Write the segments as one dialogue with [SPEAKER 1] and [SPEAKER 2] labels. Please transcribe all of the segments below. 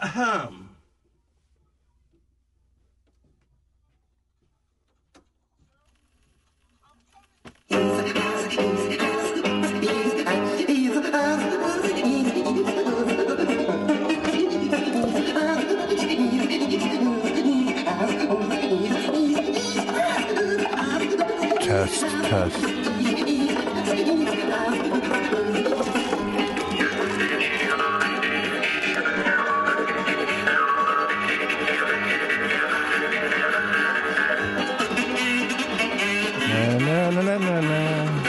[SPEAKER 1] Ahem.
[SPEAKER 2] Test, test. Na, na, na, na, na, na.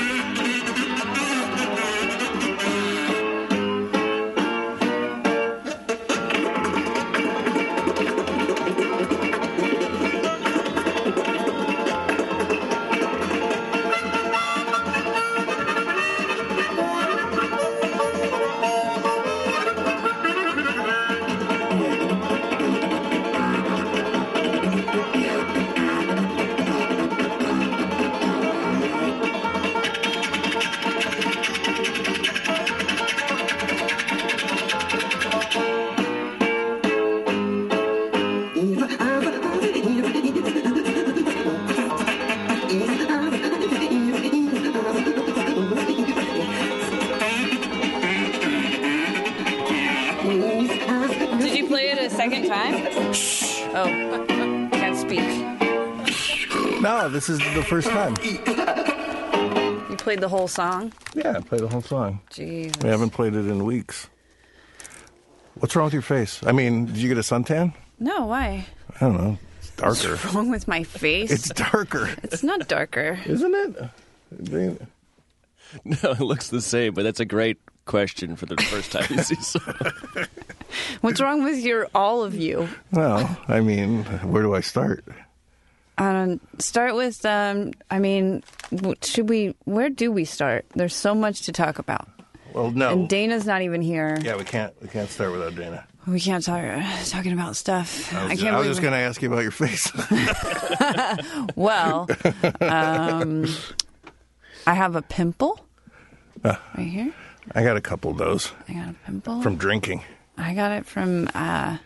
[SPEAKER 3] Did you play it a second time? Oh, can't speak.
[SPEAKER 2] No, this is the first time.
[SPEAKER 3] You played the whole song?
[SPEAKER 2] Yeah, play the whole song.
[SPEAKER 3] Jesus.
[SPEAKER 2] We haven't played it in weeks. What's wrong with your face? I mean, did you get a suntan?
[SPEAKER 3] No, why?
[SPEAKER 2] I don't know. It's darker.
[SPEAKER 3] What's wrong with my face?
[SPEAKER 2] It's
[SPEAKER 3] It's,
[SPEAKER 2] darker,
[SPEAKER 3] not darker.
[SPEAKER 2] isn't it? They-
[SPEAKER 4] No, it looks the same, but that's a great question for the first time you see someone.
[SPEAKER 3] What's wrong with your all of you?
[SPEAKER 2] Well, I mean, where do I start?
[SPEAKER 3] Um, start with um. I mean, w- should we? Where do we start? There's so much to talk about,
[SPEAKER 2] Well, no.
[SPEAKER 3] and Dana's not even here.
[SPEAKER 2] Oh. yeah, we can't. We can't start without Dana.
[SPEAKER 3] We can't talk uh, talking about stuff. I,
[SPEAKER 2] I was,
[SPEAKER 3] can't.
[SPEAKER 2] I was
[SPEAKER 3] believe
[SPEAKER 2] just
[SPEAKER 3] we-
[SPEAKER 2] going to ask you about your face.
[SPEAKER 3] Well, um, I have a pimple right here.
[SPEAKER 2] I got a couple of those
[SPEAKER 3] I got a pimple.
[SPEAKER 2] Ah. from drinking.
[SPEAKER 3] I got it from uh,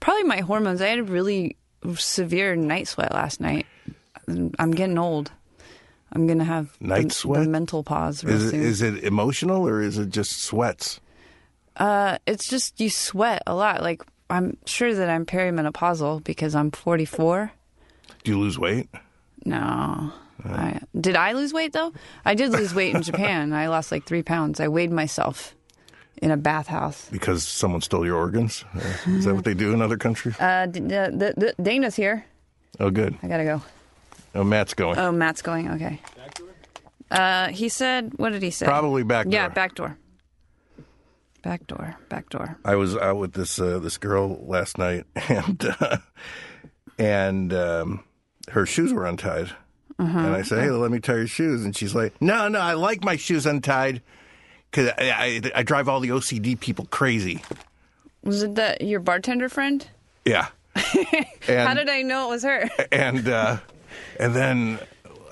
[SPEAKER 3] probably my hormones. I had a really severe night sweat last night. I'm getting old. I'm gonna have the-
[SPEAKER 2] Night
[SPEAKER 3] the
[SPEAKER 2] sweat?
[SPEAKER 3] mental pause. Real
[SPEAKER 2] Is it,
[SPEAKER 3] soon.
[SPEAKER 2] is it emotional or is it just sweats?
[SPEAKER 3] Uh, it's just you sweat a lot. Like I'm sure that I'm perimenopausal because I'm 44.
[SPEAKER 2] Do you lose weight?
[SPEAKER 3] No. I, did I lose weight though? I did lose weight in Japan. I lost like three pounds. I weighed myself in a bathhouse.
[SPEAKER 2] Because someone stole your organs? Or Is that what they do in other countries?
[SPEAKER 3] Uh, d- d- d- d- Dana's here.
[SPEAKER 2] Oh, good.
[SPEAKER 3] I gotta go.
[SPEAKER 2] Oh, Matt's going.
[SPEAKER 3] Oh, Matt's going. Okay. Uh, he said, what did he say?
[SPEAKER 2] Probably back.
[SPEAKER 3] Yeah,
[SPEAKER 2] door.
[SPEAKER 3] back door. Back door. Back door.
[SPEAKER 2] I was out with this uh, this girl last night, and uh, and um, her shoes were untied.
[SPEAKER 3] Uh-huh.
[SPEAKER 2] And I said, "Hey, let me tie your shoes." And she's like, "No, no, I like my shoes untied because I, I I drive all the OCD people crazy."
[SPEAKER 3] Was it that your bartender friend?
[SPEAKER 2] Yeah. and,
[SPEAKER 3] How did I know it was her?
[SPEAKER 2] and uh, and then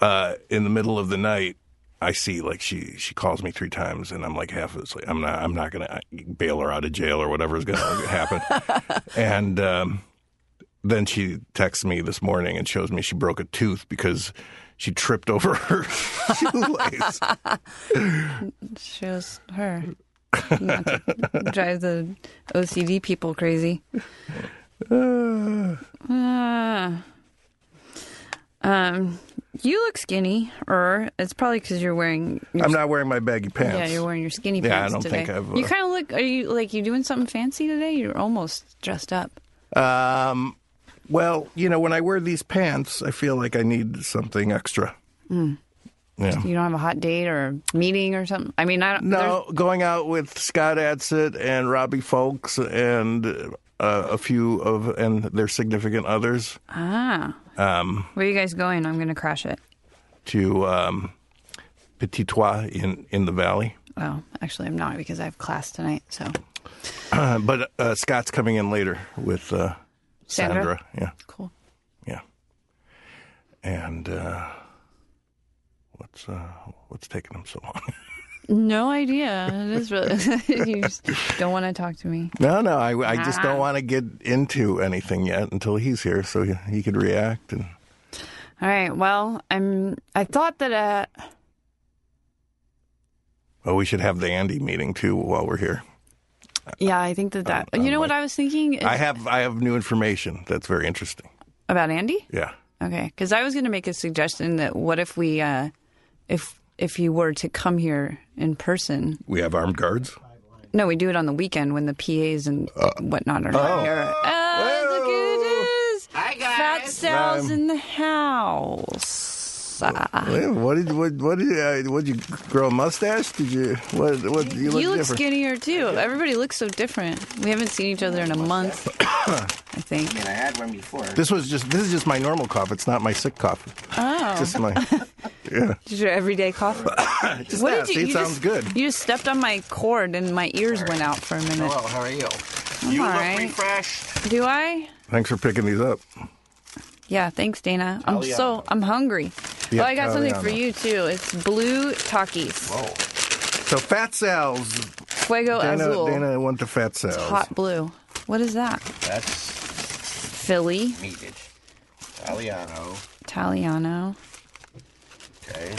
[SPEAKER 2] uh, in the middle of the night, I see like she she calls me three times, and I'm like half asleep. I'm not I'm not gonna bail her out of jail or whatever's gonna happen. and um, then she texts me this morning and shows me she broke a tooth because she tripped over her shoelace.
[SPEAKER 3] She was her. Not to drive the OCD people crazy.
[SPEAKER 2] Uh,
[SPEAKER 3] Uh, um, you look skinny, or it's probably because you're wearing. Your,
[SPEAKER 2] I'm not wearing my baggy pants.
[SPEAKER 3] Yeah, you're wearing your skinny
[SPEAKER 2] Yeah, I
[SPEAKER 3] pants
[SPEAKER 2] don't
[SPEAKER 3] today.
[SPEAKER 2] think I've, uh,
[SPEAKER 3] You kind of look. Are you like you doing something fancy today? You're almost dressed up.
[SPEAKER 2] Um, well, you know, when I wear these pants, I feel like I need something extra. Yeah.
[SPEAKER 3] You don't have a hot date or a meeting or something. I mean, I don't. there's-
[SPEAKER 2] No, going out with Scott Adsit and Robbie Folks and uh, a few of and their significant others
[SPEAKER 3] Ah,
[SPEAKER 2] um,
[SPEAKER 3] where are you guys going? I'm gonna crash it.
[SPEAKER 2] to um, Petit Trois in in the Valley.
[SPEAKER 3] Oh, actually, I'm not because I have class tonight. So
[SPEAKER 2] Uh, but uh, Scott's coming in later with uh,
[SPEAKER 3] Sandra?
[SPEAKER 2] Sandra. Yeah,
[SPEAKER 3] cool.
[SPEAKER 2] yeah. And uh, what's uh, what's taking them so long?
[SPEAKER 3] No idea. It is really. you just don't want to talk to me.
[SPEAKER 2] No, no, I, I just
[SPEAKER 3] Ah.
[SPEAKER 2] don't want to get into anything yet until he's here, so he, he could react. And
[SPEAKER 3] All right. Well, I'm. I thought that. Uh,
[SPEAKER 2] well, we should have the Andy meeting too while we're here.
[SPEAKER 3] yeah, I think that that.
[SPEAKER 2] Oh, I'm-
[SPEAKER 3] you know
[SPEAKER 2] I'm
[SPEAKER 3] what I was thinking is-
[SPEAKER 2] I have I have new information that's very interesting.
[SPEAKER 3] about Andy.
[SPEAKER 2] Yeah,
[SPEAKER 3] Okay, because I was going to make a suggestion that what if we, uh, if if you were to come here in person,
[SPEAKER 2] we have armed guards.
[SPEAKER 3] no, we do it on the weekend when the PAs and whatnot are not here. Oh, look who it is! Hi guys, Fat Sal's
[SPEAKER 2] Um,
[SPEAKER 3] in the house. Ah.
[SPEAKER 2] Wait, What did what what did uh, what did you grow a mustache? Did you what what you look,
[SPEAKER 3] you look
[SPEAKER 2] different?
[SPEAKER 3] skinnier too. Everybody looks so different. We haven't seen each other in a month, I think.
[SPEAKER 1] I had one before.
[SPEAKER 2] This was just this is just my normal cough. It's not my sick cough.
[SPEAKER 3] Oh,
[SPEAKER 2] Just my yeah.
[SPEAKER 3] just your everyday cough.
[SPEAKER 2] Just
[SPEAKER 3] What
[SPEAKER 2] that.
[SPEAKER 3] did you?
[SPEAKER 2] See, it
[SPEAKER 3] you
[SPEAKER 2] sounds
[SPEAKER 3] just,
[SPEAKER 2] good.
[SPEAKER 3] You just stepped on my cord and my ears went out for a minute.
[SPEAKER 1] Hello, how are you?
[SPEAKER 3] you look refreshed. Do I?
[SPEAKER 2] Thanks for picking these up.
[SPEAKER 3] Yeah, thanks, Dana. I'm
[SPEAKER 1] yeah.
[SPEAKER 3] so I'm hungry.
[SPEAKER 2] Yeah,
[SPEAKER 3] well, I got
[SPEAKER 2] hell
[SPEAKER 3] something
[SPEAKER 2] yeah,
[SPEAKER 3] for
[SPEAKER 2] man.
[SPEAKER 3] you too. It's blue Takis,
[SPEAKER 1] Oh,
[SPEAKER 2] So Fat Sal's
[SPEAKER 3] Fuego
[SPEAKER 2] Dana,
[SPEAKER 3] Azul,
[SPEAKER 2] Dana went to Fat Sal's.
[SPEAKER 3] hot blue. What is that?
[SPEAKER 1] that's
[SPEAKER 3] Philly
[SPEAKER 1] needed. Italiano.
[SPEAKER 3] Italiano.
[SPEAKER 1] Okay.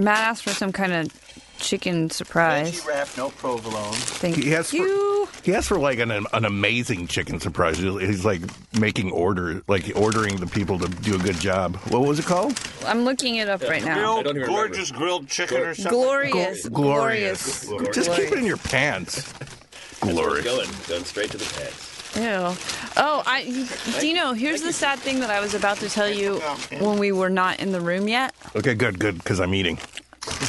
[SPEAKER 3] Matt asked for some kind of chicken surprise.
[SPEAKER 1] Veggie wrap, no provolone.
[SPEAKER 3] Thank
[SPEAKER 2] He asked for-
[SPEAKER 3] you.
[SPEAKER 2] He asked for like an an amazing chicken surprise. He's like making order, like ordering the people to do a good job. What was it called?
[SPEAKER 3] I'm looking it up right now.
[SPEAKER 4] I don't even
[SPEAKER 1] gorgeous grilled chicken or something.
[SPEAKER 3] Glorious, glorious.
[SPEAKER 2] Just keep it in your pants. Glorious.
[SPEAKER 4] Going, going straight to the pants.
[SPEAKER 3] Ew. Oh, I Dino. Here's the sad thing that I was about to tell you when we were not in the room yet.
[SPEAKER 2] Okay, good, good, because I'm eating.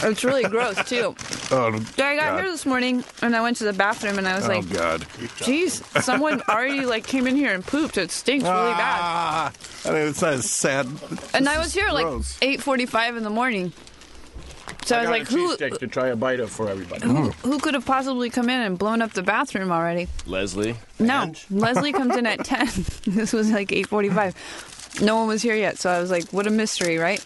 [SPEAKER 3] It's really gross too.
[SPEAKER 2] Oh,
[SPEAKER 3] So I got
[SPEAKER 2] God.
[SPEAKER 3] here this morning and I went to the bathroom and I was
[SPEAKER 2] Oh
[SPEAKER 3] like,
[SPEAKER 2] God!
[SPEAKER 3] "Geez, someone already like came in here and pooped. It stinks really bad."
[SPEAKER 2] Ah, I mean, it's not as sad.
[SPEAKER 3] And I was here like
[SPEAKER 2] gross.
[SPEAKER 3] 8:45 in the morning. So I, was like, "Who
[SPEAKER 5] to try a bite of for everybody.
[SPEAKER 3] who could have possibly come in and blown up the bathroom already?"
[SPEAKER 4] Leslie.
[SPEAKER 3] No,
[SPEAKER 1] And?
[SPEAKER 3] Leslie comes in at 10. this was like 8:45. No one was here yet, so I was like, "What a mystery, right?"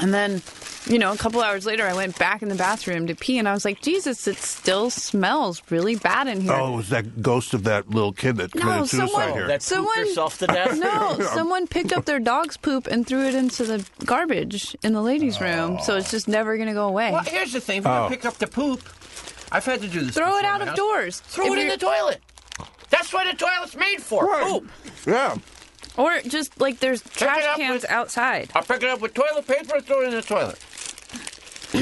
[SPEAKER 3] And then, you know, a couple hours later, I went back in the bathroom to pee, and I was like, "Jesus, it still smells really bad in here."
[SPEAKER 2] Oh, it was that ghost of that little kid that
[SPEAKER 3] No,
[SPEAKER 2] committed suicide
[SPEAKER 3] someone-
[SPEAKER 2] here?
[SPEAKER 5] That
[SPEAKER 3] Someone-
[SPEAKER 5] someone yourself to death.
[SPEAKER 3] No, someone picked up their dog's poop and threw it into the garbage in the ladies' room, so it's just never going to go away.
[SPEAKER 5] Well, here's the thing. If you
[SPEAKER 2] Oh.
[SPEAKER 5] to pick up the poop, I've had to do this.
[SPEAKER 3] Throw
[SPEAKER 5] before
[SPEAKER 3] it out
[SPEAKER 5] in my
[SPEAKER 3] of
[SPEAKER 5] house.
[SPEAKER 3] doors.
[SPEAKER 5] Throw
[SPEAKER 3] If
[SPEAKER 5] it in the
[SPEAKER 3] you're-
[SPEAKER 5] toilet. That's what a toilet's made for. Poop.
[SPEAKER 2] yeah,
[SPEAKER 3] Or just like there's trash
[SPEAKER 5] up
[SPEAKER 3] cans
[SPEAKER 5] with-
[SPEAKER 3] outside.
[SPEAKER 5] I pick it up with toilet paper and throw it in the toilet.
[SPEAKER 2] no,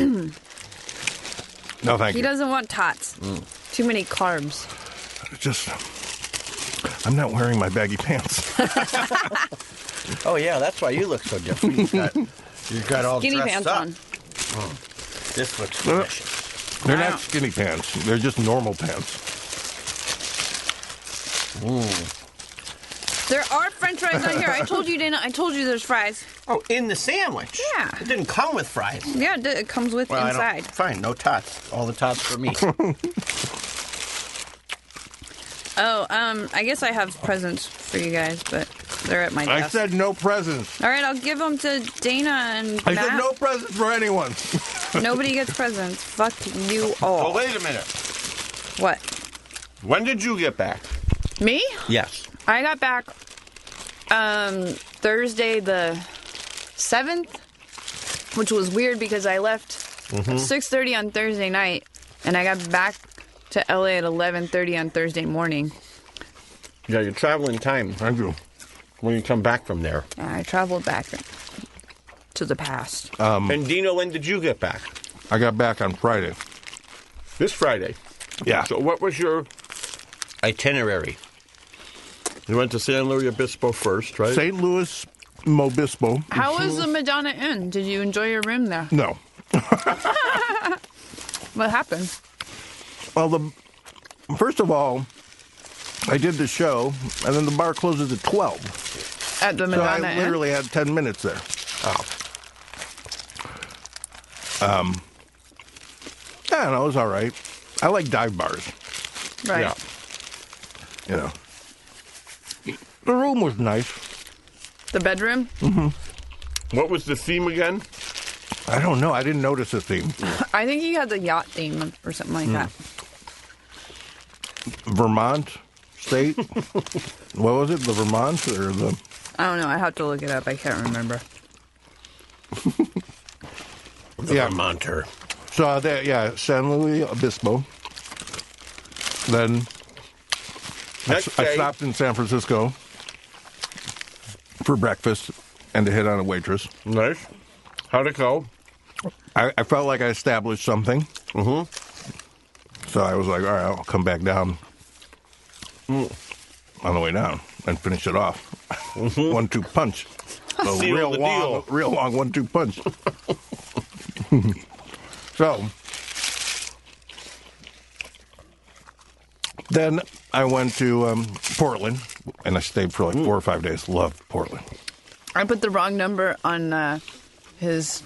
[SPEAKER 2] thank
[SPEAKER 3] He
[SPEAKER 2] you.
[SPEAKER 3] doesn't want tots.
[SPEAKER 1] Mm.
[SPEAKER 3] Too many carbs.
[SPEAKER 2] Just, I'm not wearing my baggy pants.
[SPEAKER 5] Oh yeah, that's why you look so different.
[SPEAKER 1] You've got, you've got all
[SPEAKER 3] Skinny
[SPEAKER 1] dressed
[SPEAKER 3] pants
[SPEAKER 1] up.
[SPEAKER 3] on.
[SPEAKER 1] This looks delicious.
[SPEAKER 2] They're
[SPEAKER 3] Wow.
[SPEAKER 2] not skinny pants. They're just normal pants.
[SPEAKER 3] There are French fries on here. I told you, Dana. I told you there's fries.
[SPEAKER 1] Oh, in the sandwich.
[SPEAKER 3] Yeah.
[SPEAKER 1] It didn't come with fries.
[SPEAKER 3] Yeah, it d- it comes with
[SPEAKER 1] I don't-
[SPEAKER 3] inside.
[SPEAKER 1] Fine, no tots. All the tots for me.
[SPEAKER 3] Oh, um, I guess I have presents for you guys, but they're at my
[SPEAKER 2] I
[SPEAKER 3] desk.
[SPEAKER 2] said no presents.
[SPEAKER 3] All right, I'll give them to Dana and
[SPEAKER 2] I
[SPEAKER 3] Matt.
[SPEAKER 2] said no presents for anyone.
[SPEAKER 3] Nobody gets presents. Fuck you all.
[SPEAKER 1] oh, wait a minute.
[SPEAKER 3] What?
[SPEAKER 1] When did you get back?
[SPEAKER 3] Me?
[SPEAKER 1] Yes.
[SPEAKER 3] I got back um, Thursday the seventh, which was weird because I left
[SPEAKER 2] Mm-hmm.
[SPEAKER 3] six thirty on Thursday night, and I got back to LA at eleven thirty on Thursday morning.
[SPEAKER 1] Yeah, you're traveling time
[SPEAKER 2] Thank you.
[SPEAKER 1] when you come back from there.
[SPEAKER 3] And I traveled back to the past.
[SPEAKER 2] Uh,
[SPEAKER 1] and Dino, when did you get back?
[SPEAKER 2] I got back on Friday.
[SPEAKER 1] This Friday.
[SPEAKER 2] Yeah.
[SPEAKER 1] So what was your Ah. itinerary? You went to San Luis Obispo first, right?
[SPEAKER 2] St. Louis Mobispo.
[SPEAKER 3] How was the Madonna Inn? Did you enjoy your room there?
[SPEAKER 2] No.
[SPEAKER 3] What happened?
[SPEAKER 2] Well, the first of all, I did the show, and then the bar closes at twelve,
[SPEAKER 3] At the
[SPEAKER 2] so
[SPEAKER 3] Madonna eh?
[SPEAKER 2] I literally had ten minutes there.
[SPEAKER 1] Oh.
[SPEAKER 2] I don't know. Um, It was all right. I like dive bars.
[SPEAKER 3] Inn? Right.
[SPEAKER 1] Yeah.
[SPEAKER 2] You know, the room was nice.
[SPEAKER 3] The bedroom?
[SPEAKER 1] What was the theme again?
[SPEAKER 2] I don't know. I didn't notice a theme.
[SPEAKER 3] I think he had the yacht theme or something like that.
[SPEAKER 2] Mm. Vermont state. what was it? The Vermont or the?
[SPEAKER 3] I don't know. I have to look it up. I can't remember.
[SPEAKER 1] The
[SPEAKER 2] Yeah.
[SPEAKER 1] Vermonter.
[SPEAKER 2] So uh, that yeah, San Luis Obispo. Then I,
[SPEAKER 1] Next
[SPEAKER 2] I
[SPEAKER 1] day-
[SPEAKER 2] stopped in San Francisco for breakfast and to hit on a waitress.
[SPEAKER 1] Nice. How'd it go?
[SPEAKER 2] I, I felt like I established something. Mm-hmm. So I was like, all right, I'll come back down
[SPEAKER 1] Mm.
[SPEAKER 2] on the way down and finish it off. one two punch. A
[SPEAKER 1] Mm-hmm. Seal
[SPEAKER 2] real
[SPEAKER 1] the
[SPEAKER 2] long,
[SPEAKER 1] deal.
[SPEAKER 2] real long one two punch. so then I went to um, Portland and I stayed for
[SPEAKER 1] Mm.
[SPEAKER 2] like four or five days. Loved Portland
[SPEAKER 3] I put the wrong number on uh, his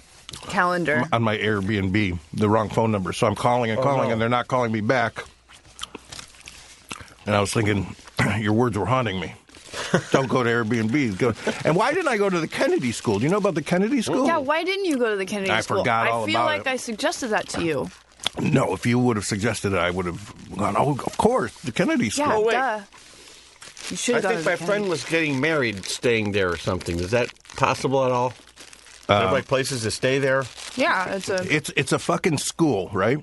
[SPEAKER 3] calendar.
[SPEAKER 2] on my Airbnb, the wrong phone number. So I'm calling and calling,
[SPEAKER 1] no.
[SPEAKER 2] and they're not calling me back. And I was thinking, your words were haunting me. Don't go to Airbnbs. Go. And why didn't I go to the Kennedy School? Do you know about the Kennedy School?
[SPEAKER 3] Yeah, why didn't you go to the Kennedy
[SPEAKER 2] I
[SPEAKER 3] School?
[SPEAKER 2] forgot all
[SPEAKER 3] I feel
[SPEAKER 2] about
[SPEAKER 3] like
[SPEAKER 2] it.
[SPEAKER 3] I suggested that to you.
[SPEAKER 2] No, if you would have suggested it, I would have gone, oh, of course, the Kennedy School.
[SPEAKER 3] Yeah,
[SPEAKER 1] Oh, wait.
[SPEAKER 3] duh. You should
[SPEAKER 1] I
[SPEAKER 3] have gone
[SPEAKER 1] think
[SPEAKER 3] to the
[SPEAKER 1] my friend
[SPEAKER 3] Kennedy.
[SPEAKER 1] was getting married, staying there or something. Is that possible at all? Are
[SPEAKER 5] Uh,
[SPEAKER 1] there, like places to stay there?
[SPEAKER 3] Yeah, it's a.
[SPEAKER 2] It's, it's a fucking school, right?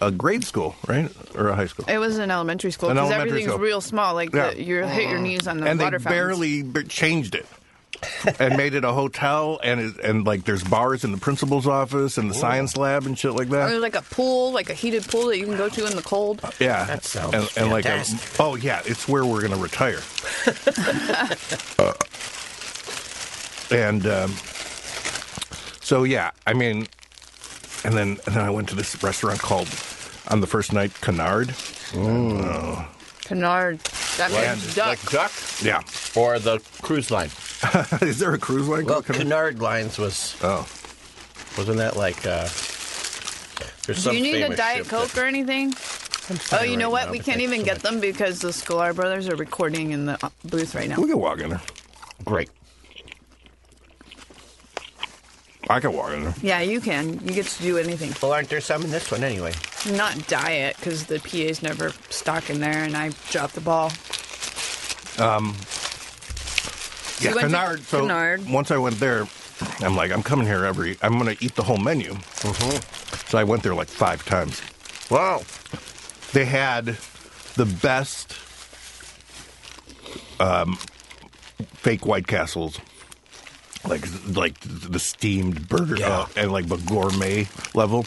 [SPEAKER 2] A grade school, right? Or a high school.
[SPEAKER 3] It was an elementary school
[SPEAKER 2] An
[SPEAKER 3] because
[SPEAKER 2] elementary
[SPEAKER 3] everything's
[SPEAKER 2] school.
[SPEAKER 3] real small. Like
[SPEAKER 2] Yeah.
[SPEAKER 3] the, you hit
[SPEAKER 5] Uh-huh.
[SPEAKER 3] your knees on the
[SPEAKER 2] and
[SPEAKER 3] water
[SPEAKER 2] they
[SPEAKER 3] fountains.
[SPEAKER 2] barely b- changed it and made it a hotel and it, and like there's bars in the principal's office and the science lab and shit like
[SPEAKER 3] And
[SPEAKER 2] that
[SPEAKER 3] There's like a pool, like a heated pool that you can go to in the cold.
[SPEAKER 2] yeah
[SPEAKER 1] That sounds
[SPEAKER 2] and, and like a,
[SPEAKER 1] fantastic.
[SPEAKER 2] oh yeah it's where we're gonna retire Uh, and um, so yeah i mean and then and then i went to this restaurant called on the first night canard
[SPEAKER 3] Canard. That means duck.
[SPEAKER 1] Like duck
[SPEAKER 2] yeah
[SPEAKER 1] or the cruise line?
[SPEAKER 2] is there a cruise line
[SPEAKER 5] Well,
[SPEAKER 2] called Canard?
[SPEAKER 5] Canard Lines was
[SPEAKER 2] oh
[SPEAKER 5] wasn't that like? Uh, there's
[SPEAKER 3] Do
[SPEAKER 5] some
[SPEAKER 3] you need a
[SPEAKER 5] famous
[SPEAKER 3] Diet
[SPEAKER 5] ship
[SPEAKER 3] Coke
[SPEAKER 5] that-
[SPEAKER 3] or anything?
[SPEAKER 5] I'm trying
[SPEAKER 3] Oh, you know
[SPEAKER 5] right
[SPEAKER 3] what?
[SPEAKER 5] now,
[SPEAKER 3] We
[SPEAKER 5] but
[SPEAKER 3] can't
[SPEAKER 5] that's
[SPEAKER 3] even
[SPEAKER 5] too
[SPEAKER 3] get
[SPEAKER 5] much.
[SPEAKER 3] them because the Scholar brothers are recording in the uh, booth right now.
[SPEAKER 2] we can walk in there
[SPEAKER 1] Great.
[SPEAKER 2] i can walk in there
[SPEAKER 3] Yeah, you can. You get to do anything.
[SPEAKER 5] Well, aren't there some in this one anyway?
[SPEAKER 3] Not diet because the PA's never stuck in there, and I dropped the ball.
[SPEAKER 2] Yeah,
[SPEAKER 3] you went to
[SPEAKER 2] Um, Canard. So
[SPEAKER 3] Canard.
[SPEAKER 2] once I went there, I'm like, I'm coming here every. I'm gonna eat the whole menu. So I went there like five times.
[SPEAKER 1] Wow.
[SPEAKER 2] They had the best um, fake White Castles, like like the steamed burger
[SPEAKER 1] Yeah.
[SPEAKER 2] uh, and like the gourmet level.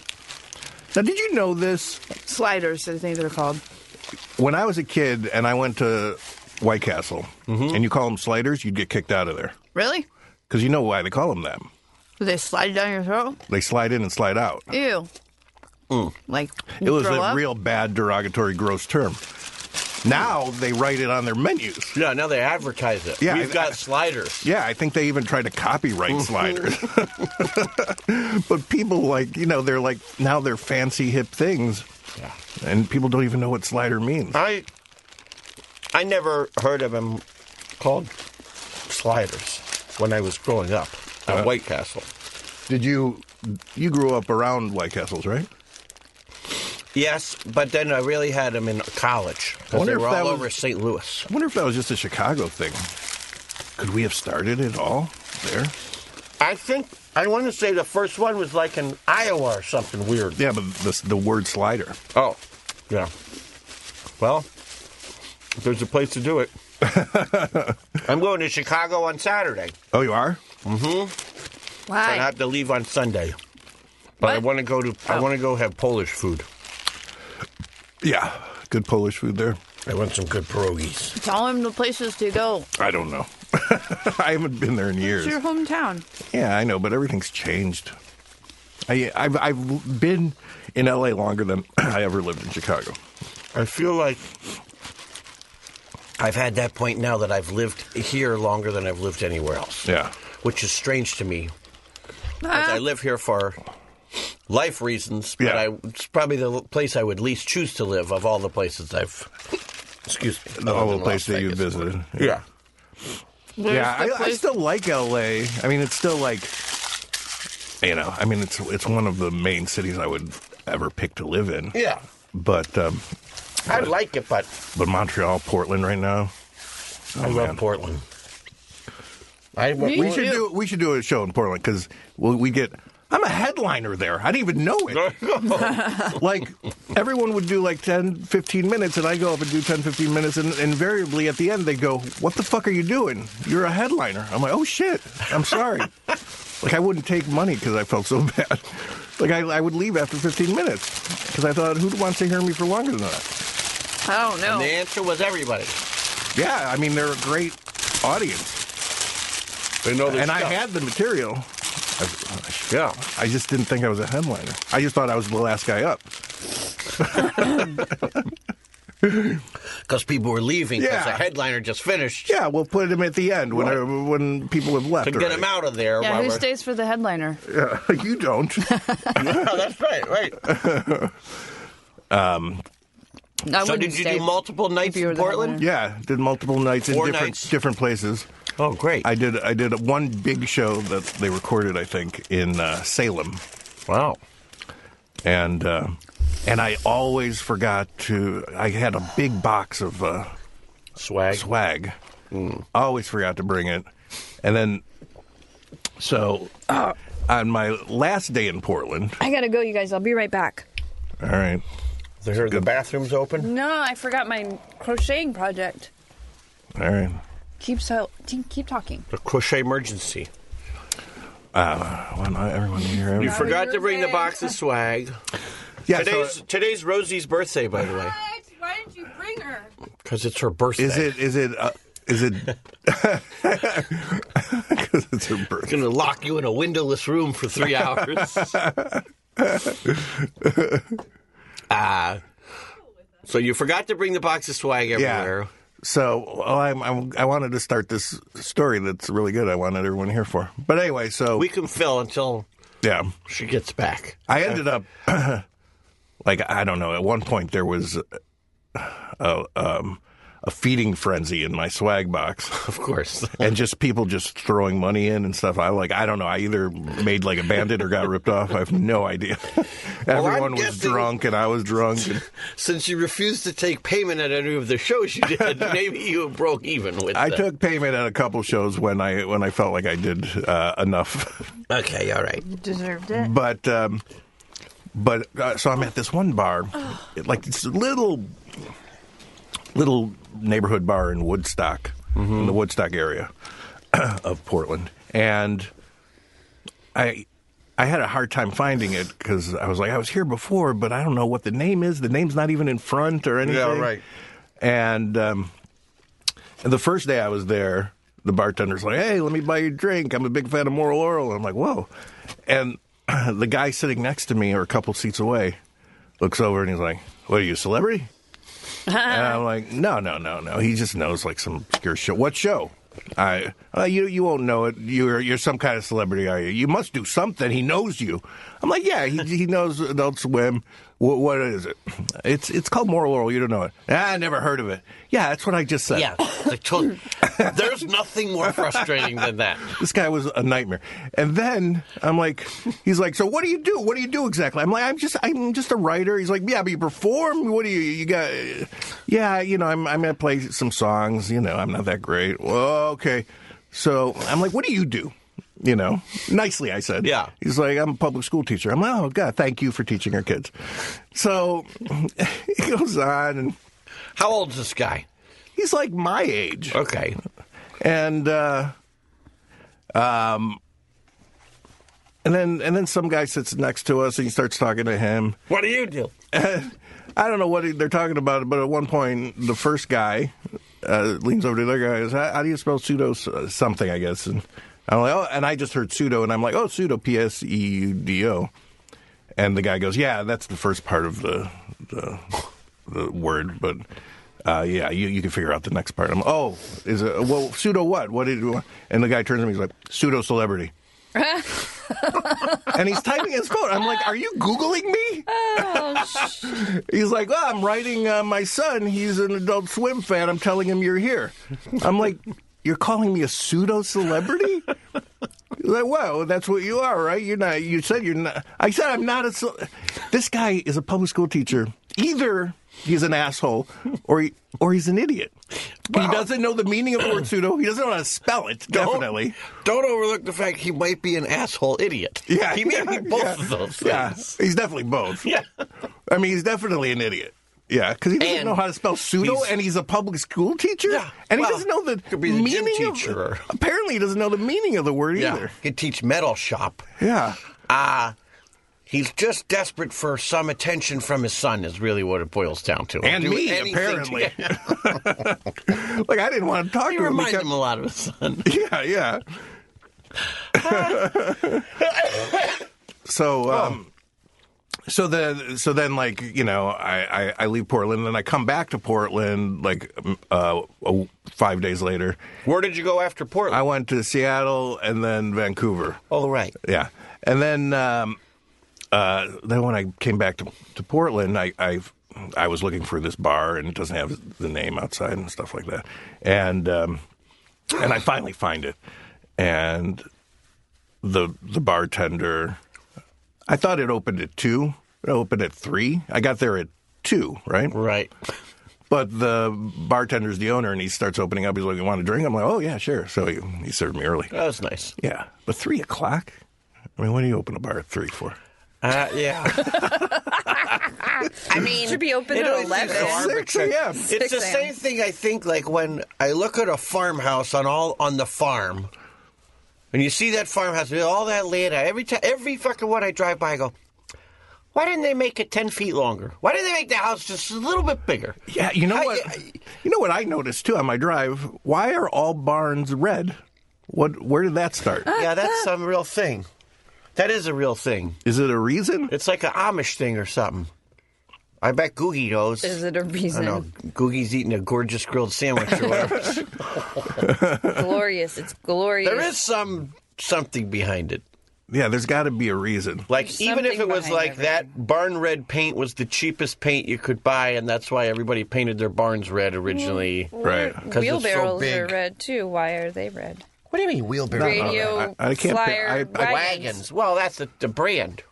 [SPEAKER 2] Now, did you know this?
[SPEAKER 3] Sliders, I think they're called.
[SPEAKER 2] When I was a kid and I went to White Castle, and you call them sliders, you'd get kicked out of there
[SPEAKER 3] Really?
[SPEAKER 2] because you know why they call them that.
[SPEAKER 3] Do they slide down your throat?
[SPEAKER 2] They slide in and slide out.
[SPEAKER 3] Ew. Like
[SPEAKER 2] It was a
[SPEAKER 3] throw up?
[SPEAKER 2] real bad derogatory gross term. Now they write it on their menus.
[SPEAKER 1] Yeah, now they advertise it.
[SPEAKER 2] Yeah,
[SPEAKER 1] We've
[SPEAKER 2] I-
[SPEAKER 1] got
[SPEAKER 2] I-
[SPEAKER 1] sliders.
[SPEAKER 2] Yeah, I think they even tried to copyright sliders.
[SPEAKER 1] Mm-hmm.
[SPEAKER 2] but people like, you know, they're like now they're fancy hip things.
[SPEAKER 1] Yeah.
[SPEAKER 2] And people don't even know what slider means.
[SPEAKER 1] I I never heard of them called sliders when I was growing up at
[SPEAKER 5] Uh-huh.
[SPEAKER 2] Uh,
[SPEAKER 1] White Castle.
[SPEAKER 2] Did you you grew up around White Castles, right?
[SPEAKER 1] Yes, but then I really had them in college
[SPEAKER 2] I
[SPEAKER 1] because
[SPEAKER 2] wonder
[SPEAKER 1] they
[SPEAKER 2] if
[SPEAKER 1] were
[SPEAKER 2] that
[SPEAKER 1] all
[SPEAKER 2] was-
[SPEAKER 1] over St. Louis.
[SPEAKER 2] I wonder if that was just a Chicago thing. Could we have started it all there?
[SPEAKER 1] I think I want to say the first one was like in Iowa or something weird.
[SPEAKER 2] Yeah, but the, the word slider.
[SPEAKER 1] Oh, yeah. Well, if there's a place to do it. I'm going to Chicago on Saturday,
[SPEAKER 2] Oh, you are?
[SPEAKER 1] but I
[SPEAKER 3] Why?
[SPEAKER 1] have to leave on Sunday. But I
[SPEAKER 3] What?
[SPEAKER 1] want to go to. I
[SPEAKER 3] Oh.
[SPEAKER 1] want to go have Polish food.
[SPEAKER 2] Yeah. Good Polish food there.
[SPEAKER 1] I want some good pierogies.
[SPEAKER 3] Tell him the places to go.
[SPEAKER 2] I don't know. I haven't been there in years.
[SPEAKER 3] It's your hometown.
[SPEAKER 2] Yeah, I know, but everything's changed. I, I've I've been in LA longer than I ever lived in Chicago.
[SPEAKER 1] I feel like I've had that point now that I've lived here longer than I've lived anywhere else.
[SPEAKER 2] Yeah,
[SPEAKER 1] Which is strange to me. as
[SPEAKER 3] Ah.
[SPEAKER 1] I live here for life reasons, but
[SPEAKER 2] Yeah.
[SPEAKER 1] I, it's probably the l- place I would least choose to live of all the places I've. Excuse me.
[SPEAKER 2] the
[SPEAKER 1] other
[SPEAKER 2] whole
[SPEAKER 1] than
[SPEAKER 2] place
[SPEAKER 1] Las
[SPEAKER 2] that you
[SPEAKER 1] Vegas.
[SPEAKER 2] visited.
[SPEAKER 1] Yeah.
[SPEAKER 3] There's
[SPEAKER 2] yeah.
[SPEAKER 3] the
[SPEAKER 2] I, I
[SPEAKER 3] place-
[SPEAKER 2] still like LA. I mean, it's still like You know, I mean, it's it's one of the main cities I would ever pick to live in.
[SPEAKER 5] Yeah.
[SPEAKER 2] But um,
[SPEAKER 5] I like it, but
[SPEAKER 2] but Montreal, Portland, right now.
[SPEAKER 5] I
[SPEAKER 2] Oh,
[SPEAKER 5] love Portland. I went,
[SPEAKER 3] Me
[SPEAKER 2] We should do we should do a show in Portland because we we get. I'm a headliner there. I didn't even know it. like everyone would do like 10, 15 minutes, and I go up and do 10, 15 minutes, and invariably at the end they go, "What the fuck are you doing? You're a headliner." I'm like, "Oh shit, I'm sorry." like I wouldn't take money because I felt so bad. Like I, I would leave after 15 minutes because I thought, who wants to hear me for longer than that?
[SPEAKER 3] I don't know.
[SPEAKER 5] The answer was everybody.
[SPEAKER 2] Yeah, I mean they're a great audience,
[SPEAKER 1] They know their
[SPEAKER 2] and I
[SPEAKER 1] stuff.
[SPEAKER 2] had the material.
[SPEAKER 1] Yeah.
[SPEAKER 2] I just didn't think I was a headliner. I just thought I was the last guy up.
[SPEAKER 5] Because people were leaving because
[SPEAKER 2] Yeah.
[SPEAKER 5] the headliner just finished.
[SPEAKER 2] Yeah, we'll put him at the end when when people have left.
[SPEAKER 5] To get him out of there.
[SPEAKER 3] Yeah,
[SPEAKER 5] while
[SPEAKER 3] who
[SPEAKER 5] we're-
[SPEAKER 3] stays for the headliner?
[SPEAKER 2] out. you don't.
[SPEAKER 5] Oh, that's right, right.
[SPEAKER 3] I
[SPEAKER 5] So
[SPEAKER 3] wouldn't
[SPEAKER 5] did you
[SPEAKER 3] stay.
[SPEAKER 5] do multiple nights
[SPEAKER 3] you were
[SPEAKER 5] in
[SPEAKER 3] the
[SPEAKER 5] Portland?
[SPEAKER 2] yeah, did multiple nights in
[SPEAKER 5] Four
[SPEAKER 2] different
[SPEAKER 5] nights.
[SPEAKER 2] different places.
[SPEAKER 5] Oh, great.
[SPEAKER 2] I did I did one big show that they recorded, I think, in uh, Salem,
[SPEAKER 1] Wow.
[SPEAKER 2] and uh, and I always forgot to. I had a big box of. Uh,
[SPEAKER 5] Swag.
[SPEAKER 2] swag. Always forgot to bring it. And then, so uh, on my last day in Portland,
[SPEAKER 3] I gotta go, you guys. I'll be right back.
[SPEAKER 2] all right,
[SPEAKER 5] They heard the bathroom's open.
[SPEAKER 3] No, I forgot my crocheting project.
[SPEAKER 2] all right.
[SPEAKER 3] Keep so keep talking.
[SPEAKER 5] The crochet emergency.
[SPEAKER 2] Uh, why not everyone here?
[SPEAKER 5] You
[SPEAKER 2] Everyone-
[SPEAKER 5] forgot to
[SPEAKER 3] your
[SPEAKER 5] bring the
[SPEAKER 3] thing.
[SPEAKER 5] box of swag.
[SPEAKER 2] yeah, so
[SPEAKER 5] Today's today's Rosie's birthday, by the way,
[SPEAKER 3] Why didn't you bring her?
[SPEAKER 5] because it's her birthday.
[SPEAKER 2] is it is it uh, is it because it's her birthday?
[SPEAKER 5] Going to lock you in a windowless room for three hours. Ah. so you forgot to bring the box of swag everywhere.
[SPEAKER 2] Yeah. So well, I'm, I'm, I wanted to start this story that's really good. I wanted everyone here for. But anyway, so
[SPEAKER 5] We can fill until
[SPEAKER 2] yeah.
[SPEAKER 5] she gets back.
[SPEAKER 2] I ended up like I don't know. At one point, there was a, um, a feeding frenzy in my swag box,
[SPEAKER 5] Of course.
[SPEAKER 2] and just people just throwing money in and stuff. I like I don't know. I either made like a bandit or got ripped off. I have no idea. Everyone was
[SPEAKER 5] guessing-
[SPEAKER 2] drunk, and I was drunk. and
[SPEAKER 5] Since you refused to take payment at any of the shows you did, maybe you broke even with
[SPEAKER 2] I
[SPEAKER 5] the-
[SPEAKER 2] took payment at a couple shows when I when I felt like I did uh, enough.
[SPEAKER 5] Okay, all right.
[SPEAKER 3] You deserved it.
[SPEAKER 2] but um, but uh, so I'm at this one bar, it, like this little little neighborhood bar in Woodstock, in the Woodstock area of Portland, and I. I had a hard time finding it because I was like, I was here before, but I don't know what the name is. The name's not even in front or anything.
[SPEAKER 5] right.
[SPEAKER 2] And um, and the first day I was there, the bartender's like, "Hey, let me buy you a drink. I'm a big fan of Moral Oral." I'm like, "Whoa!" And the guy sitting next to me, or a couple seats away, looks over and he's like, "What are you, a celebrity?" and I'm like, "No, no, no, no. He just knows like some obscure show. What show?" I uh, you you won't know it. You're you're some kind of celebrity, are you? You must do something. He knows you. I'm like, yeah, he he knows Adult Swim. What, what is it? It's it's called Moral Oral. You don't know it. Ah, I never heard of it. Yeah, that's what I just said.
[SPEAKER 5] Yeah. I told- there's nothing more frustrating than that.
[SPEAKER 2] This guy was a nightmare. And then I'm like, he's like, so what do you do? What do you do exactly? I'm like, I'm just, I'm just a writer. He's like, yeah, but you perform. What do you, you got? Yeah, you know, I'm, I'm gonna play some songs. You know, I'm not that great. Well, okay. So I'm like, what do you do? You know, nicely, I said.
[SPEAKER 5] Yeah.
[SPEAKER 2] He's like, I'm a public school teacher. I'm like, oh god, thank you for teaching our kids. So he goes on, and
[SPEAKER 5] How old's this guy?
[SPEAKER 2] he's like my age
[SPEAKER 5] Okay.
[SPEAKER 2] and uh, um, and then and then some guy sits next to us and he starts talking to him.
[SPEAKER 5] What do you do?
[SPEAKER 2] I don't know what he- they're talking about, but at one point the first guy uh, leans over to the other guy and says, how, "How do you spell pseudo s- uh, something?" I guess, and I'm like, "Oh," and I just heard pseudo, and I'm like, "Oh, pseudo, P S E U D O," and the guy goes, "Yeah, that's the first part of the the, the word, but." Uh, yeah, you, you can figure out the next part. I'm oh, is it well pseudo what? What did you and the guy turns to me, he's like pseudo celebrity, and he's typing his phone. I'm like, are you googling me? He's like, well, I'm writing uh, my son. He's an Adult Swim fan. I'm telling him you're here. I'm like, you're calling me a pseudo celebrity? Like, well, that's what you are, right? You're not. You said you're not. I said I'm not a. sol- This guy is a public school teacher. Either he's an asshole, or he, or he's an idiot. he doesn't know the meaning of the word pseudo. He doesn't know how to spell it. Definitely.
[SPEAKER 1] Don't overlook the fact he might be an asshole idiot.
[SPEAKER 2] Yeah,
[SPEAKER 1] He may
[SPEAKER 2] yeah,
[SPEAKER 1] be both
[SPEAKER 2] yeah.
[SPEAKER 1] of those things.
[SPEAKER 2] Yeah, he's definitely both. Yeah, I mean, he's definitely an idiot. Yeah, because he doesn't
[SPEAKER 1] And
[SPEAKER 2] know how to spell pseudo,
[SPEAKER 1] he's-
[SPEAKER 2] and he's a public school teacher.
[SPEAKER 1] Yeah,
[SPEAKER 2] and
[SPEAKER 1] well,
[SPEAKER 2] he doesn't know the
[SPEAKER 1] could be the gym
[SPEAKER 2] meaning of-
[SPEAKER 1] teacher or-
[SPEAKER 2] apparently, he doesn't know the meaning of the word
[SPEAKER 1] Yeah.
[SPEAKER 2] either.
[SPEAKER 1] He teach metal shop.
[SPEAKER 2] Yeah,
[SPEAKER 1] Uh he's just desperate for some attention from his son is really what it boils down to.
[SPEAKER 2] and
[SPEAKER 1] Do
[SPEAKER 2] me
[SPEAKER 1] anything
[SPEAKER 2] apparently.
[SPEAKER 1] To,
[SPEAKER 2] like I didn't want to talk
[SPEAKER 1] you
[SPEAKER 2] to him.
[SPEAKER 1] remind
[SPEAKER 2] because-
[SPEAKER 1] him a lot of his son.
[SPEAKER 2] Yeah, yeah. so, um, so the so then like you know I, I I leave Portland and I come back to Portland like um, uh, oh, five days later.
[SPEAKER 5] Where did you go after Portland?
[SPEAKER 2] I went to Seattle and then Vancouver.
[SPEAKER 1] All Oh, right.
[SPEAKER 2] Yeah, and then um, uh, then when I came back to, to Portland, I I I was looking for this bar and it doesn't have the name outside and stuff like that, and um, and I finally find it, and the the bartender, I thought it opened at two, it opened at three. I got there at two, right?
[SPEAKER 1] Right.
[SPEAKER 2] But the bartender's the owner, and he starts opening up. He's like, "You want a drink?" I'm like, "Oh yeah, sure." So he, he served me early.
[SPEAKER 1] That was nice.
[SPEAKER 2] Yeah, but three o'clock. I mean, when do you open a bar at three for?
[SPEAKER 1] Uh, yeah.
[SPEAKER 3] I mean, should be open
[SPEAKER 1] It
[SPEAKER 3] at
[SPEAKER 1] always is
[SPEAKER 3] eleven.
[SPEAKER 1] so hard.
[SPEAKER 2] Six a.m.
[SPEAKER 1] it's the
[SPEAKER 3] 6
[SPEAKER 1] same
[SPEAKER 3] a.m.
[SPEAKER 1] thing I think like when I look at a farmhouse on all on the farm. And you see that farmhouse with all that laid out. Every time every fucking one I drive by I go, why didn't they make it ten feet longer? Why didn't they make the house just a little bit bigger?
[SPEAKER 2] Yeah, you know
[SPEAKER 1] I-
[SPEAKER 2] what?
[SPEAKER 1] I-
[SPEAKER 2] you know what I noticed too on my drive. Why are all barns red? What? Where did that start?
[SPEAKER 1] Yeah, that's some real thing. That is a real thing.
[SPEAKER 2] Is it a reason?
[SPEAKER 1] It's like an Amish thing or something. I bet Googie knows.
[SPEAKER 3] Is it a
[SPEAKER 1] I know.
[SPEAKER 3] reason?
[SPEAKER 1] Googie's eating a gorgeous grilled sandwich or whatever.
[SPEAKER 3] glorious. It's glorious.
[SPEAKER 1] there is some something behind it.
[SPEAKER 2] Yeah, there's got to be a reason.
[SPEAKER 1] Like
[SPEAKER 3] There's
[SPEAKER 1] even if
[SPEAKER 3] something
[SPEAKER 1] it was
[SPEAKER 3] behind
[SPEAKER 1] like
[SPEAKER 3] everything.
[SPEAKER 1] that barn red paint was the cheapest paint you could buy, and that's why everybody painted their barns red originally.
[SPEAKER 2] Right.
[SPEAKER 1] so
[SPEAKER 3] Wheelbarrows are
[SPEAKER 1] big.
[SPEAKER 3] red too. Why are they red?
[SPEAKER 1] What do you mean wheelbarrow?
[SPEAKER 3] Radio
[SPEAKER 2] I- I can't pick-
[SPEAKER 3] flyer
[SPEAKER 2] I- I-
[SPEAKER 1] Wagons. Well, that's the, the brand.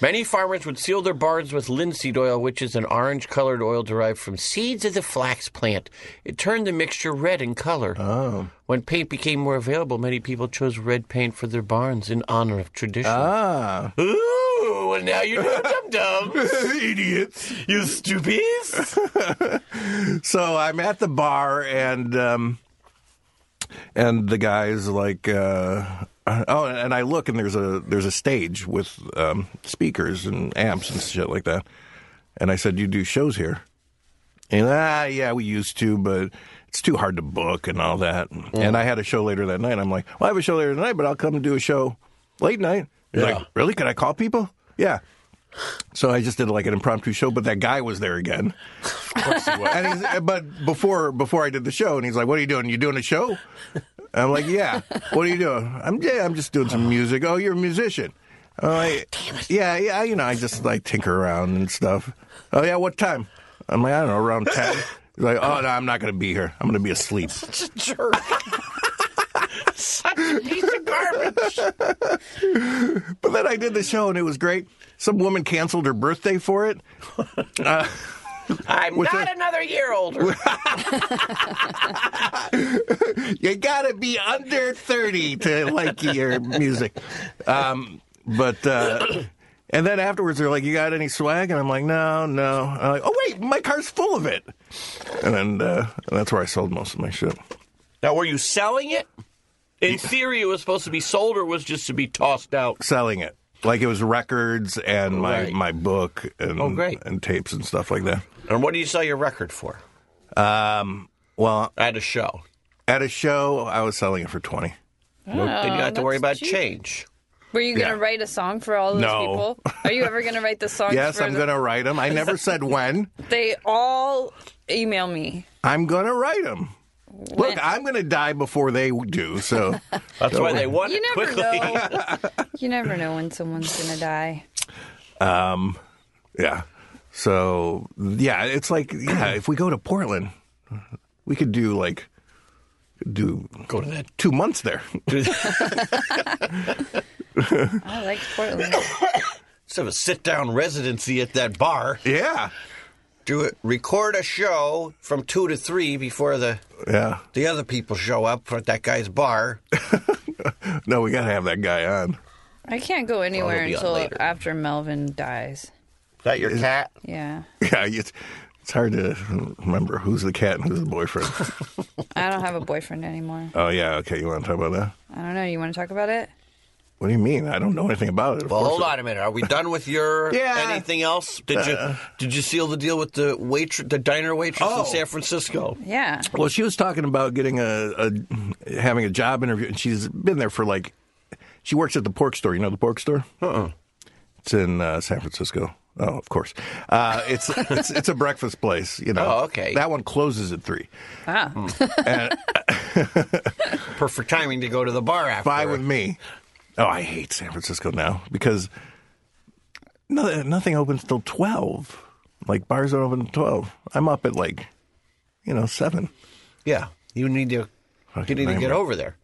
[SPEAKER 1] Many farmers would seal their barns with linseed oil, which is an orange colored oil derived from seeds of the flax plant. It turned the mixture red in color. Oh. When paint became more available, many people chose red paint for their barns in honor of tradition.
[SPEAKER 2] Ah,
[SPEAKER 1] Ooh, well, now you know dum dums.
[SPEAKER 2] idiots.
[SPEAKER 1] You stupids.
[SPEAKER 2] So I'm at the bar and um, and the guy's like, uh, oh, and I look and there's a there's a stage with um, speakers and amps and shit like that. And I said, "You do shows here?" And ah, yeah, we used to, but it's too hard to book and all that. And I had a show later that night. I'm like, well, I have a show later tonight, but I'll come and do a show late night. He's
[SPEAKER 1] Yeah.
[SPEAKER 2] Like, really? Can I call people? Yeah. So I just did like an impromptu show, but that guy was there again. And he's, but before before I did the show, and he's like, "What are you doing? You doing a show?" I'm like, "Yeah." What are you doing? I'm yeah, I'm just doing some music. Oh, you're a musician. I'm like, "Yeah, yeah." You know, I just like tinker around and stuff. Oh yeah, what time? I'm like, I don't know, around ten. He's like, "Oh no, I'm not going to be here. I'm going to be asleep."
[SPEAKER 1] Such a jerk. Such a piece of garbage.
[SPEAKER 2] But then I did the show, and it was great. Some woman canceled her birthday for it.
[SPEAKER 1] I'm
[SPEAKER 2] With
[SPEAKER 1] not
[SPEAKER 2] a-
[SPEAKER 1] another year older.
[SPEAKER 2] you gotta be under 30 to like your music um, but uh, and then afterwards they're like you got any swag and i'm like no no And I'm like, oh wait my car's full of it and then uh, that's where i sold most of my shit
[SPEAKER 1] now, were you selling it? In theory, it was supposed to be sold or was just to be tossed out.
[SPEAKER 2] selling it like it was records and my,
[SPEAKER 1] Right.
[SPEAKER 2] my book and,
[SPEAKER 1] Oh, great.
[SPEAKER 2] and tapes and stuff like that
[SPEAKER 1] And what do you sell your record for?
[SPEAKER 2] well
[SPEAKER 1] At a show.
[SPEAKER 2] at a show i was selling it for 20
[SPEAKER 1] then you have to
[SPEAKER 3] that's
[SPEAKER 1] worry about
[SPEAKER 3] cheap.
[SPEAKER 1] change.
[SPEAKER 3] Were you gonna
[SPEAKER 2] Yeah.
[SPEAKER 3] write a song for all those
[SPEAKER 2] No.
[SPEAKER 3] people? Are you ever gonna write the song?
[SPEAKER 2] yes
[SPEAKER 3] for
[SPEAKER 2] i'm
[SPEAKER 3] the-
[SPEAKER 2] gonna write them i never said when
[SPEAKER 3] They all email me.
[SPEAKER 2] i'm gonna write them look i'm gonna die before they do so
[SPEAKER 1] That's why they want
[SPEAKER 3] You
[SPEAKER 1] it
[SPEAKER 3] never
[SPEAKER 1] quickly.
[SPEAKER 3] know. you never know when someone's gonna die.
[SPEAKER 2] Yeah. So yeah, it's like yeah, if we go to Portland, we could do like do go to that two months there.
[SPEAKER 3] I like Portland.
[SPEAKER 1] Let's have a sit down residency at that bar.
[SPEAKER 2] yeah,
[SPEAKER 1] Do it. Record a show from two to three before the
[SPEAKER 2] yeah.
[SPEAKER 1] the other people show up at that guy's bar.
[SPEAKER 2] No, we gotta have that guy on.
[SPEAKER 3] I can't go anywhere
[SPEAKER 1] be on
[SPEAKER 3] until
[SPEAKER 1] later.
[SPEAKER 3] after Melvin dies.
[SPEAKER 1] that your cat?
[SPEAKER 3] Yeah.
[SPEAKER 2] Yeah, it's it's hard to remember who's the cat and who's the boyfriend.
[SPEAKER 3] I don't have a boyfriend anymore.
[SPEAKER 2] oh yeah, okay. You want to talk about that?
[SPEAKER 3] I don't know. You want to talk about it?
[SPEAKER 2] What do you mean? I don't know anything about it. Of
[SPEAKER 1] Well,
[SPEAKER 2] course
[SPEAKER 1] hold
[SPEAKER 2] it-
[SPEAKER 1] on a minute. Are we done with your
[SPEAKER 2] Yeah. Uh.
[SPEAKER 1] anything else? Did you did you seal the deal with the waitress, the diner waitress
[SPEAKER 2] Oh.
[SPEAKER 1] in San Francisco?
[SPEAKER 3] Yeah.
[SPEAKER 2] Well, she was talking about getting a, a having a job interview, and she's been there for like. She works at the pork store. You know the pork store? Uh-uh. It's in uh, San Francisco. Oh, of course. Uh, it's, it's it's a breakfast place. You know.
[SPEAKER 1] Oh, okay.
[SPEAKER 2] That one closes at three. Hmm.
[SPEAKER 3] Ah.
[SPEAKER 1] Perfect timing to go to the bar after.
[SPEAKER 2] Fine with me. Oh, I hate San Francisco now because no, nothing opens till twelve. Like bars don't open till twelve. I'm up at like, you know, seven.
[SPEAKER 1] Yeah, you need to
[SPEAKER 2] Fucking
[SPEAKER 1] you need to get
[SPEAKER 2] nightmare.
[SPEAKER 1] over there.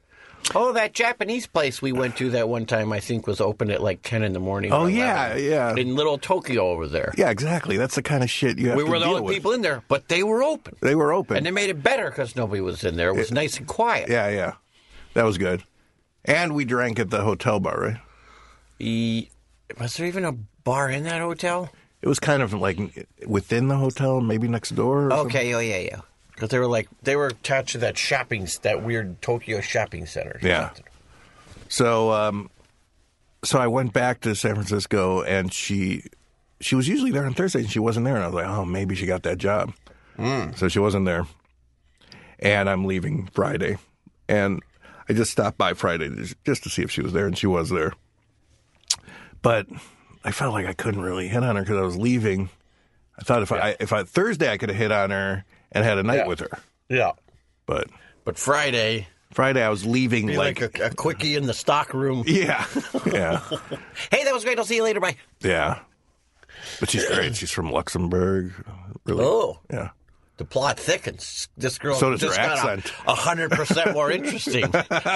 [SPEAKER 1] Oh, that Japanese place we went to that one time I think was open at like ten in the morning. or
[SPEAKER 2] Oh, yeah,
[SPEAKER 1] 11.
[SPEAKER 2] yeah.
[SPEAKER 1] in little Tokyo over there.
[SPEAKER 2] Yeah, exactly. That's the kind of shit you have
[SPEAKER 1] we
[SPEAKER 2] to
[SPEAKER 1] were the
[SPEAKER 2] deal
[SPEAKER 1] only
[SPEAKER 2] with.
[SPEAKER 1] people in there, but they were open,
[SPEAKER 2] They were open.
[SPEAKER 1] and they made it better because nobody was in there. It was nice and quiet.
[SPEAKER 2] Yeah, yeah. That was good. And we drank at the hotel bar, right?
[SPEAKER 1] E- was there even a bar in that hotel?
[SPEAKER 2] It was kind of like within the hotel, maybe next door. Or something.
[SPEAKER 1] Okay, oh yeah, yeah. Because they were like they were attached to that shopping, that weird Tokyo shopping center. or
[SPEAKER 2] Yeah.
[SPEAKER 1] something.
[SPEAKER 2] So, um, so I went back to San Francisco, and she, she was usually there on Thursdays, and she wasn't there. And I was like, oh, maybe she got that job. So she wasn't there. And I'm leaving Friday, and I just stopped by Friday just- just to see if she was there, and she was there. But I felt like I couldn't really hit on her because I was leaving. I thought if I if I Thursday I could have hit on her and had a night
[SPEAKER 1] Yeah.
[SPEAKER 2] with her,
[SPEAKER 1] yeah.
[SPEAKER 2] but
[SPEAKER 1] But Friday,
[SPEAKER 2] Friday I was leaving
[SPEAKER 1] like,
[SPEAKER 2] like,
[SPEAKER 1] a, a quickie in the stock room.
[SPEAKER 2] yeah yeah.
[SPEAKER 1] Hey, that was great. I'll see you later. Bye.
[SPEAKER 2] Yeah. But she's great. She's from Luxembourg. Really?
[SPEAKER 1] Oh.
[SPEAKER 2] Yeah.
[SPEAKER 1] The plot thickens. This girl
[SPEAKER 2] So does
[SPEAKER 1] just
[SPEAKER 2] her
[SPEAKER 1] got a-
[SPEAKER 2] accent.
[SPEAKER 1] a hundred percent more interesting.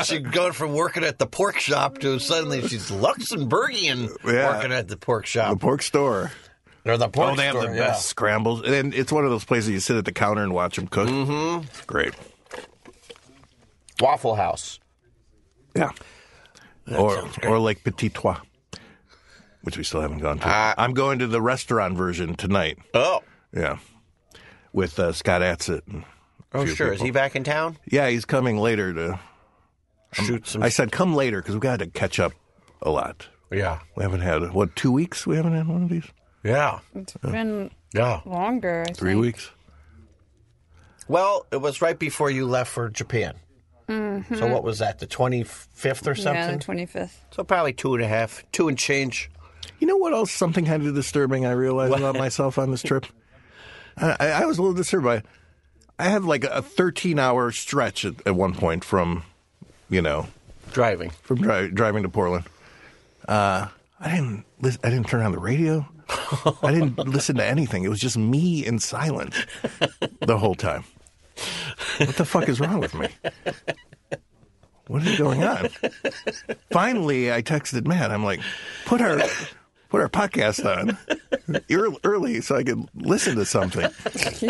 [SPEAKER 1] she gone from working at the pork shop to suddenly she's Luxembourgian
[SPEAKER 2] Yeah.
[SPEAKER 1] working at the pork
[SPEAKER 2] The
[SPEAKER 1] shop
[SPEAKER 2] pork store.
[SPEAKER 1] or the pork
[SPEAKER 2] oh, they have
[SPEAKER 1] store,
[SPEAKER 2] the
[SPEAKER 1] yeah.
[SPEAKER 2] best scrambles. And it's one of those places you sit at the counter and watch them cook. Mm-hmm. It's great.
[SPEAKER 1] Waffle House.
[SPEAKER 2] Yeah. or or like Petit Trois, which we still haven't gone to.
[SPEAKER 1] Ah.
[SPEAKER 2] I'm going to the restaurant version tonight.
[SPEAKER 1] Oh,
[SPEAKER 2] Yeah. With uh, Scott Atzett. and a
[SPEAKER 1] oh,
[SPEAKER 2] few
[SPEAKER 1] sure. Is
[SPEAKER 2] people.
[SPEAKER 1] he back in town?
[SPEAKER 2] Yeah, he's coming later to.
[SPEAKER 1] Shoot some.
[SPEAKER 2] I said come later because we got to catch up a lot.
[SPEAKER 1] yeah,
[SPEAKER 2] We haven't had what two weeks? We haven't had one of these.
[SPEAKER 1] yeah,
[SPEAKER 3] It's been
[SPEAKER 1] yeah.
[SPEAKER 3] longer. I
[SPEAKER 2] Three
[SPEAKER 3] think.
[SPEAKER 2] weeks.
[SPEAKER 1] Well, it was right before you left for Japan. So what was that? The twenty fifth or something?
[SPEAKER 3] Yeah, the 25th.
[SPEAKER 1] so probably two and a half, two and change.
[SPEAKER 2] You know what else? Something kind of disturbing I realized about myself on this trip. I, I I was a little disturbed by. I had like a 13 hour stretch at, at one point from, you know,
[SPEAKER 1] Driving.
[SPEAKER 2] from dri- driving to Portland. Uh, I didn't. Lis- I didn't turn on the radio. I didn't listen to anything. It was just me in silence the whole time. What the fuck is wrong with me? What is going on? Finally, I texted Matt. I'm like, put our put our podcast on ear- early so I could listen to something.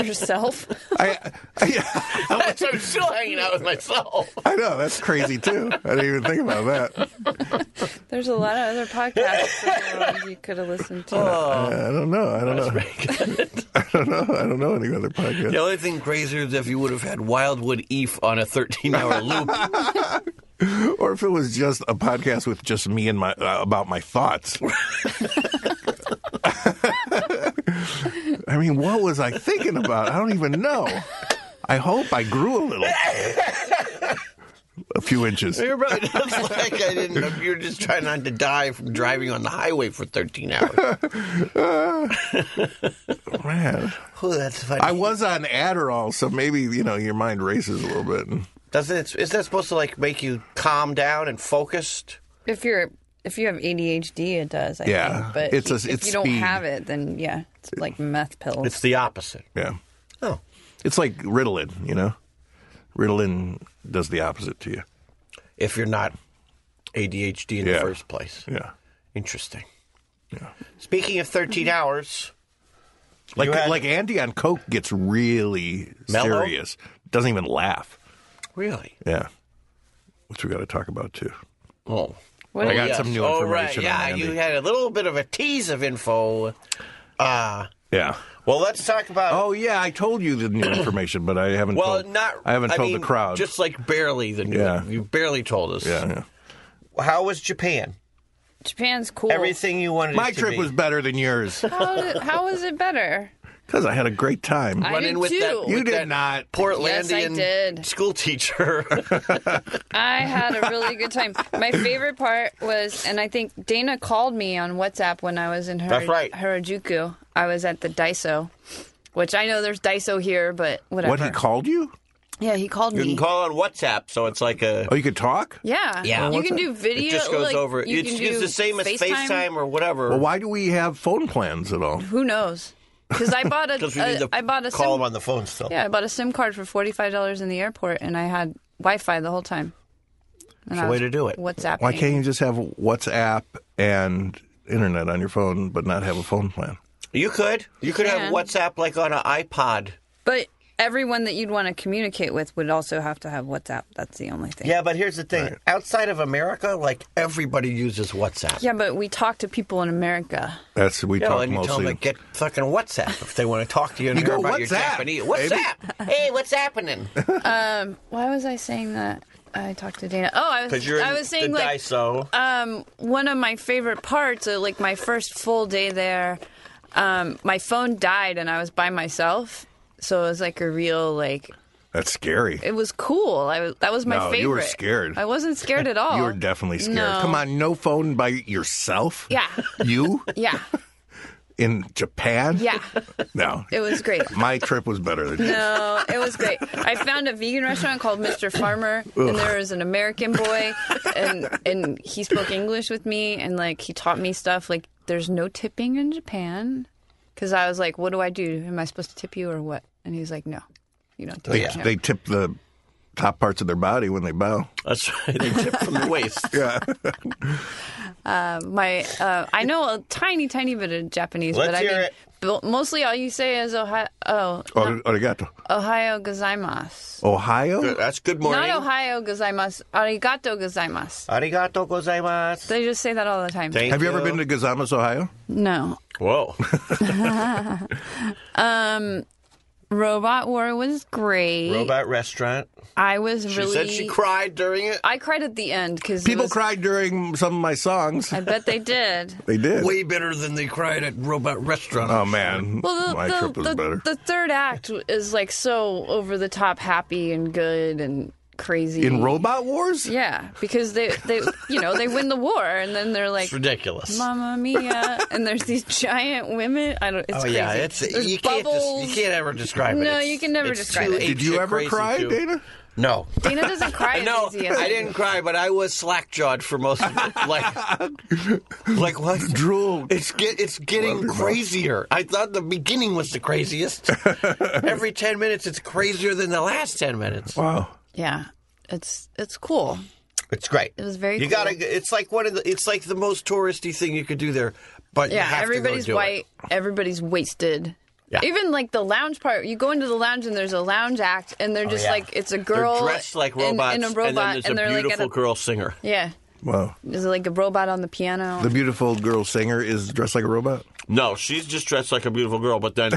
[SPEAKER 3] Yourself?
[SPEAKER 2] I, I,
[SPEAKER 1] That's I'm still hanging out with myself.
[SPEAKER 2] I know that's crazy too. I didn't even think about that.
[SPEAKER 3] There's a lot of other podcasts you could have listened to.
[SPEAKER 2] I don't know. I don't know. I don't know. I don't know any other podcast.
[SPEAKER 1] The only thing crazier is if you would have had Wildwood Eve on a 13 hour loop.
[SPEAKER 2] Or if it was just a podcast with just me and my uh, about my thoughts. I mean, what was I thinking about? I don't even know. I hope I grew a little. A few inches.
[SPEAKER 1] You're right. It's like I didn't know. You're just trying not to die from driving on the highway for 13 hours.
[SPEAKER 2] Man.
[SPEAKER 1] Oh, that's funny.
[SPEAKER 2] I was on Adderall, so maybe, you know, your mind races a little bit.
[SPEAKER 1] Doesn't it, is that supposed to like make you calm down and focused?
[SPEAKER 3] If you're if you have ADHD, it does. I
[SPEAKER 2] Yeah.
[SPEAKER 3] think. But
[SPEAKER 2] It's a-
[SPEAKER 3] if
[SPEAKER 2] it's
[SPEAKER 3] you don't
[SPEAKER 2] speed.
[SPEAKER 3] have it, then yeah, it's like meth pills.
[SPEAKER 1] It's the opposite.
[SPEAKER 2] Yeah.
[SPEAKER 1] Oh.
[SPEAKER 2] It's like Ritalin, you know? Ritalin does the opposite to you.
[SPEAKER 1] if you're not ADHD in the
[SPEAKER 2] Yeah.
[SPEAKER 1] first place.
[SPEAKER 2] Yeah.
[SPEAKER 1] Interesting. Speaking of 13 hours,
[SPEAKER 2] Like
[SPEAKER 1] You had-
[SPEAKER 2] like Andy on coke gets really
[SPEAKER 1] Mellow?
[SPEAKER 2] serious. Doesn't even laugh.
[SPEAKER 1] really?
[SPEAKER 2] Yeah. Which we got to talk about too.
[SPEAKER 1] Oh.
[SPEAKER 3] What
[SPEAKER 2] I
[SPEAKER 3] is-
[SPEAKER 2] got some new
[SPEAKER 1] oh,
[SPEAKER 2] information.
[SPEAKER 1] Right. Yeah,
[SPEAKER 2] on Andy.
[SPEAKER 1] you had a little bit of a tease of info.
[SPEAKER 2] yeah.
[SPEAKER 1] Well, let's talk about.
[SPEAKER 2] Oh yeah, I told you the new information, but I haven't.
[SPEAKER 1] well,
[SPEAKER 2] told,
[SPEAKER 1] not.
[SPEAKER 2] I haven't told
[SPEAKER 1] mean,
[SPEAKER 2] the crowd.
[SPEAKER 1] Just like barely the new.
[SPEAKER 2] Yeah.
[SPEAKER 1] You barely told us.
[SPEAKER 2] yeah, yeah.
[SPEAKER 1] How was Japan?
[SPEAKER 3] Japan's cool.
[SPEAKER 1] Everything you wanted.
[SPEAKER 2] My
[SPEAKER 1] it to
[SPEAKER 2] trip
[SPEAKER 1] be.
[SPEAKER 2] was better than yours
[SPEAKER 3] How, did, how is it better?
[SPEAKER 2] because I had a great time.
[SPEAKER 3] I
[SPEAKER 1] running
[SPEAKER 3] did
[SPEAKER 1] with
[SPEAKER 3] too.
[SPEAKER 1] that.
[SPEAKER 2] You
[SPEAKER 1] with
[SPEAKER 2] did
[SPEAKER 1] that
[SPEAKER 2] not.
[SPEAKER 1] Portlandian
[SPEAKER 3] Yes, I did.
[SPEAKER 1] school teacher.
[SPEAKER 3] I had a really good time. My favorite part was, and I think Dana called me on WhatsApp when I was in Har-
[SPEAKER 1] That's right.
[SPEAKER 3] Harajuku. I was at the Daiso, which I know there's Daiso here, but whatever.
[SPEAKER 2] What he called you?
[SPEAKER 3] yeah, he called
[SPEAKER 1] you
[SPEAKER 3] me.
[SPEAKER 1] can call on WhatsApp, so it's like a.
[SPEAKER 2] Oh, you could talk.
[SPEAKER 3] yeah,
[SPEAKER 1] Yeah.
[SPEAKER 3] You can do video.
[SPEAKER 1] It just goes
[SPEAKER 3] like,
[SPEAKER 1] over.
[SPEAKER 3] You
[SPEAKER 1] It's,
[SPEAKER 3] can
[SPEAKER 1] it's
[SPEAKER 3] do
[SPEAKER 1] the same as
[SPEAKER 3] FaceTime.
[SPEAKER 1] FaceTime or whatever.
[SPEAKER 2] Well, why do we have phone plans at all?
[SPEAKER 3] Who knows? Because I bought a.
[SPEAKER 1] Because we
[SPEAKER 3] a-
[SPEAKER 1] need to
[SPEAKER 3] Uh, I bought a
[SPEAKER 1] call
[SPEAKER 3] SIM,
[SPEAKER 1] them on the phone still.
[SPEAKER 3] Yeah, I bought a SIM card for forty five dollars in the airport, and I had Wi Fi the whole time. And
[SPEAKER 1] It's a way to do it.
[SPEAKER 3] WhatsApp.
[SPEAKER 2] Why can't you just have WhatsApp and internet on your phone, but not have a phone plan?
[SPEAKER 1] You could. You could have
[SPEAKER 3] can.
[SPEAKER 1] WhatsApp like on an iPod.
[SPEAKER 3] But everyone that you'd want to communicate with would also have to have WhatsApp. That's the only thing.
[SPEAKER 1] Yeah, but here's the thing. Outside of America, like everybody uses WhatsApp.
[SPEAKER 3] Yeah, but we talk to people in America.
[SPEAKER 2] That's we
[SPEAKER 1] You know,
[SPEAKER 2] talk
[SPEAKER 1] and you tell them to
[SPEAKER 2] mostly.
[SPEAKER 1] get fucking WhatsApp if they want to talk to you and
[SPEAKER 2] You
[SPEAKER 1] hear
[SPEAKER 2] go,
[SPEAKER 1] about your
[SPEAKER 2] "What's that,
[SPEAKER 1] Japanese.
[SPEAKER 2] baby?"
[SPEAKER 1] What's up? Hey, what's happening?
[SPEAKER 3] Why was I saying that? I talked to Dana. Oh, I was.
[SPEAKER 1] Because you're in
[SPEAKER 3] I was saying
[SPEAKER 1] the
[SPEAKER 3] like
[SPEAKER 1] Daiso.
[SPEAKER 3] um, one of my favorite parts of like my first full day there. Um, my phone died and I was by myself, so it was like a real like
[SPEAKER 2] That's scary.
[SPEAKER 3] it was cool. I was, that was my
[SPEAKER 2] No,
[SPEAKER 3] favorite.
[SPEAKER 2] you were scared.
[SPEAKER 3] I wasn't scared at all.
[SPEAKER 2] You were definitely scared.
[SPEAKER 3] No.
[SPEAKER 2] Come on, no phone by yourself.
[SPEAKER 3] Yeah.
[SPEAKER 2] You
[SPEAKER 3] Yeah,
[SPEAKER 2] in Japan?
[SPEAKER 3] yeah.
[SPEAKER 2] No.
[SPEAKER 3] It was great.
[SPEAKER 2] My trip was better than yours.
[SPEAKER 3] No, it was great. I found a vegan restaurant called Mr. Farmer, and there was an American boy, and and he spoke English with me, and like he taught me stuff like there's no tipping in Japan, because I was like, what do I do? Am I supposed to tip you or what? And he was like, no, you don't. Tip
[SPEAKER 2] They,
[SPEAKER 3] No.
[SPEAKER 2] they tip the top parts of their body when they bow.
[SPEAKER 1] That's right. They tip from the waist.
[SPEAKER 3] My, uh, I know a tiny, tiny bit of Japanese, but
[SPEAKER 1] Let's
[SPEAKER 3] I
[SPEAKER 1] hear
[SPEAKER 3] mean,
[SPEAKER 1] it.
[SPEAKER 3] but mostly all you say is Ohio, oh,
[SPEAKER 2] Oh, Arigato.
[SPEAKER 3] Ohio gozaimasu.
[SPEAKER 2] Ohio?
[SPEAKER 1] That's good morning.
[SPEAKER 3] Not Ohio gozaimasu, arigato gozaimasu.
[SPEAKER 1] Arigato gozaimasu.
[SPEAKER 3] They just say that all the time.
[SPEAKER 1] Uh, Thank
[SPEAKER 2] Have you ever been to Gazamas, Ohio?
[SPEAKER 3] no,
[SPEAKER 1] Whoa.
[SPEAKER 3] Robot War was great.
[SPEAKER 1] Robot restaurant.
[SPEAKER 3] I was
[SPEAKER 1] She
[SPEAKER 3] really.
[SPEAKER 1] said she cried during it.
[SPEAKER 3] I cried at the end because
[SPEAKER 2] People
[SPEAKER 3] was,
[SPEAKER 2] cried during some of my songs.
[SPEAKER 3] I bet they did.
[SPEAKER 2] They did.
[SPEAKER 1] Way better than they cried at Robot Restaurant.
[SPEAKER 2] Oh, man.
[SPEAKER 3] Well,
[SPEAKER 2] my
[SPEAKER 3] the,
[SPEAKER 2] trip was
[SPEAKER 3] the, the,
[SPEAKER 2] better.
[SPEAKER 3] the third act is like so over the top, happy and good and crazy.
[SPEAKER 2] in Robot Wars?
[SPEAKER 3] Yeah, because they they you know they win the war and then they're like.
[SPEAKER 1] it's ridiculous.
[SPEAKER 3] Mamma mia! And there's these giant women. I don't. It's
[SPEAKER 1] Oh
[SPEAKER 3] crazy.
[SPEAKER 1] yeah, it's
[SPEAKER 3] There's
[SPEAKER 1] you can't
[SPEAKER 3] bubbles.
[SPEAKER 1] just, you can't ever describe it.
[SPEAKER 3] No,
[SPEAKER 1] It's-
[SPEAKER 3] you can never
[SPEAKER 1] it's
[SPEAKER 3] describe
[SPEAKER 1] too
[SPEAKER 3] it.
[SPEAKER 2] Did
[SPEAKER 1] apeshit
[SPEAKER 2] you ever
[SPEAKER 1] crazy
[SPEAKER 2] cry,
[SPEAKER 1] to-
[SPEAKER 2] Dana?
[SPEAKER 1] No,
[SPEAKER 3] Dana doesn't cry.
[SPEAKER 1] no,
[SPEAKER 3] as easy as
[SPEAKER 1] I
[SPEAKER 3] do.
[SPEAKER 1] didn't cry, but I was slack jawed for most of it. Like, like what?
[SPEAKER 2] Drool.
[SPEAKER 1] It's get it's getting crazier. I thought the beginning was the craziest. Every ten minutes, it's crazier than the last ten minutes.
[SPEAKER 2] Wow.
[SPEAKER 3] Yeah, it's it's cool.
[SPEAKER 1] It's great. It
[SPEAKER 3] was very
[SPEAKER 1] You
[SPEAKER 3] cool.
[SPEAKER 1] gotta. It's like one of the. It's like the most touristy thing you could do there. But you
[SPEAKER 3] Yeah,
[SPEAKER 1] have to go
[SPEAKER 3] everybody's
[SPEAKER 1] do it.
[SPEAKER 3] white. Everybody's wasted.
[SPEAKER 1] Yeah.
[SPEAKER 3] Even like the lounge part, you go into the lounge and there's a lounge act, and they're just
[SPEAKER 1] Oh, yeah.
[SPEAKER 3] like it's a girl
[SPEAKER 1] They're dressed like
[SPEAKER 3] in-
[SPEAKER 1] robots,
[SPEAKER 3] in, a
[SPEAKER 1] and
[SPEAKER 3] robot,
[SPEAKER 1] then there's
[SPEAKER 3] and
[SPEAKER 1] a
[SPEAKER 3] they're
[SPEAKER 1] beautiful
[SPEAKER 3] like at a,
[SPEAKER 1] girl singer.
[SPEAKER 3] yeah,
[SPEAKER 2] Wow.
[SPEAKER 3] there's like a robot on the piano.
[SPEAKER 2] The beautiful girl singer is dressed like a robot?
[SPEAKER 1] No, she's just dressed like a beautiful girl, but then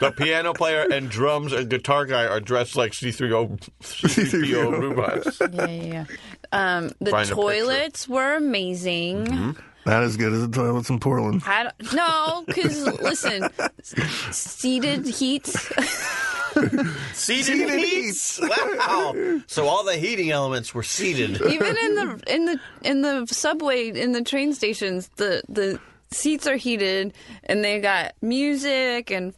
[SPEAKER 1] the piano player and drums and guitar guy are dressed like C3O, C3PO robots.
[SPEAKER 3] yeah, yeah, yeah. Um, the
[SPEAKER 1] Find a picture. Mm-hmm.
[SPEAKER 3] toilets were amazing.
[SPEAKER 2] Not as good as the toilets in Portland.
[SPEAKER 3] I don't, no, because listen, s- seated heats.
[SPEAKER 1] Seated
[SPEAKER 2] Seated
[SPEAKER 1] heats. Wow. So all the heating elements were seated.
[SPEAKER 3] Even in the in the in the subway in the train stations, the the seats are heated and they got music and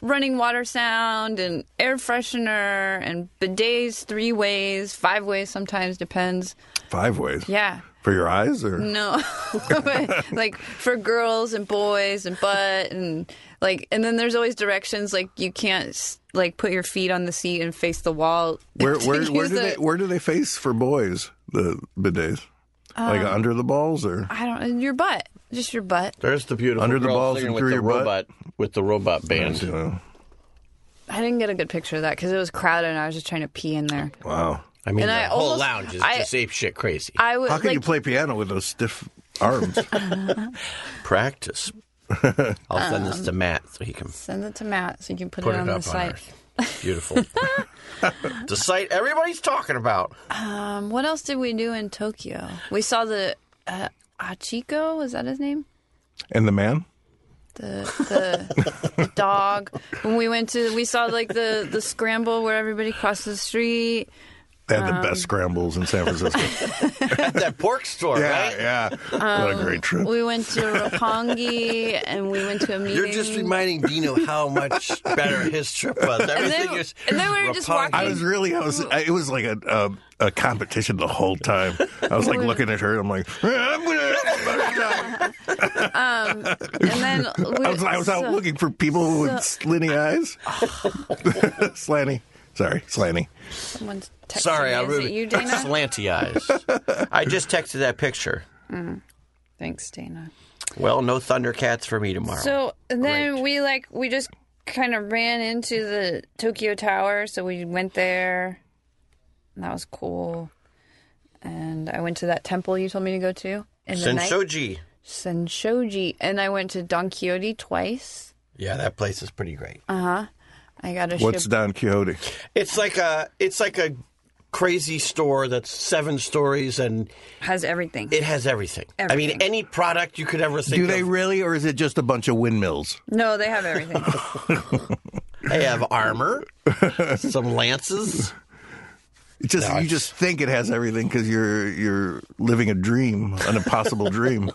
[SPEAKER 3] running water sound and air freshener and bidets three ways, five ways sometimes depends.
[SPEAKER 2] Five ways.
[SPEAKER 3] Yeah. Mm.
[SPEAKER 2] For your eyes or
[SPEAKER 3] No. But, like for girls and boys and butt and like and then there's always directions like you can't s- like put your feet on the seat and face the wall.
[SPEAKER 2] Where
[SPEAKER 3] to
[SPEAKER 2] where where
[SPEAKER 3] use
[SPEAKER 2] do
[SPEAKER 3] the-
[SPEAKER 2] they where do they face for boys the bidets?
[SPEAKER 3] Um,
[SPEAKER 2] like under the balls or
[SPEAKER 3] I don't your butt, just your butt.
[SPEAKER 1] There's the beautiful
[SPEAKER 2] Under the
[SPEAKER 1] girl
[SPEAKER 2] balls
[SPEAKER 1] singing
[SPEAKER 2] and
[SPEAKER 1] with
[SPEAKER 2] through
[SPEAKER 1] the
[SPEAKER 2] your butt?
[SPEAKER 1] robot with the robot band.
[SPEAKER 3] I didn't get a good picture of that because it was crowded and I was just trying to pee in there.
[SPEAKER 2] Wow.
[SPEAKER 1] I mean,
[SPEAKER 3] And
[SPEAKER 1] the
[SPEAKER 3] I
[SPEAKER 1] whole
[SPEAKER 3] almost-
[SPEAKER 1] lounge is
[SPEAKER 3] I-
[SPEAKER 1] just ape shit crazy.
[SPEAKER 3] I would
[SPEAKER 2] How can
[SPEAKER 3] like
[SPEAKER 2] you play piano with those stiff arms?
[SPEAKER 1] Practice. I'll send this to Matt so he can
[SPEAKER 3] send it to Matt so you can put,
[SPEAKER 1] put
[SPEAKER 3] it
[SPEAKER 1] it
[SPEAKER 3] on
[SPEAKER 1] up
[SPEAKER 3] the site.
[SPEAKER 1] on our beautiful. the site everybody's talking about.
[SPEAKER 3] Um, what else did we do in Tokyo? We saw the uh, Achiko. Was that his name?
[SPEAKER 2] and the man?
[SPEAKER 3] The the dog. When we went to, we saw like the the scramble where everybody crossed the street.
[SPEAKER 2] They had
[SPEAKER 3] Um,
[SPEAKER 2] the best scrambles in San Francisco.
[SPEAKER 1] At that pork store, right?
[SPEAKER 2] yeah, yeah.
[SPEAKER 3] Um,
[SPEAKER 2] What a great trip.
[SPEAKER 3] We went to Roppongi and we went to a meeting.
[SPEAKER 1] You're just reminding Dino how much better his trip was.
[SPEAKER 3] then-
[SPEAKER 1] Everything is.
[SPEAKER 3] and then we were just
[SPEAKER 1] Roppongi.
[SPEAKER 2] I was really, I was, I, it was like a, a a competition the whole time. I was like looking at her, and I'm like, I'm gonna. have a better time."
[SPEAKER 3] and then we,
[SPEAKER 2] I was, I was
[SPEAKER 3] so-
[SPEAKER 2] out looking for people with slinty eyes. slanty, sorry, slanty.
[SPEAKER 3] Someone's texting
[SPEAKER 1] Sorry,
[SPEAKER 3] me.
[SPEAKER 1] I
[SPEAKER 3] Is
[SPEAKER 1] really
[SPEAKER 3] it you, Dana?
[SPEAKER 1] slanty eyes. I just texted that picture.
[SPEAKER 3] Thanks, Dana.
[SPEAKER 1] Well, no Thundercats for me tomorrow.
[SPEAKER 3] So and then we like we just kind of ran into the Tokyo Tower, so we went there. And that was cool. And I went to that temple you told me to go to in the night.
[SPEAKER 1] Senshoji.
[SPEAKER 3] Senshoji. And I went to Don Quixote twice.
[SPEAKER 1] Yeah, that place is pretty great.
[SPEAKER 3] I got a
[SPEAKER 2] What's
[SPEAKER 3] shib-
[SPEAKER 2] Don Quixote?
[SPEAKER 1] It's like a it's like a crazy store that's seven stories and
[SPEAKER 3] has everything.
[SPEAKER 1] it has everything. I mean,
[SPEAKER 3] Everything.
[SPEAKER 1] any product you could ever think
[SPEAKER 2] Do they
[SPEAKER 1] of.
[SPEAKER 2] really, or is it just a bunch of windmills?
[SPEAKER 3] no, they have everything.
[SPEAKER 1] They have armor, some lances.
[SPEAKER 2] It's just you just think it has everything because you're you're living a dream, an impossible dream.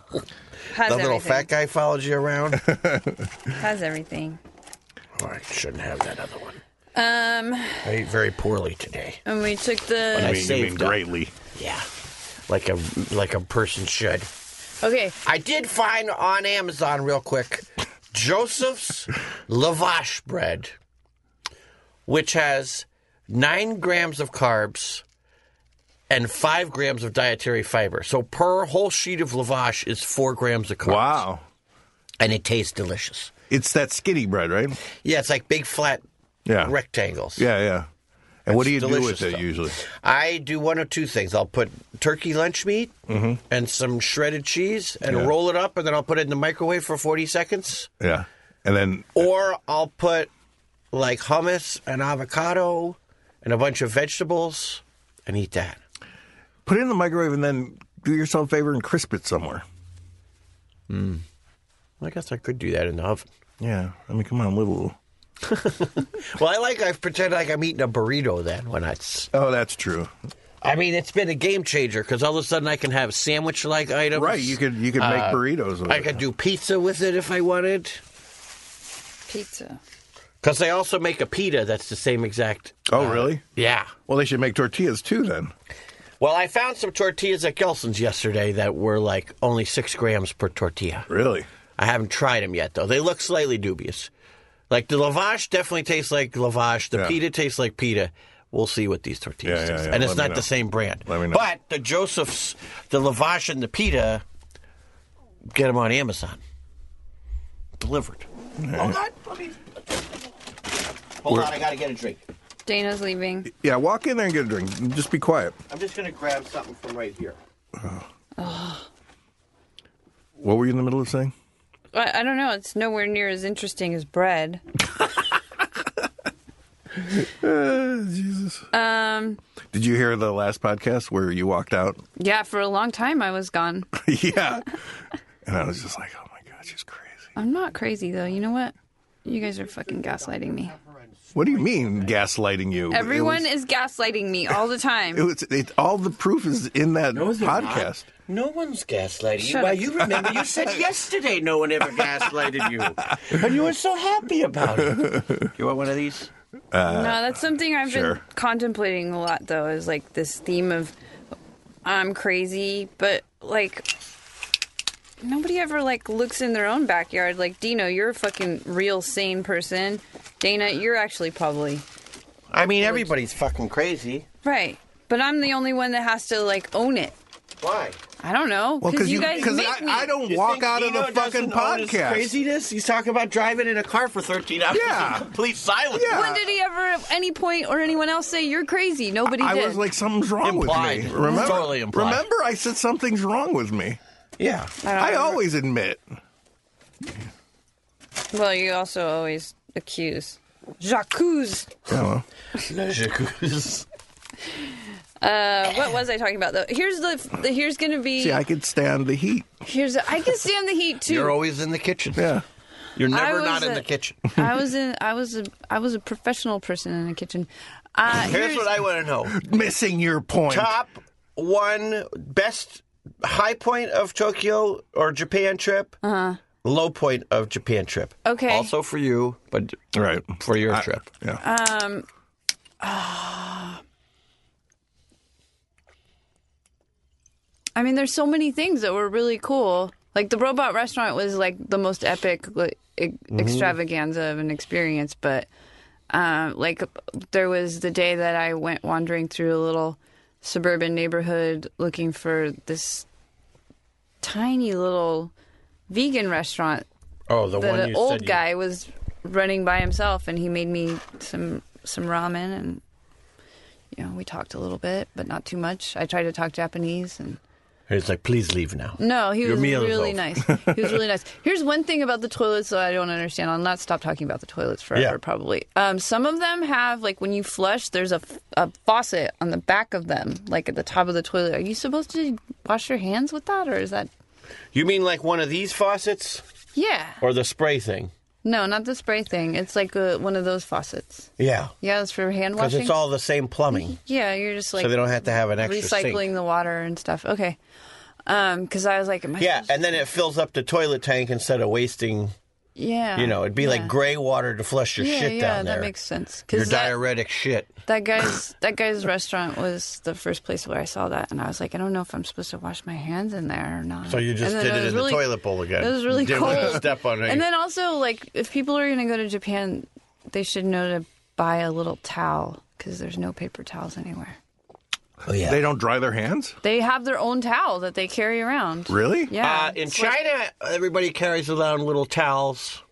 [SPEAKER 3] Has
[SPEAKER 1] The little
[SPEAKER 3] everything.
[SPEAKER 1] fat guy follows you around.
[SPEAKER 3] Has everything.
[SPEAKER 1] oh, I shouldn't have that other one.
[SPEAKER 3] Um,
[SPEAKER 1] I ate very poorly today.
[SPEAKER 3] and we took
[SPEAKER 1] I
[SPEAKER 2] I
[SPEAKER 3] the.
[SPEAKER 2] mean, you
[SPEAKER 1] saved
[SPEAKER 2] mean
[SPEAKER 1] up.
[SPEAKER 2] greatly.
[SPEAKER 1] Yeah, like a like a person should.
[SPEAKER 3] Okay,
[SPEAKER 1] I did find on Amazon real quick Joseph's lavash bread, which has nine grams of carbs and five grams of dietary fiber. So per whole sheet of lavash is four grams of carbs.
[SPEAKER 2] Wow,
[SPEAKER 1] And it tastes delicious.
[SPEAKER 2] it's that skinny bread, right?
[SPEAKER 1] Yeah, it's like big flat
[SPEAKER 2] Yeah,
[SPEAKER 1] rectangles.
[SPEAKER 2] yeah, yeah. And what do you do
[SPEAKER 1] delicious
[SPEAKER 2] with it
[SPEAKER 1] stuff.
[SPEAKER 2] usually?
[SPEAKER 1] I do one of two things. I'll put turkey lunch meat
[SPEAKER 2] Mm-hmm.
[SPEAKER 1] and some shredded cheese and roll it up, and then I'll put it in the microwave for 40 seconds.
[SPEAKER 2] Yeah, and then
[SPEAKER 1] Or I'll put like hummus and avocado and a bunch of vegetables and eat that.
[SPEAKER 2] put it in the microwave, and then do yourself a favor and crisp it somewhere.
[SPEAKER 1] I guess I could do that in the oven.
[SPEAKER 2] Yeah, I mean, come on, live a little.
[SPEAKER 1] Well, I like I pretend like I'm eating a burrito then when it's.
[SPEAKER 2] Oh, that's true.
[SPEAKER 1] I mean, it's been a game changer because all of a sudden I can have sandwich-like items.
[SPEAKER 2] Right, you could you could make
[SPEAKER 1] Uh,
[SPEAKER 2] burritos. With
[SPEAKER 1] I
[SPEAKER 2] it.
[SPEAKER 1] could do pizza with it if I wanted.
[SPEAKER 3] pizza.
[SPEAKER 1] Because they also make a pita that's the same exact.
[SPEAKER 2] Oh, really?
[SPEAKER 1] Yeah.
[SPEAKER 2] Well, they should make tortillas too then.
[SPEAKER 1] Well, I found some tortillas at Gelson's yesterday that were like only six grams per tortilla.
[SPEAKER 2] Really?
[SPEAKER 1] I haven't tried them yet, though. They look slightly dubious. Like the lavash definitely tastes like lavash. The
[SPEAKER 2] Yeah.
[SPEAKER 1] pita tastes like pita. We'll see what these tortillas
[SPEAKER 2] Yeah, yeah,
[SPEAKER 1] taste.
[SPEAKER 2] yeah.
[SPEAKER 1] And it's
[SPEAKER 2] Let me
[SPEAKER 1] not
[SPEAKER 2] know.
[SPEAKER 1] the same brand.
[SPEAKER 2] Let me know.
[SPEAKER 1] But the Joseph's, the lavash and the pita, get them on Amazon. Delivered. Hold on. Let me... Hold on. I got to get a drink.
[SPEAKER 3] Dana's leaving.
[SPEAKER 2] Yeah, walk in there and get a drink. Just be quiet.
[SPEAKER 1] I'm just going to grab something from right here.
[SPEAKER 2] What were you in the middle of saying?
[SPEAKER 3] I, I don't know. It's nowhere near as interesting as bread.
[SPEAKER 2] Jesus. Um. Did you hear the last podcast where you walked out?
[SPEAKER 3] Yeah, for a long time I was gone.
[SPEAKER 2] yeah. And I was just like, oh my god, she's crazy.
[SPEAKER 3] I'm not crazy though. You know what? You guys are fucking gaslighting me.
[SPEAKER 2] What do you mean gaslighting you?
[SPEAKER 3] Everyone is gaslighting me all the time.
[SPEAKER 2] It was. It was it, all the proof is in that podcast.
[SPEAKER 1] No one's gaslighting you.
[SPEAKER 3] Shut
[SPEAKER 1] Why,
[SPEAKER 3] up.
[SPEAKER 1] you remember you said yesterday no one ever gaslighted you. And you were so happy about it. You want one of these?
[SPEAKER 3] no, that's something I've been
[SPEAKER 2] Uh, sure.
[SPEAKER 3] contemplating a lot though. Is like this theme of I'm crazy, but like nobody ever like looks in their own backyard. Like Dino, you're a fucking real sane person. Dana, you're actually probably
[SPEAKER 1] I mean, everybody's fucking crazy.
[SPEAKER 3] right, but I'm the only one that has to like own it.
[SPEAKER 1] Why?
[SPEAKER 3] I don't know.
[SPEAKER 2] Well,
[SPEAKER 3] because
[SPEAKER 2] because you,
[SPEAKER 3] guys
[SPEAKER 2] cause
[SPEAKER 3] make
[SPEAKER 2] I,
[SPEAKER 3] me.
[SPEAKER 2] I don't walk out of the fucking podcast.
[SPEAKER 1] Craziness? He's talking about driving in a car for 13 hours.
[SPEAKER 2] Yeah.
[SPEAKER 1] in complete silence.
[SPEAKER 2] Yeah.
[SPEAKER 3] When did he ever, at any point, or anyone else say you're crazy? Nobody
[SPEAKER 2] I
[SPEAKER 3] did.
[SPEAKER 2] was like, something's wrong
[SPEAKER 1] Implied.
[SPEAKER 2] with me. Remember,
[SPEAKER 1] Totally implied.
[SPEAKER 2] remember, I said something's wrong with me.
[SPEAKER 1] Yeah.
[SPEAKER 2] I, always admit.
[SPEAKER 3] well, you also always accuse. J'accuse.
[SPEAKER 2] Oh,
[SPEAKER 3] Uh, what was I talking about though? Here's the, the here's gonna be
[SPEAKER 2] see, I could stand the heat.
[SPEAKER 3] here's I can stand the heat too.
[SPEAKER 1] You're always in the kitchen.
[SPEAKER 2] Yeah.
[SPEAKER 1] You're
[SPEAKER 3] I
[SPEAKER 1] never
[SPEAKER 3] was
[SPEAKER 1] not in
[SPEAKER 3] a-
[SPEAKER 1] the kitchen.
[SPEAKER 3] I was in I was a I was a professional person in the kitchen. Uh,
[SPEAKER 1] Here's what I want to know.
[SPEAKER 2] Missing your point.
[SPEAKER 1] top one best high point of Tokyo or Japan trip. Uh-huh. Low point of Japan trip.
[SPEAKER 3] Okay.
[SPEAKER 1] Also for you, but
[SPEAKER 2] Right.
[SPEAKER 1] for your trip.
[SPEAKER 2] Yeah.
[SPEAKER 3] I mean, there's so many things that were really cool. Like the robot restaurant was like the most epic like, e- extravaganza of an experience, but um, like there was the day that I went wandering through a little suburban neighborhood looking for this tiny little vegan restaurant
[SPEAKER 1] Oh, the,
[SPEAKER 3] the old guy was running by himself and he made me some some ramen and you know we talked a little bit but not too much i tried to talk japanese and
[SPEAKER 1] He's like, please leave now.
[SPEAKER 3] no he
[SPEAKER 1] Your
[SPEAKER 3] was
[SPEAKER 1] meal is
[SPEAKER 3] really
[SPEAKER 1] over.
[SPEAKER 3] nice he was really nice here's one thing about the toilets that i don't understand i'll not stop talking about the toilets forever
[SPEAKER 1] Yeah.
[SPEAKER 3] probably um, some of them have like when you flush there's a, f- a faucet on the back of them like at the top of the toilet are you supposed to wash your hands with that or is that
[SPEAKER 1] You mean like one of these faucets
[SPEAKER 3] yeah
[SPEAKER 1] or the spray thing?
[SPEAKER 3] no not the spray thing it's like a, one of those faucets
[SPEAKER 1] Yeah.
[SPEAKER 3] yeah, it's for hand
[SPEAKER 1] Because
[SPEAKER 3] washing.
[SPEAKER 1] it's all the same plumbing.
[SPEAKER 3] Yeah, you're just like
[SPEAKER 1] so they don't have to have an extra
[SPEAKER 3] recycling
[SPEAKER 1] sink.
[SPEAKER 3] the water and stuff. Okay. Um, because I was like, am I
[SPEAKER 1] Yeah,
[SPEAKER 3] supposed-
[SPEAKER 1] and then it fills up the toilet tank instead of wasting,
[SPEAKER 3] yeah,
[SPEAKER 1] you know, it'd be like
[SPEAKER 3] Uh, yeah.
[SPEAKER 1] gray water to flush your
[SPEAKER 3] yeah,
[SPEAKER 1] shit
[SPEAKER 3] yeah,
[SPEAKER 1] down there.
[SPEAKER 3] that makes sense.
[SPEAKER 1] your
[SPEAKER 3] Because that,
[SPEAKER 1] diuretic shit.
[SPEAKER 3] that guy's that guy's restaurant was the first place where I saw that, and I was like, I don't know if I'm supposed to wash my hands in there or not.
[SPEAKER 1] So you just
[SPEAKER 3] And
[SPEAKER 1] did
[SPEAKER 3] then I
[SPEAKER 1] it
[SPEAKER 3] was
[SPEAKER 1] in the toilet bowl again.
[SPEAKER 3] It was really
[SPEAKER 1] You didn't
[SPEAKER 3] cold.
[SPEAKER 1] wanna step on it.
[SPEAKER 3] And then also, like, if people are going to go to Japan, they should know to buy a little towel because there's no paper towels anywhere.
[SPEAKER 1] Oh, yeah.
[SPEAKER 2] They don't dry their hands?
[SPEAKER 3] They have their own towel that they carry around.
[SPEAKER 2] Really?
[SPEAKER 1] Uh,
[SPEAKER 3] Yeah.
[SPEAKER 1] in
[SPEAKER 3] It's like-
[SPEAKER 1] China, everybody carries around little towels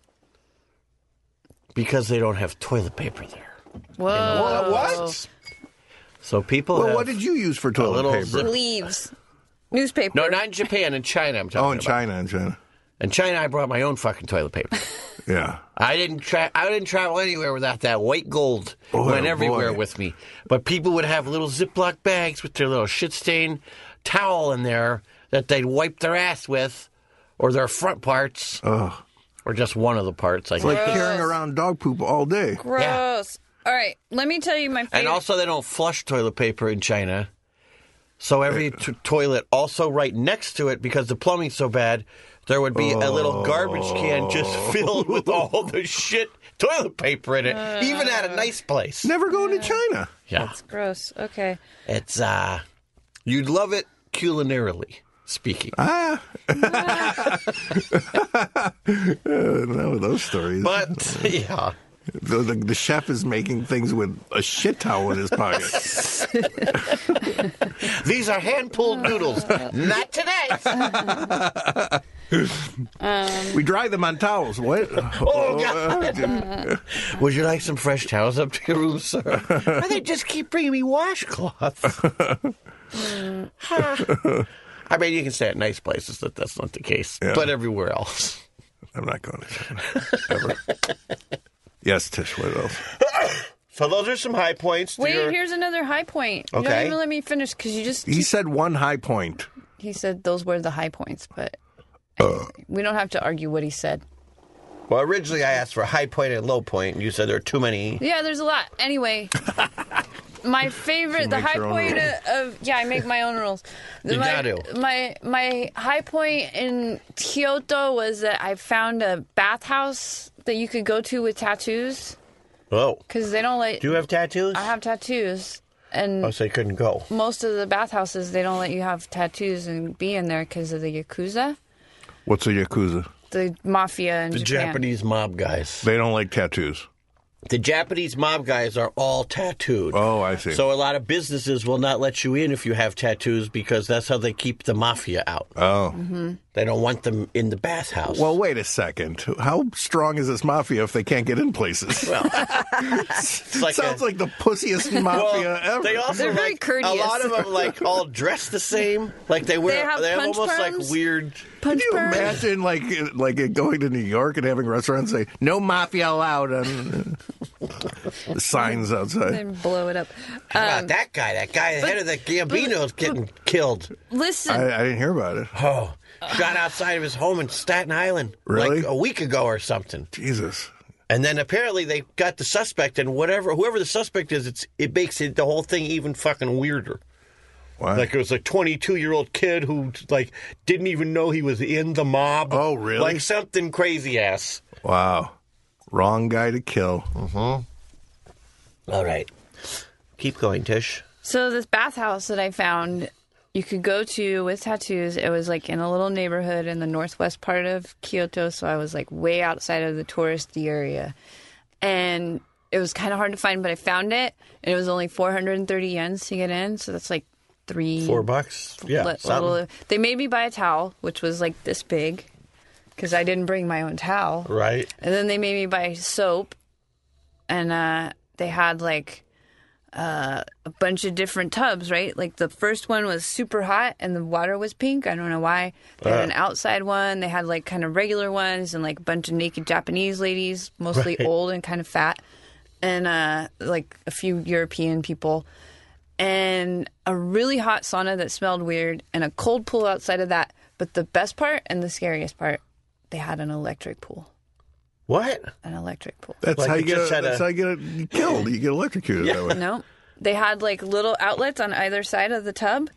[SPEAKER 1] because they don't have toilet paper there.
[SPEAKER 3] Whoa.
[SPEAKER 2] Uh, What?
[SPEAKER 1] So people.
[SPEAKER 2] Well,
[SPEAKER 1] have-
[SPEAKER 2] what did you use for toilet
[SPEAKER 1] little
[SPEAKER 2] paper?
[SPEAKER 1] zip-
[SPEAKER 3] Leaves. Newspaper.
[SPEAKER 1] No, not in Japan. In China, I'm talking
[SPEAKER 2] oh, in
[SPEAKER 1] about.
[SPEAKER 2] China, in China.
[SPEAKER 1] In China, I brought my own fucking toilet paper.
[SPEAKER 2] Yeah.
[SPEAKER 1] I didn't tra- I didn't travel anywhere without that white gold.
[SPEAKER 2] Boy,
[SPEAKER 1] went
[SPEAKER 2] oh,
[SPEAKER 1] everywhere
[SPEAKER 2] boy.
[SPEAKER 1] with me. But people would have little Ziploc bags with their little shit stain towel in there that they'd wipe their ass with, or their front parts,
[SPEAKER 2] Oh.
[SPEAKER 1] or just one of the parts. I guess.
[SPEAKER 2] Like carrying around dog poop all day.
[SPEAKER 3] Gross. All right, let me tell you my favorite.
[SPEAKER 1] And also, they don't flush toilet paper in China. So every t- toilet, also right next to it, because the plumbing's so bad, there would be a little garbage can just filled with all the shit toilet paper in it, even at a nice place.
[SPEAKER 2] Never going to China.
[SPEAKER 1] Yeah,
[SPEAKER 3] gross. Okay.
[SPEAKER 1] it's uh, you'd love it culinarily speaking.
[SPEAKER 2] Ah. Uh, no, those stories.
[SPEAKER 1] But yeah,
[SPEAKER 2] the, the, the chef is making things with a shit towel in his pocket.
[SPEAKER 1] these are hand pulled noodles. Not today.
[SPEAKER 2] we dry them on towels. What?
[SPEAKER 1] Oh, God. Would you like some fresh towels up to your room, sir? Why they just keep bringing me washcloths? Huh. I mean, you can stay at nice places that that's not the case,
[SPEAKER 2] Yeah.
[SPEAKER 1] but everywhere else.
[SPEAKER 2] I'm not going to China. Ever. yes, Tish, what else?
[SPEAKER 1] So those are some high points. to
[SPEAKER 3] Wait,
[SPEAKER 1] your-
[SPEAKER 3] here's another high point. You
[SPEAKER 1] Okay.
[SPEAKER 3] don't even let me finish because you just.
[SPEAKER 2] He said one high point.
[SPEAKER 3] He said those were the high points, but
[SPEAKER 1] Uh.
[SPEAKER 3] anyway, we don't have to argue what he said.
[SPEAKER 1] Well, originally I asked for high point and low point, and you said there are too many.
[SPEAKER 3] Yeah, there's a lot. Anyway, my favorite, the
[SPEAKER 2] makes
[SPEAKER 3] high
[SPEAKER 2] her own
[SPEAKER 3] point
[SPEAKER 2] rules.
[SPEAKER 3] of, of yeah, I make my own rules.
[SPEAKER 1] You
[SPEAKER 3] my,
[SPEAKER 1] gotta.
[SPEAKER 3] My my high point in Kyoto was that I found a bathhouse that you could go to with tattoos
[SPEAKER 1] Oh,
[SPEAKER 3] because they don't let
[SPEAKER 1] do you have tattoos?
[SPEAKER 3] I have tattoos, and
[SPEAKER 1] Oh, so you couldn't go.
[SPEAKER 3] most of the bathhouses they don't let you have tattoos and be in there because of the yakuza,
[SPEAKER 2] What's a yakuza?
[SPEAKER 3] the mafia in
[SPEAKER 1] The
[SPEAKER 3] Japan.
[SPEAKER 1] Japanese mob guys.
[SPEAKER 2] They don't like tattoos.
[SPEAKER 5] The Japanese mob guys are all tattooed.
[SPEAKER 2] Oh, I see.
[SPEAKER 5] So a lot of businesses will not let you in if you have tattoos because that's how they keep the mafia out.
[SPEAKER 2] Oh.
[SPEAKER 3] Mm-hmm.
[SPEAKER 5] They don't want them in the bathhouse.
[SPEAKER 2] Well, wait a second. How strong is this mafia if they can't get in places?
[SPEAKER 5] Well, it's like
[SPEAKER 2] Sounds
[SPEAKER 5] a-
[SPEAKER 2] like the pussiest mafia
[SPEAKER 5] Well,
[SPEAKER 2] ever.
[SPEAKER 5] They also
[SPEAKER 3] They're very
[SPEAKER 5] like,
[SPEAKER 3] courteous.
[SPEAKER 5] A lot of them like all dress the same. Like they wear.
[SPEAKER 3] They
[SPEAKER 5] They
[SPEAKER 3] have
[SPEAKER 5] have,
[SPEAKER 3] punch
[SPEAKER 5] almost
[SPEAKER 3] perms?
[SPEAKER 5] like weird.
[SPEAKER 2] Can
[SPEAKER 3] Punch
[SPEAKER 2] you
[SPEAKER 3] perm.
[SPEAKER 2] imagine like like going to New York and having restaurants say no mafia allowed on the signs outside?
[SPEAKER 3] Then blow it up. Um,
[SPEAKER 5] How about that guy, that guy, the head of the Gambino's getting killed.
[SPEAKER 3] Listen,
[SPEAKER 2] I, I didn't hear about it.
[SPEAKER 5] Oh, shot outside of his home in Staten Island,
[SPEAKER 2] Really?
[SPEAKER 5] like a week ago or something.
[SPEAKER 2] Jesus.
[SPEAKER 5] And then apparently they got the suspect, and whatever, whoever the suspect is, it's it makes it the whole thing even fucking weirder.
[SPEAKER 2] Wow.
[SPEAKER 5] Like it was a 22 year old kid who like didn't even know he was in the mob.
[SPEAKER 2] Oh, really?
[SPEAKER 5] Like something crazy ass.
[SPEAKER 2] wow. Wrong guy to kill.
[SPEAKER 5] All right, keep going, Tish.
[SPEAKER 3] so this bathhouse that I found, you could go to with tattoos. It was like in a little neighborhood in the northwest part of Kyoto, so I was like way outside of the touristy area, and it was kind of hard to find, but I found it, and it was only 430 yen to get in, so that's like three
[SPEAKER 5] Four bucks. Yeah.
[SPEAKER 3] let-
[SPEAKER 5] something.
[SPEAKER 3] little- they made me buy a towel, which was like this big, because I didn't bring my own towel.
[SPEAKER 5] Right.
[SPEAKER 3] And then they made me buy soap, and uh, they had like uh, a bunch of different tubs, right? Like the first one was super hot, and the water was pink. I don't know why. They had an outside one. They had like kind of regular ones, and like a bunch of naked Japanese ladies, mostly old and kind of fat, and uh, like a few European people. And a really hot sauna that smelled weird, and a cold pool outside of that. But the best part and the scariest part, they had an electric pool
[SPEAKER 5] What?
[SPEAKER 3] an electric pool.
[SPEAKER 2] That's
[SPEAKER 5] Like
[SPEAKER 2] how
[SPEAKER 5] it
[SPEAKER 2] you get.
[SPEAKER 5] just
[SPEAKER 2] A,
[SPEAKER 5] had
[SPEAKER 2] that's
[SPEAKER 5] a-
[SPEAKER 2] how you get a, killed. You get electrocuted that way.
[SPEAKER 3] No, they had like little outlets on either side of the tub,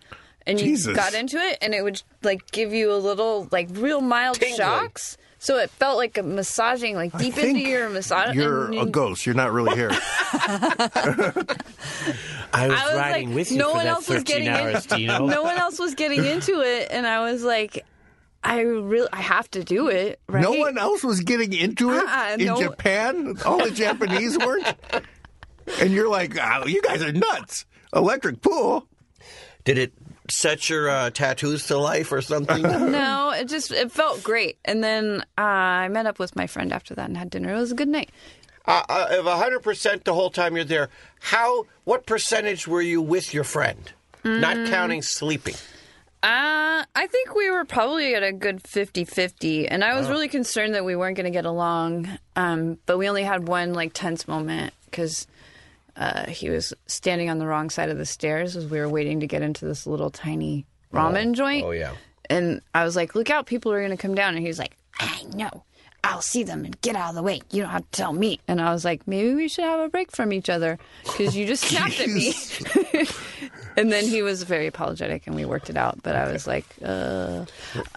[SPEAKER 3] and you
[SPEAKER 2] Jesus.
[SPEAKER 3] got into it, and it would like give you a little like real mild
[SPEAKER 5] Tingling.
[SPEAKER 3] shocks. So it felt like a massaging, like
[SPEAKER 2] I
[SPEAKER 3] deep
[SPEAKER 2] think
[SPEAKER 3] into your massage.
[SPEAKER 2] You're
[SPEAKER 3] and
[SPEAKER 2] a
[SPEAKER 3] you-
[SPEAKER 2] ghost. You're not really here.
[SPEAKER 5] I was,
[SPEAKER 3] I was
[SPEAKER 5] riding
[SPEAKER 3] like,
[SPEAKER 5] with you
[SPEAKER 3] no
[SPEAKER 5] for
[SPEAKER 3] one
[SPEAKER 5] that
[SPEAKER 3] else was
[SPEAKER 5] 13
[SPEAKER 3] getting
[SPEAKER 5] hours,
[SPEAKER 3] in,
[SPEAKER 5] Dino.
[SPEAKER 3] No one else was getting into it, and I was like, I really, I have to do it. Right?
[SPEAKER 2] No one else was getting into it
[SPEAKER 3] Uh-uh,
[SPEAKER 2] in
[SPEAKER 3] no-
[SPEAKER 2] Japan. All the Japanese weren't. And you're like, oh, you guys are nuts. Electric pool.
[SPEAKER 5] Did it set your uh, tattoos to life or something?
[SPEAKER 1] Uh,
[SPEAKER 3] No, it just it felt great. And then uh, I met up with my friend after that and had dinner. It was a good night.
[SPEAKER 5] uh, uh, if 100% the whole time you're there, how what percentage were you with your friend?
[SPEAKER 1] Mm.
[SPEAKER 5] Not counting sleeping.
[SPEAKER 3] Uh, I think we were probably at a good 50 50. And I
[SPEAKER 5] Oh.
[SPEAKER 3] was really concerned that we weren't going to get along. Um, but we only had one like tense moment because uh, he was standing on the wrong side of the stairs as we were waiting to get into this little tiny ramen joint.
[SPEAKER 5] oh, yeah.
[SPEAKER 3] And I was like, look out, people are going to come down. And he was like, I know. I'll see them and get out of the way. You don't have to tell me. And I was like, maybe we should have a break from each other because you just snapped at me. And then he was very apologetic, and we worked it out. But I was like, uh.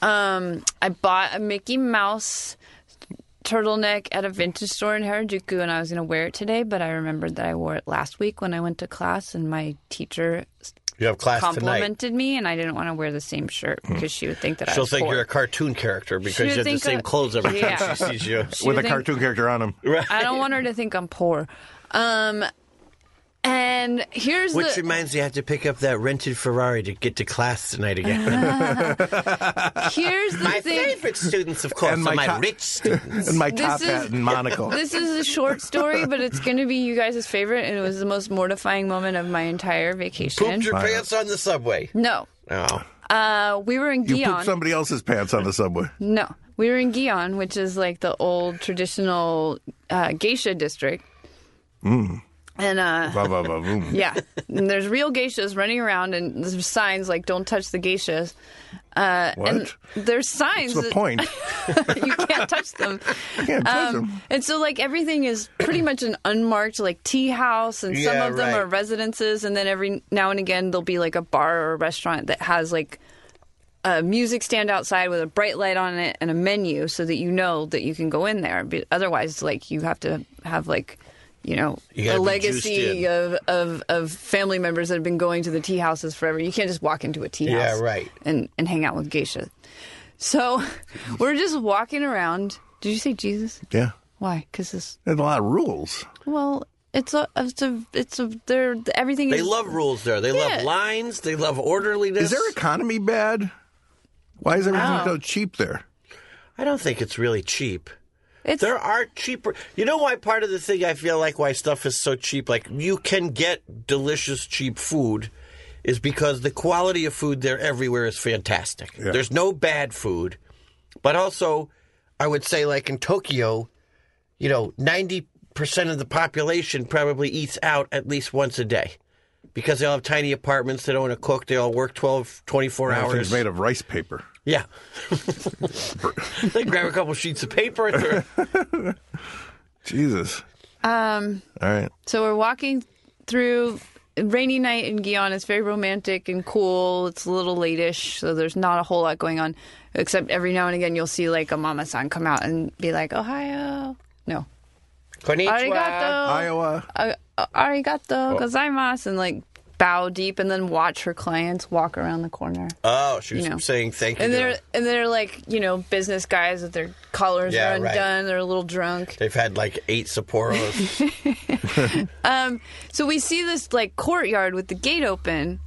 [SPEAKER 3] um, I bought a Mickey Mouse turtleneck at a vintage store in Harajuku, and I was going to wear it today. But I remembered that I wore it last week when I went to class, and my teacher
[SPEAKER 5] You have class tonight. Hmm.
[SPEAKER 3] complimented me, and I didn't want to wear the same shirt because she would think that I
[SPEAKER 5] She'll
[SPEAKER 3] was
[SPEAKER 5] think
[SPEAKER 3] poor.
[SPEAKER 5] you're a cartoon character because
[SPEAKER 3] She'll
[SPEAKER 5] you have the
[SPEAKER 3] think
[SPEAKER 5] same
[SPEAKER 3] I-
[SPEAKER 5] clothes every time
[SPEAKER 3] Yeah.
[SPEAKER 5] she sees you.
[SPEAKER 3] She
[SPEAKER 2] With
[SPEAKER 3] would
[SPEAKER 2] a
[SPEAKER 3] think-
[SPEAKER 2] cartoon character on him.
[SPEAKER 3] I don't want her to think I'm poor. Um, and here's
[SPEAKER 5] Which
[SPEAKER 3] the
[SPEAKER 5] reminds me, I have to pick up that rented Ferrari to get to class tonight again.
[SPEAKER 3] here's the
[SPEAKER 5] my
[SPEAKER 3] thing.
[SPEAKER 5] favorite students, of course,
[SPEAKER 2] And
[SPEAKER 5] are
[SPEAKER 2] my
[SPEAKER 5] my
[SPEAKER 2] co-
[SPEAKER 5] rich students.
[SPEAKER 2] And my
[SPEAKER 3] This
[SPEAKER 2] top
[SPEAKER 3] is-
[SPEAKER 2] hat and monocle.
[SPEAKER 3] This is a short story, but it's going to be you guys' favorite, and it was the most mortifying moment of my entire vacation.
[SPEAKER 5] Pooped your pants on the subway.
[SPEAKER 3] no,
[SPEAKER 5] Oh.
[SPEAKER 3] uh, we were in
[SPEAKER 2] You
[SPEAKER 3] Gion.
[SPEAKER 2] pooped somebody else's pants on the subway.
[SPEAKER 3] no, we were in Gion, which is like the old traditional uh, geisha district. Mm. And uh,
[SPEAKER 2] Ba, ba, ba, boom.
[SPEAKER 3] yeah, and there's real geishas running around, and there's signs like "Don't touch the geishas." Uh,
[SPEAKER 2] What?
[SPEAKER 3] And there's signs.
[SPEAKER 2] What's the
[SPEAKER 3] that-
[SPEAKER 2] point?
[SPEAKER 3] you can't touch them.
[SPEAKER 2] can't
[SPEAKER 3] Um,
[SPEAKER 2] touch them.
[SPEAKER 3] And so, like, everything is pretty much an unmarked, like, tea house, and some
[SPEAKER 5] Yeah,
[SPEAKER 3] of them
[SPEAKER 5] right.
[SPEAKER 3] are residences. And then every now and again, there'll be like a bar or a restaurant that has like a music stand outside with a bright light on it and a menu so that you know that you can go in there. But otherwise, like, you have to have like, you know,
[SPEAKER 5] You
[SPEAKER 3] a
[SPEAKER 5] gotta be juiced
[SPEAKER 3] legacy
[SPEAKER 5] in.
[SPEAKER 3] of, of, of family members that have been going to the tea houses forever. You can't just walk into a tea
[SPEAKER 5] Yeah,
[SPEAKER 3] house
[SPEAKER 5] right.
[SPEAKER 3] and, and hang out with geisha. So we're just walking around. Did you say Jesus?
[SPEAKER 2] Yeah.
[SPEAKER 3] Why? Because it's
[SPEAKER 2] There's a lot of rules.
[SPEAKER 3] well, it's a, it's a, it's a. They're everything.
[SPEAKER 1] They
[SPEAKER 3] is,
[SPEAKER 1] love rules there. They love
[SPEAKER 3] Yeah.
[SPEAKER 1] lines. They love orderliness.
[SPEAKER 2] Is their economy bad? Why is everything so cheap there?
[SPEAKER 1] I don't think it's really cheap.
[SPEAKER 3] It's
[SPEAKER 1] There are cheaper. You know why part of the thing I feel like why stuff is so cheap, like you can get delicious cheap food, is because the quality of food there everywhere is fantastic. There's no bad food, but also, I would say like in Tokyo, you know, ninety percent of the population probably eats out at least once a day. Because they all have tiny apartments, they don't want to cook, they all work 12, 24
[SPEAKER 2] Everything's
[SPEAKER 1] hours.
[SPEAKER 2] made of rice paper.
[SPEAKER 1] Yeah. they grab a couple sheets of paper and they're
[SPEAKER 2] Jesus.
[SPEAKER 3] um.
[SPEAKER 2] All right.
[SPEAKER 3] So we're walking through a rainy night in Guyana. It's very romantic and cool. It's a little late-ish, so there's not a whole lot going on, except every now and again you'll see like a mama san come out and be like, "Ohio." No.
[SPEAKER 1] Konnichiwa.
[SPEAKER 3] Arigato.
[SPEAKER 2] Iowa.
[SPEAKER 3] uh, uh,
[SPEAKER 1] Oh.
[SPEAKER 3] arigato gozaimasu and like bow deep and then watch her clients walk around the corner.
[SPEAKER 1] Oh, she was
[SPEAKER 3] You know.
[SPEAKER 1] saying thank you.
[SPEAKER 3] and
[SPEAKER 1] to
[SPEAKER 3] they're
[SPEAKER 1] her.
[SPEAKER 3] and they're like, you know, business guys with their collars
[SPEAKER 1] Yeah,
[SPEAKER 3] are
[SPEAKER 1] right.
[SPEAKER 3] undone, they're a little drunk.
[SPEAKER 1] They've had like eight Sapporos.
[SPEAKER 3] So we see this like courtyard with the gate open.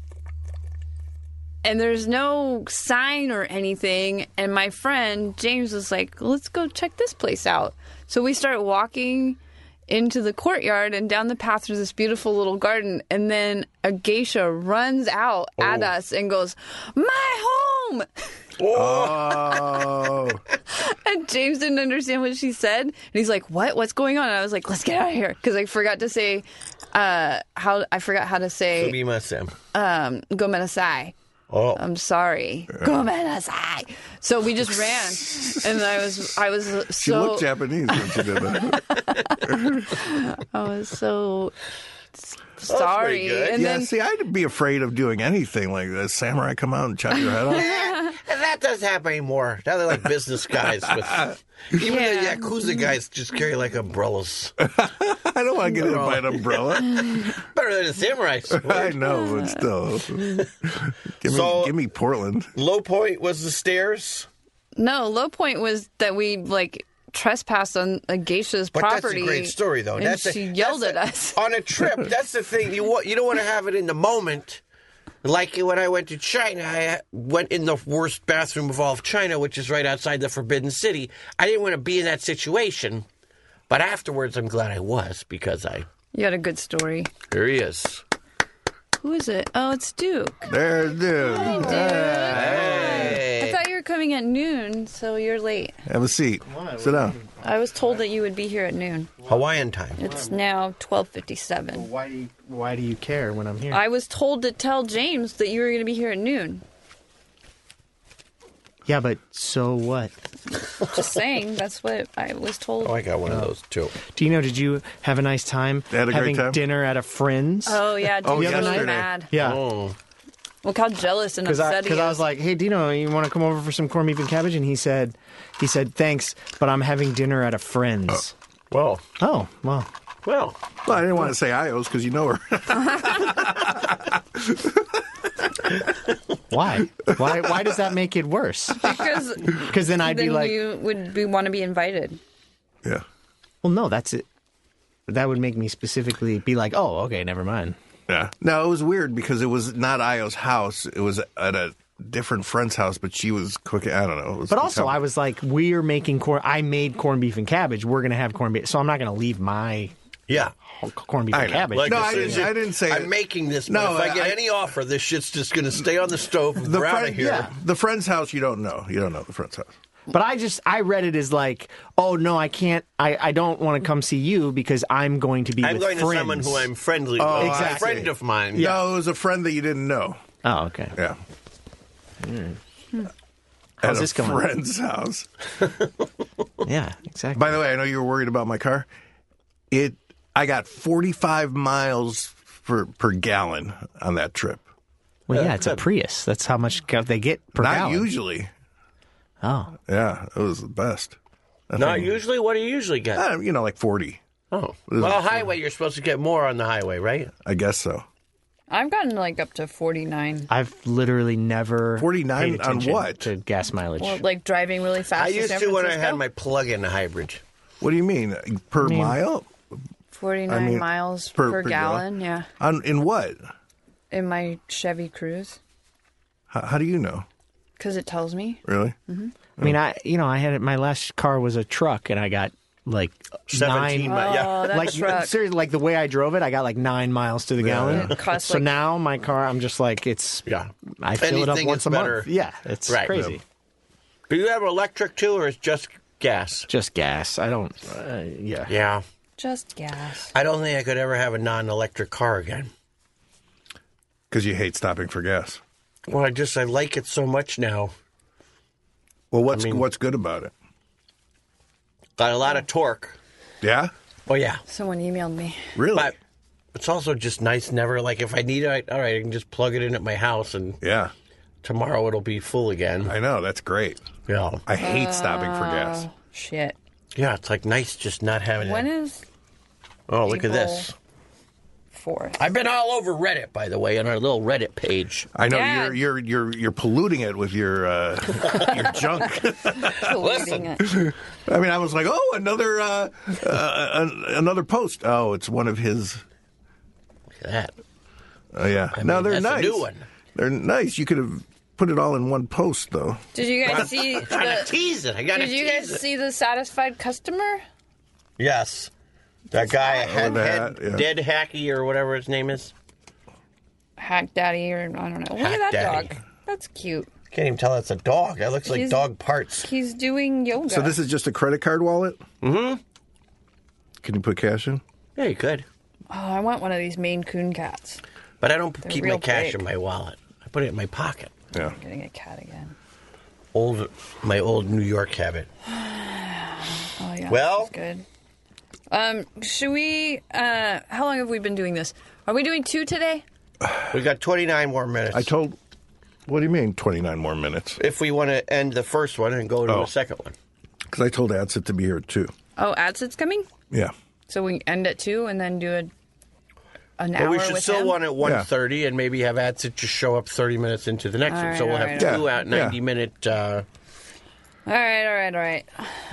[SPEAKER 3] And there's no sign or anything. And my friend James was like, let's go check this place out. So we start walking into the courtyard and down the path through this beautiful little garden. And then a geisha runs out at us and goes, My home!
[SPEAKER 2] Oh.
[SPEAKER 3] And James didn't understand what she said. And he's like, What? What's going on? And I was like, Let's get out of here. Because I forgot to say, uh, how I forgot how to say.
[SPEAKER 1] Ubima Sam.
[SPEAKER 3] um, gomenasai.
[SPEAKER 1] Oh.
[SPEAKER 3] I'm sorry. Gomenasai. So we just ran, and I was I was so
[SPEAKER 2] She looked Japanese when she did that.
[SPEAKER 3] I was so s-
[SPEAKER 1] pretty
[SPEAKER 3] sorry.
[SPEAKER 1] good.
[SPEAKER 3] And
[SPEAKER 2] yeah,
[SPEAKER 3] then
[SPEAKER 2] see, I'd be afraid of doing anything like that. Samurai come out and chop your head off.
[SPEAKER 1] And that doesn't happen anymore. Now they're like business guys with even
[SPEAKER 3] Yeah.
[SPEAKER 1] the Yakuza guys just carry like umbrellas.
[SPEAKER 2] I don't want to get hit by an umbrella.
[SPEAKER 1] Better than the samurai
[SPEAKER 2] I
[SPEAKER 1] sword.
[SPEAKER 2] know, but still. give, me,
[SPEAKER 1] So-
[SPEAKER 2] give me Portland.
[SPEAKER 1] Low point was the stairs.
[SPEAKER 3] no, low point was that we like trespassed on a geisha's
[SPEAKER 1] But
[SPEAKER 3] property.
[SPEAKER 1] that's a great story, though.
[SPEAKER 3] And
[SPEAKER 1] that's a-
[SPEAKER 3] she yelled
[SPEAKER 1] that's
[SPEAKER 3] at
[SPEAKER 1] a-
[SPEAKER 3] us.
[SPEAKER 1] on a trip. That's the thing. You want, you don't want to have it in the moment. Like when I went to China, I uh, went in the worst bathroom of all of China, which is right outside the Forbidden City. I didn't want to be in that situation, but afterwards, I'm glad I was because I.
[SPEAKER 3] You had a good story.
[SPEAKER 1] Here he is.
[SPEAKER 3] Who is it? Oh, it's Duke.
[SPEAKER 2] There, dude.
[SPEAKER 1] Eh.
[SPEAKER 3] I thought you were coming at noon, so you're late.
[SPEAKER 2] Have a seat. Sit down.
[SPEAKER 3] I was told that you would be here at noon.
[SPEAKER 1] Hawaiian time.
[SPEAKER 3] It's now 12:57.
[SPEAKER 6] Why do you, why do you care when I'm here?
[SPEAKER 3] I was told to tell James that you were going to be here at noon.
[SPEAKER 6] yeah, but so what?
[SPEAKER 3] Just saying, that's what I was told.
[SPEAKER 1] Oh, I got one of those too.
[SPEAKER 6] Dino, did you have a nice time
[SPEAKER 2] Had a great
[SPEAKER 6] having
[SPEAKER 2] time?
[SPEAKER 6] dinner at a friend's?
[SPEAKER 3] Oh yeah, James
[SPEAKER 2] Oh,
[SPEAKER 3] was really
[SPEAKER 2] yesterday.
[SPEAKER 3] mad.
[SPEAKER 6] yeah.
[SPEAKER 1] Oh,
[SPEAKER 3] Look how jealous and
[SPEAKER 6] Because I,
[SPEAKER 3] upset he
[SPEAKER 6] cause
[SPEAKER 3] is.
[SPEAKER 6] I was like, hey Dino, you want to come over for some corned beef and cabbage? And he said, he said, thanks, but I'm having dinner at a friend's.
[SPEAKER 1] well,
[SPEAKER 2] Uh.
[SPEAKER 6] Oh, well,
[SPEAKER 1] well.
[SPEAKER 2] Well, I didn't want to say Ios because you know her.
[SPEAKER 6] why? why? Why does that make it worse?
[SPEAKER 3] because
[SPEAKER 6] Because then I'd
[SPEAKER 3] then
[SPEAKER 6] be like,
[SPEAKER 3] you would be, want to be invited.
[SPEAKER 2] yeah.
[SPEAKER 6] well, no, that's it. That would make me specifically be like, oh, okay, never mind.
[SPEAKER 2] Yeah. No, it was weird because it was not Io's house. It was at a different friend's house, but she was cooking. I don't know. It was
[SPEAKER 6] But also, I was like, we're making corn. I made corned beef and cabbage. We're gonna have corned beef, so I'm not gonna leave my
[SPEAKER 1] Yeah.
[SPEAKER 6] corned beef
[SPEAKER 2] I
[SPEAKER 6] and
[SPEAKER 2] know.
[SPEAKER 6] cabbage.
[SPEAKER 2] Like No,
[SPEAKER 1] I
[SPEAKER 2] I didn't-
[SPEAKER 1] said,
[SPEAKER 2] I didn't say
[SPEAKER 1] I'm
[SPEAKER 2] it.
[SPEAKER 1] making this. No,
[SPEAKER 2] No,
[SPEAKER 1] if I get
[SPEAKER 2] I-
[SPEAKER 1] any offer, this shit's just going to stay on the stove and
[SPEAKER 2] the
[SPEAKER 1] we're out
[SPEAKER 2] friend,
[SPEAKER 1] of here.
[SPEAKER 2] Yeah, the friend's house. You don't know. You don't know the friend's house.
[SPEAKER 6] But I just I read it as like, oh no, I can't. I, I don't want to come see you because I'm going to be.
[SPEAKER 1] I'm
[SPEAKER 6] with
[SPEAKER 1] going to
[SPEAKER 6] friends.
[SPEAKER 1] someone who I'm friendly with.
[SPEAKER 2] Oh,
[SPEAKER 6] Exactly.
[SPEAKER 1] A friend of mine.
[SPEAKER 2] No, it was a friend that you didn't know.
[SPEAKER 6] Oh okay.
[SPEAKER 2] Yeah.
[SPEAKER 6] Hmm. How's
[SPEAKER 2] At
[SPEAKER 6] this
[SPEAKER 2] a
[SPEAKER 6] going?
[SPEAKER 2] Friend's house.
[SPEAKER 6] Yeah, exactly.
[SPEAKER 2] By the way, I know you were worried about my car. It. I got 45 miles per per gallon on that trip.
[SPEAKER 1] uh,
[SPEAKER 6] well, yeah, it's a Prius. That's how much ca- they get per
[SPEAKER 2] Not
[SPEAKER 6] gallon.
[SPEAKER 2] usually.
[SPEAKER 6] Oh,
[SPEAKER 2] Yeah, it was the best. I
[SPEAKER 1] Not
[SPEAKER 2] think-
[SPEAKER 1] usually. What do you usually get?
[SPEAKER 2] Uh, you know, like 40.
[SPEAKER 1] Oh. Well, highway, you're supposed to get more on the highway, right?
[SPEAKER 2] I guess so.
[SPEAKER 3] I've gotten like up to forty nine.
[SPEAKER 6] I've literally never
[SPEAKER 2] 49
[SPEAKER 6] paid
[SPEAKER 2] on
[SPEAKER 6] attention
[SPEAKER 2] what?
[SPEAKER 6] to gas mileage.
[SPEAKER 3] Well, like driving really fast.
[SPEAKER 1] I used
[SPEAKER 3] San
[SPEAKER 1] to when I
[SPEAKER 3] Francisco.
[SPEAKER 1] had my plug in hybrid.
[SPEAKER 2] What do you mean per mile?
[SPEAKER 3] 49
[SPEAKER 2] I mean,
[SPEAKER 3] miles
[SPEAKER 2] per-
[SPEAKER 3] per,
[SPEAKER 2] per
[SPEAKER 3] gallon,
[SPEAKER 2] gallon?
[SPEAKER 3] yeah.
[SPEAKER 2] On in what?
[SPEAKER 3] In my Chevy Cruise,
[SPEAKER 2] How, how do you know?
[SPEAKER 3] because it tells me.
[SPEAKER 2] Really?
[SPEAKER 6] I mean, I you know, I had my last car was a truck, and I got like
[SPEAKER 1] 17
[SPEAKER 6] nine.
[SPEAKER 1] mi- yeah.
[SPEAKER 3] Oh, that
[SPEAKER 6] like
[SPEAKER 3] truck.
[SPEAKER 6] seriously, like the way I drove it, I got like nine miles to the gallon.
[SPEAKER 3] It costs,
[SPEAKER 6] so
[SPEAKER 3] like-
[SPEAKER 6] now my car, I'm just like it's.
[SPEAKER 1] Yeah.
[SPEAKER 6] I fill it up
[SPEAKER 1] Anything
[SPEAKER 6] once
[SPEAKER 1] is
[SPEAKER 6] a
[SPEAKER 1] better.
[SPEAKER 6] month. Yeah, it's
[SPEAKER 1] Right.
[SPEAKER 6] crazy.
[SPEAKER 1] Do you have electric too, or is just gas?
[SPEAKER 6] Just gas. I don't. Uh, yeah.
[SPEAKER 1] Yeah.
[SPEAKER 3] Just gas.
[SPEAKER 1] I don't think I could ever have a non-electric car again.
[SPEAKER 2] Because you hate stopping for gas.
[SPEAKER 1] Well, I just I like it so much now.
[SPEAKER 2] Well, what's
[SPEAKER 1] mean-
[SPEAKER 2] what's good about it?
[SPEAKER 1] Got a lot of torque.
[SPEAKER 2] Yeah,
[SPEAKER 1] Oh yeah,
[SPEAKER 3] Someone emailed me.
[SPEAKER 2] really?
[SPEAKER 1] but it's also just nice. Never like if I need it, I, all right, I can just plug it in at my house, and
[SPEAKER 2] yeah,
[SPEAKER 1] tomorrow it'll be full again.
[SPEAKER 2] I know that's great.
[SPEAKER 1] yeah,
[SPEAKER 2] I hate stopping for
[SPEAKER 3] Uh,
[SPEAKER 2] gas.
[SPEAKER 3] Shit.
[SPEAKER 1] yeah, it's like nice just not having
[SPEAKER 3] When
[SPEAKER 1] it.
[SPEAKER 3] is
[SPEAKER 1] oh, look at this.
[SPEAKER 3] fourth?
[SPEAKER 5] I've been all over Reddit, by the way, on our little Reddit page.
[SPEAKER 2] I know
[SPEAKER 3] Yeah.
[SPEAKER 2] you're you're you're you're polluting it with your uh, your junk.
[SPEAKER 3] Deleting it.
[SPEAKER 2] I mean, I was like, oh, another uh, uh, an- another post. Oh, it's one of his.
[SPEAKER 5] Look at that.
[SPEAKER 2] Oh yeah, no, they're
[SPEAKER 5] that's a
[SPEAKER 2] nice.
[SPEAKER 5] new one.
[SPEAKER 2] They're nice. You could have put it all in one post, though.
[SPEAKER 3] Did you guys see
[SPEAKER 5] Gotta
[SPEAKER 3] the?
[SPEAKER 5] tease it. I gotta
[SPEAKER 3] Did you
[SPEAKER 5] tease
[SPEAKER 3] guys
[SPEAKER 5] it.
[SPEAKER 3] see the satisfied customer?
[SPEAKER 1] Yes, that guy head,
[SPEAKER 2] that,
[SPEAKER 3] Oh,
[SPEAKER 1] head-
[SPEAKER 2] yeah.
[SPEAKER 1] dead hacky or whatever his name is.
[SPEAKER 3] Hack Daddy, or I don't know. Look
[SPEAKER 1] Hack
[SPEAKER 3] at that
[SPEAKER 1] Daddy.
[SPEAKER 3] dog. That's cute.
[SPEAKER 1] Can't even tell that's a dog. That looks like
[SPEAKER 3] He's-
[SPEAKER 1] dog parts.
[SPEAKER 3] He's doing yoga.
[SPEAKER 2] So this is just a credit card wallet. Mm-hmm. Can you put cash in?
[SPEAKER 1] Yeah, you could.
[SPEAKER 3] oh, I want one of these Maine Coon cats.
[SPEAKER 1] But I don't keep my
[SPEAKER 3] real
[SPEAKER 1] cash
[SPEAKER 3] big.
[SPEAKER 1] in my wallet. I put it in my pocket.
[SPEAKER 2] Yeah.
[SPEAKER 3] I'm getting a cat again.
[SPEAKER 1] Old, my old New York habit.
[SPEAKER 3] Oh yeah.
[SPEAKER 1] Well-
[SPEAKER 3] this is good. Um, should we? Uh, how long have we been doing this? Are we doing two today?
[SPEAKER 1] We got 29 more minutes.
[SPEAKER 2] I told. What do you mean, twenty nine more minutes?
[SPEAKER 1] if we want to end the first one and go to
[SPEAKER 2] Oh.
[SPEAKER 1] the second one.
[SPEAKER 2] Because I told Adsit to be here too.
[SPEAKER 3] Oh, Adsit's coming,
[SPEAKER 2] Yeah.
[SPEAKER 3] so we end at two and then do a an
[SPEAKER 1] But
[SPEAKER 3] hour
[SPEAKER 1] we should
[SPEAKER 3] with
[SPEAKER 1] still
[SPEAKER 3] him?
[SPEAKER 1] one at 1.30 and maybe have Adsit just show up 30 minutes into the next
[SPEAKER 3] All
[SPEAKER 1] one.
[SPEAKER 3] right,
[SPEAKER 1] so we'll
[SPEAKER 3] all
[SPEAKER 1] have
[SPEAKER 3] right,
[SPEAKER 2] all
[SPEAKER 1] two
[SPEAKER 2] right.
[SPEAKER 1] out
[SPEAKER 2] Yeah.
[SPEAKER 1] 90-minute... Uh,
[SPEAKER 3] All right, all right, all right.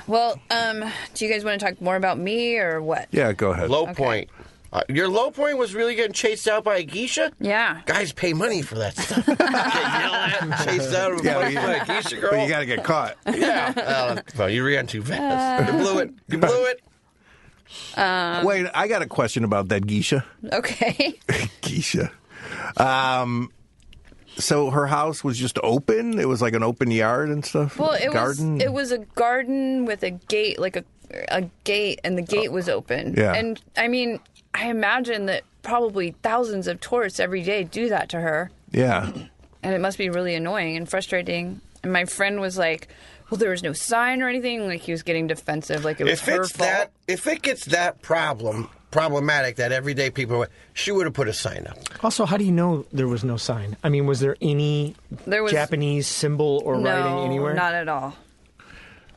[SPEAKER 3] Well, um, do you guys want to talk more about me or what?
[SPEAKER 2] Yeah. Go ahead.
[SPEAKER 1] low point. Uh, your low point was really getting chased out by a geisha?
[SPEAKER 3] Yeah.
[SPEAKER 1] Guys pay money for that stuff. Get yelled at and chased out of a
[SPEAKER 2] Yeah, but
[SPEAKER 1] fucking
[SPEAKER 2] you-
[SPEAKER 1] by a geisha girl.
[SPEAKER 2] But you got to get caught.
[SPEAKER 1] yeah. Uh, well, you ran too fast. you blew it. You blew it.
[SPEAKER 2] Wait, I got a question about that geisha.
[SPEAKER 3] Okay.
[SPEAKER 2] Geisha. Um, so her house was just open. It was like an open yard and stuff.
[SPEAKER 3] Well, it
[SPEAKER 2] garden.
[SPEAKER 3] was it was a garden with a gate, like a a gate, and the gate was open.
[SPEAKER 2] Yeah.
[SPEAKER 3] And I mean, I imagine that probably thousands of tourists every day do that to her,
[SPEAKER 2] Yeah.
[SPEAKER 3] and it must be really annoying and frustrating. And my friend was like, "Well, there was no sign or anything." Like he was getting defensive, like it was
[SPEAKER 1] if
[SPEAKER 3] her
[SPEAKER 1] it's
[SPEAKER 3] fault.
[SPEAKER 1] that if it gets that problem problematic that everyday people would- she would have put a sign up
[SPEAKER 6] Also, how do you know there was no sign? I mean, was there any
[SPEAKER 3] There was-
[SPEAKER 6] Japanese symbol or
[SPEAKER 3] no,
[SPEAKER 6] writing anywhere?
[SPEAKER 3] not at all.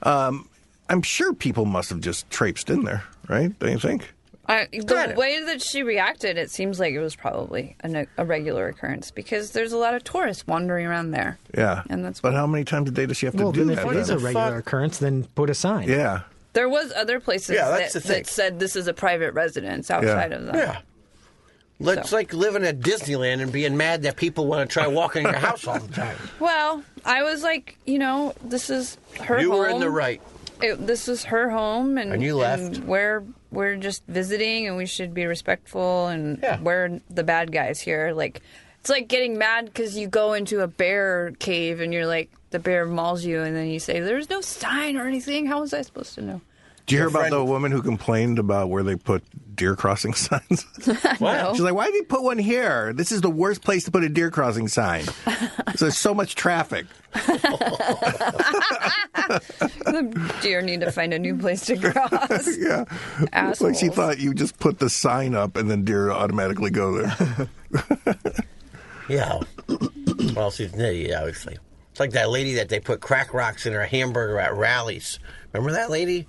[SPEAKER 2] I'm sure people must have just traipsed in there, right? Don't you think?
[SPEAKER 3] I, the
[SPEAKER 1] Credit.
[SPEAKER 3] way that she reacted, it seems like it was probably an, a regular occurrence because there's a lot of tourists wandering around there.
[SPEAKER 2] Yeah.
[SPEAKER 3] And that's
[SPEAKER 2] But
[SPEAKER 3] what-
[SPEAKER 2] how many times a day does she have to
[SPEAKER 6] Well,
[SPEAKER 2] do
[SPEAKER 6] then
[SPEAKER 2] that?
[SPEAKER 6] if it is a
[SPEAKER 2] then?
[SPEAKER 6] regular occurrence, then put a sign.
[SPEAKER 2] yeah.
[SPEAKER 3] There was other places
[SPEAKER 1] Yeah,
[SPEAKER 3] that,
[SPEAKER 1] that's the thing.
[SPEAKER 3] that said this is a private residence outside of them.
[SPEAKER 1] yeah Let's
[SPEAKER 3] So-
[SPEAKER 1] like living at Disneyland and being mad that people want to try walking your house all the time.
[SPEAKER 3] Well, I was like, you know, this is her
[SPEAKER 1] you
[SPEAKER 3] home.
[SPEAKER 1] were in the right.
[SPEAKER 3] It, this is her home, and,
[SPEAKER 1] And you left.
[SPEAKER 3] and we're we're just visiting, and we should be respectful. And
[SPEAKER 1] Yeah.
[SPEAKER 3] we're the bad guys here. Like, it's like getting mad because you go into a bear cave and you're like, the bear mauls you, and then you say, "There's no sign or anything. How was I supposed to know?"
[SPEAKER 2] Do you hear about
[SPEAKER 1] friend-
[SPEAKER 2] the woman who complained about where they put deer crossing signs?
[SPEAKER 1] Wow.
[SPEAKER 2] She's like, why did you put one here? This is the worst place to put a deer crossing sign. so there's so much traffic.
[SPEAKER 3] The deer need to find a new place to cross.
[SPEAKER 2] Yeah. It's Like she
[SPEAKER 3] Assholes.
[SPEAKER 2] thought you just put the sign up and then deer automatically go there.
[SPEAKER 1] Yeah. Well, she's nitty, obviously. It's like that lady that they put crack rocks in her hamburger at rallies. Remember that lady?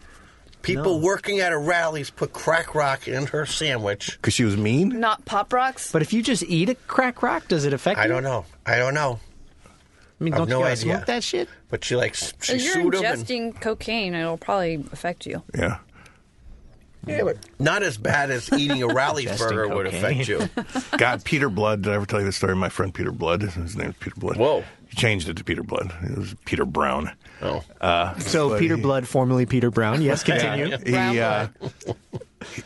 [SPEAKER 1] People working at a rallies put crack rock in her sandwich.
[SPEAKER 2] Because she was mean?
[SPEAKER 3] Not pop rocks.
[SPEAKER 6] But if you just eat a crack rock, does it affect
[SPEAKER 1] I
[SPEAKER 6] you?
[SPEAKER 1] don't know. I don't know.
[SPEAKER 6] I mean,
[SPEAKER 1] I've
[SPEAKER 6] don't you
[SPEAKER 1] no
[SPEAKER 6] gotta
[SPEAKER 1] idea.
[SPEAKER 6] smoke that shit?
[SPEAKER 1] But she like s- she
[SPEAKER 3] If you're
[SPEAKER 1] sued him. and-
[SPEAKER 3] ingesting cocaine, it'll probably affect you.
[SPEAKER 2] Yeah.
[SPEAKER 1] Yeah, but not as bad as eating a Rally's
[SPEAKER 6] Ingesting
[SPEAKER 1] burger would affect you.
[SPEAKER 2] God, Peter Blood. Did I ever tell you the story? of My friend Peter Blood. His name is Peter Blood.
[SPEAKER 5] Whoa.
[SPEAKER 2] He changed it to Peter Blood. It was Peter Brown.
[SPEAKER 5] Oh.
[SPEAKER 6] So
[SPEAKER 2] But
[SPEAKER 6] Peter
[SPEAKER 2] he-
[SPEAKER 6] Blood, formerly Peter Brown. Yes, continue.
[SPEAKER 2] He, uh,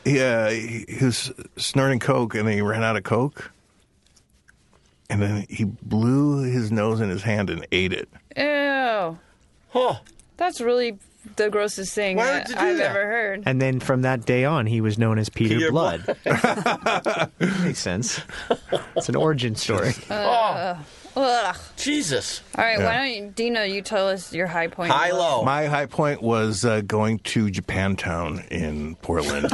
[SPEAKER 2] he, uh, he he was snorting coke and then he ran out of coke, and then he blew his nose in his hand and ate it.
[SPEAKER 3] Ew.
[SPEAKER 1] Huh.
[SPEAKER 3] That's really the grossest thing
[SPEAKER 1] Why would
[SPEAKER 3] that
[SPEAKER 1] you do
[SPEAKER 3] I've
[SPEAKER 1] that?
[SPEAKER 3] ever heard.
[SPEAKER 6] And then from that day on, he was known as Peter,
[SPEAKER 1] Peter
[SPEAKER 6] Blood. Makes sense. It's an origin story.
[SPEAKER 3] Ugh.
[SPEAKER 1] Jesus.
[SPEAKER 3] All right, why
[SPEAKER 2] Yeah.
[SPEAKER 3] don't you, Dino, you tell us your high point?
[SPEAKER 1] High low.
[SPEAKER 2] My high point was uh, going to Japantown in Portland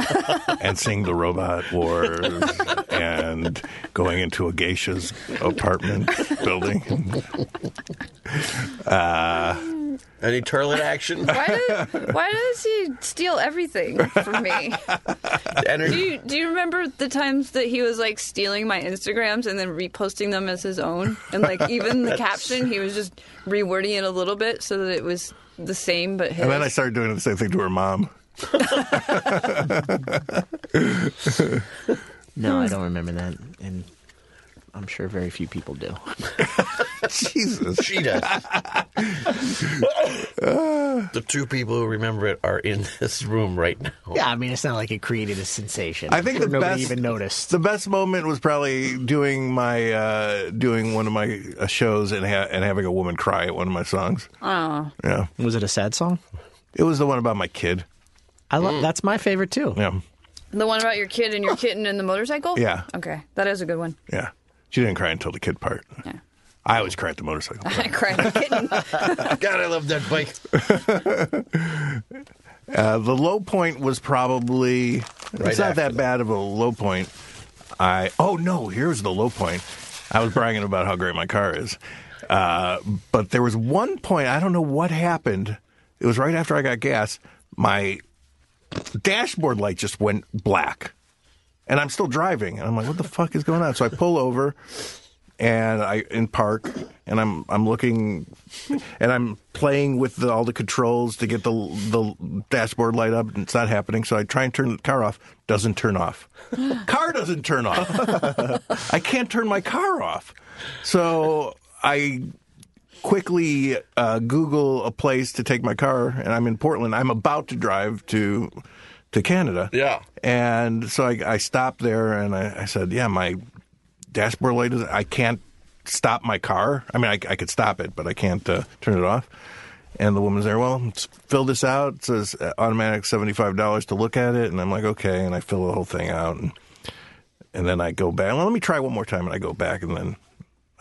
[SPEAKER 2] and seeing the Robot Wars and going into a geisha's apartment building.
[SPEAKER 1] Any toilet action?
[SPEAKER 3] Why, did, why does he steal everything from me? Do
[SPEAKER 1] Energy?
[SPEAKER 3] you, do you remember the times that he was like stealing my Instagrams and then reposting them as his own? And like even the caption, he was just rewording it a little bit so that it was the same but his.
[SPEAKER 2] And then I started doing the same thing to her mom.
[SPEAKER 7] No, I don't remember that, and I'm sure very few people do.
[SPEAKER 2] Jesus.
[SPEAKER 1] She does. the two people who remember it are in this room right now.
[SPEAKER 7] Yeah, I mean, it's not like it created a sensation.
[SPEAKER 2] I think the
[SPEAKER 7] nobody
[SPEAKER 2] best-
[SPEAKER 7] even noticed.
[SPEAKER 2] The best moment was probably doing my uh, doing one of my uh, shows and ha- and having a woman cry at one of my songs.
[SPEAKER 3] oh,
[SPEAKER 2] Yeah,
[SPEAKER 6] Was it a sad song?
[SPEAKER 2] it was the one about my kid.
[SPEAKER 7] I
[SPEAKER 6] Mm.
[SPEAKER 7] lo- that's my favorite too.
[SPEAKER 2] Yeah,
[SPEAKER 3] the one about your kid and your kitten and the motorcycle.
[SPEAKER 2] Yeah.
[SPEAKER 3] Okay, that is a good one.
[SPEAKER 2] yeah. She didn't cry until the kid part.
[SPEAKER 3] Yeah.
[SPEAKER 2] I always cry at the motorcycle. part.
[SPEAKER 3] I cried a kitten.
[SPEAKER 1] God, I love that bike.
[SPEAKER 2] Uh, the low point was probably
[SPEAKER 1] Right
[SPEAKER 2] it's not
[SPEAKER 1] after
[SPEAKER 2] that bad of a low point. I oh no, here's the low point. I was bragging about how great my car is, uh, but there was one point I don't know what happened. It was right after I got gas. My dashboard light just went black, and I'm still driving, and I'm like, what the fuck is going on? So I pull over, and I in park, and I'm I'm looking, and I'm playing with the, all the controls to get the the dashboard light up, and it's not happening. So I try and turn the car off, doesn't turn off. car doesn't turn off. I can't turn my car off. So I quickly uh, Google a place to take my car, and I'm in Portland. I'm about to drive to to Canada.
[SPEAKER 1] Yeah.
[SPEAKER 2] And so I, I stopped there, and I, I said, "Yeah, my dashboard light is. I can't stop my car. I mean, I, I could stop it, but I can't uh, turn it off." And the woman's there. Well, let's fill this out. It says uh, automatic seventy five dollars to look at it, and I'm like, okay. And I fill the whole thing out, and and then I go back. Well, let me try one more time, and I go back, and then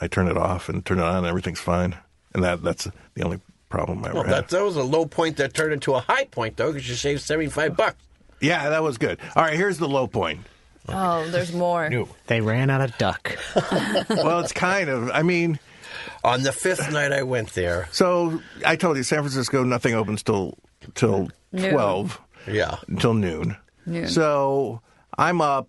[SPEAKER 2] I turn it off and turn it on, and everything's fine. And that that's the only problem I ever
[SPEAKER 1] Well,
[SPEAKER 2] had.
[SPEAKER 1] that, that was a low point that turned into a high point, though, because you saved 75 bucks.
[SPEAKER 2] Yeah, that was good. All right, here's the low point.
[SPEAKER 3] oh, there's more.
[SPEAKER 7] They ran out of duck.
[SPEAKER 2] well, it's kind of. I mean,
[SPEAKER 1] On the fifth night I went there,
[SPEAKER 2] so I told you, San Francisco, nothing opens till till
[SPEAKER 3] Noon.
[SPEAKER 2] twelve,
[SPEAKER 1] yeah,
[SPEAKER 2] until noon.
[SPEAKER 3] Noon.
[SPEAKER 2] So I'm up,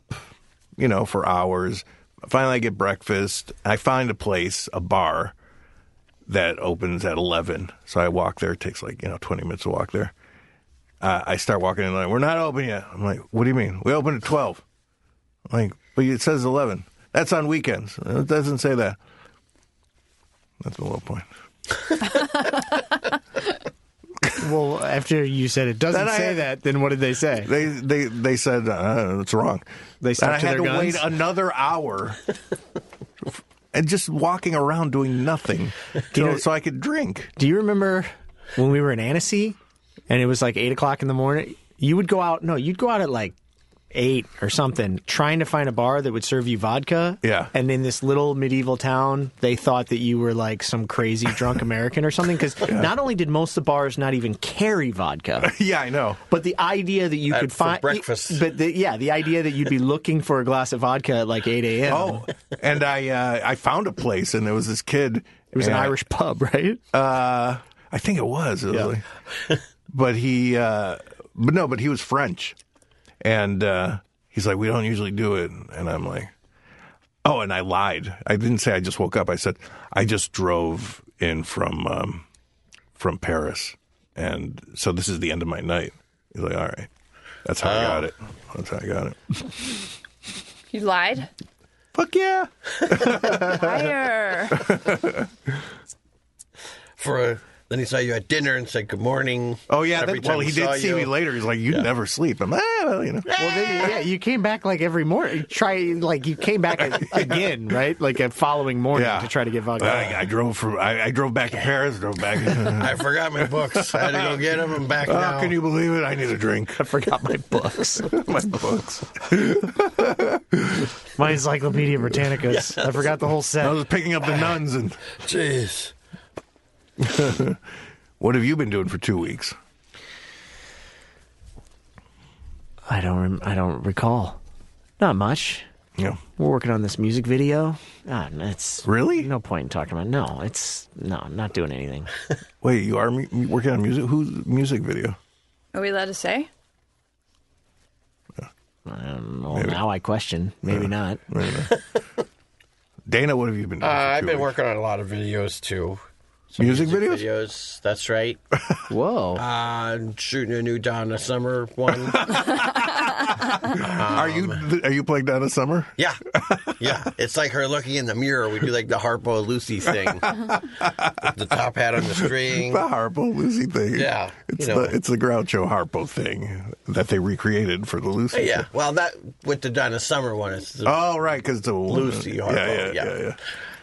[SPEAKER 2] you know, for hours. Finally, I get breakfast. I find a place, a bar, that opens at eleven. So I walk there. It takes like you know twenty minutes to walk there. Uh, I start walking in like, we're not open yet. I'm like, what do you mean? We open at twelve. Like, but it says eleven. That's on weekends. It doesn't say that. That's a low point.
[SPEAKER 6] Well, after you said it doesn't
[SPEAKER 2] Then I
[SPEAKER 6] say
[SPEAKER 2] had-
[SPEAKER 6] that, then what did they say?
[SPEAKER 2] They they they said uh, it's wrong.
[SPEAKER 6] They stuck
[SPEAKER 2] and I
[SPEAKER 6] to
[SPEAKER 2] had
[SPEAKER 6] their
[SPEAKER 2] to
[SPEAKER 6] guns?
[SPEAKER 2] wait another hour. And just walking around doing nothing, till- so I could drink.
[SPEAKER 6] Do you remember when we were in Annecy and it was like eight o'clock in the morning? You would go out. No, you'd go out at like eight or something, trying to find a bar that would serve you vodka.
[SPEAKER 2] Yeah.
[SPEAKER 6] And in this little medieval town, they thought that you were like some crazy drunk American or something because not only did most of the bars not even carry vodka.
[SPEAKER 2] Yeah, I know.
[SPEAKER 6] But the idea that you
[SPEAKER 1] At-
[SPEAKER 6] could
[SPEAKER 1] for
[SPEAKER 6] find
[SPEAKER 1] breakfast.
[SPEAKER 6] but the, yeah, the idea that you'd be looking for a glass of vodka at like eight a.m.
[SPEAKER 2] Oh, and I uh, I found a place, and there was this kid.
[SPEAKER 6] it was an Irish pub, right?
[SPEAKER 2] Uh, I think it was. It was
[SPEAKER 6] Yeah.
[SPEAKER 2] like- but he, uh, but no, but he was French, and uh, he's like, we don't usually do it, and I'm like, oh, and I lied. I didn't say I just woke up. I said I just drove in from um, from Paris, and so this is the end of my night. He's like, all right. That's how I
[SPEAKER 1] Oh.
[SPEAKER 2] got it. That's how I got it.
[SPEAKER 3] You lied.
[SPEAKER 2] Fuck yeah.
[SPEAKER 3] Liar.
[SPEAKER 1] for a, then he saw you at dinner and said good morning.
[SPEAKER 2] Oh yeah.
[SPEAKER 1] Every
[SPEAKER 2] That,
[SPEAKER 1] time
[SPEAKER 2] well, he did
[SPEAKER 1] saw
[SPEAKER 2] see
[SPEAKER 1] you.
[SPEAKER 2] me later. He's like, "You never sleep." I'm, ah, well, you know.
[SPEAKER 6] Well, then, yeah, you came back like every morning. Try like you came back a- again, right? Like a following morning
[SPEAKER 2] Yeah.
[SPEAKER 6] to try to get Vaughn.
[SPEAKER 2] I, I drove from. I, I drove back to Paris. Drove back.
[SPEAKER 1] I forgot my books. I had to go get them and back
[SPEAKER 2] oh,
[SPEAKER 1] now.
[SPEAKER 2] can you believe it? I need a drink.
[SPEAKER 6] I forgot my books.
[SPEAKER 2] My books.
[SPEAKER 6] my Encyclopedia Britannicas. I forgot the whole set.
[SPEAKER 2] I was picking up the nuns and.
[SPEAKER 1] Jeez.
[SPEAKER 2] What have you been doing for two weeks?
[SPEAKER 6] I don't. Rem- I don't recall. Not much.
[SPEAKER 2] Yeah.
[SPEAKER 6] We're working on this music video. Ah, it's
[SPEAKER 2] Really?
[SPEAKER 6] no point in talking about. it. No, it's no. I'm not doing anything.
[SPEAKER 2] Wait, you are mu- working on music? Whose music video?
[SPEAKER 3] Are we allowed to say?
[SPEAKER 6] Um, well, now I question. Maybe not.
[SPEAKER 2] Dana, what have you been doing?
[SPEAKER 1] Uh,
[SPEAKER 2] for
[SPEAKER 1] I've
[SPEAKER 2] two
[SPEAKER 1] been
[SPEAKER 2] weeks?
[SPEAKER 1] working on a lot of videos too.
[SPEAKER 2] Music, videos?
[SPEAKER 1] Videos. That's right.
[SPEAKER 6] Whoa.
[SPEAKER 1] Uh, shooting a new Donna Summer one.
[SPEAKER 2] are you
[SPEAKER 1] Um,
[SPEAKER 2] th- are you playing down a summer?
[SPEAKER 1] Yeah, yeah. It's like her looking in the mirror. We do like the Harpo Lucy thing, With the top hat on the string.
[SPEAKER 2] The Harpo Lucy thing.
[SPEAKER 1] Yeah,
[SPEAKER 2] It's
[SPEAKER 1] you know.
[SPEAKER 2] the it's the Groucho Harpo thing that they recreated for the Lucy.
[SPEAKER 1] Yeah.
[SPEAKER 2] thing.
[SPEAKER 1] Well, that with the Donna Summer one. It's the,
[SPEAKER 2] Oh right, because the
[SPEAKER 1] Lucy Harpo,
[SPEAKER 2] Yeah,
[SPEAKER 1] yeah.
[SPEAKER 2] yeah, yeah. yeah.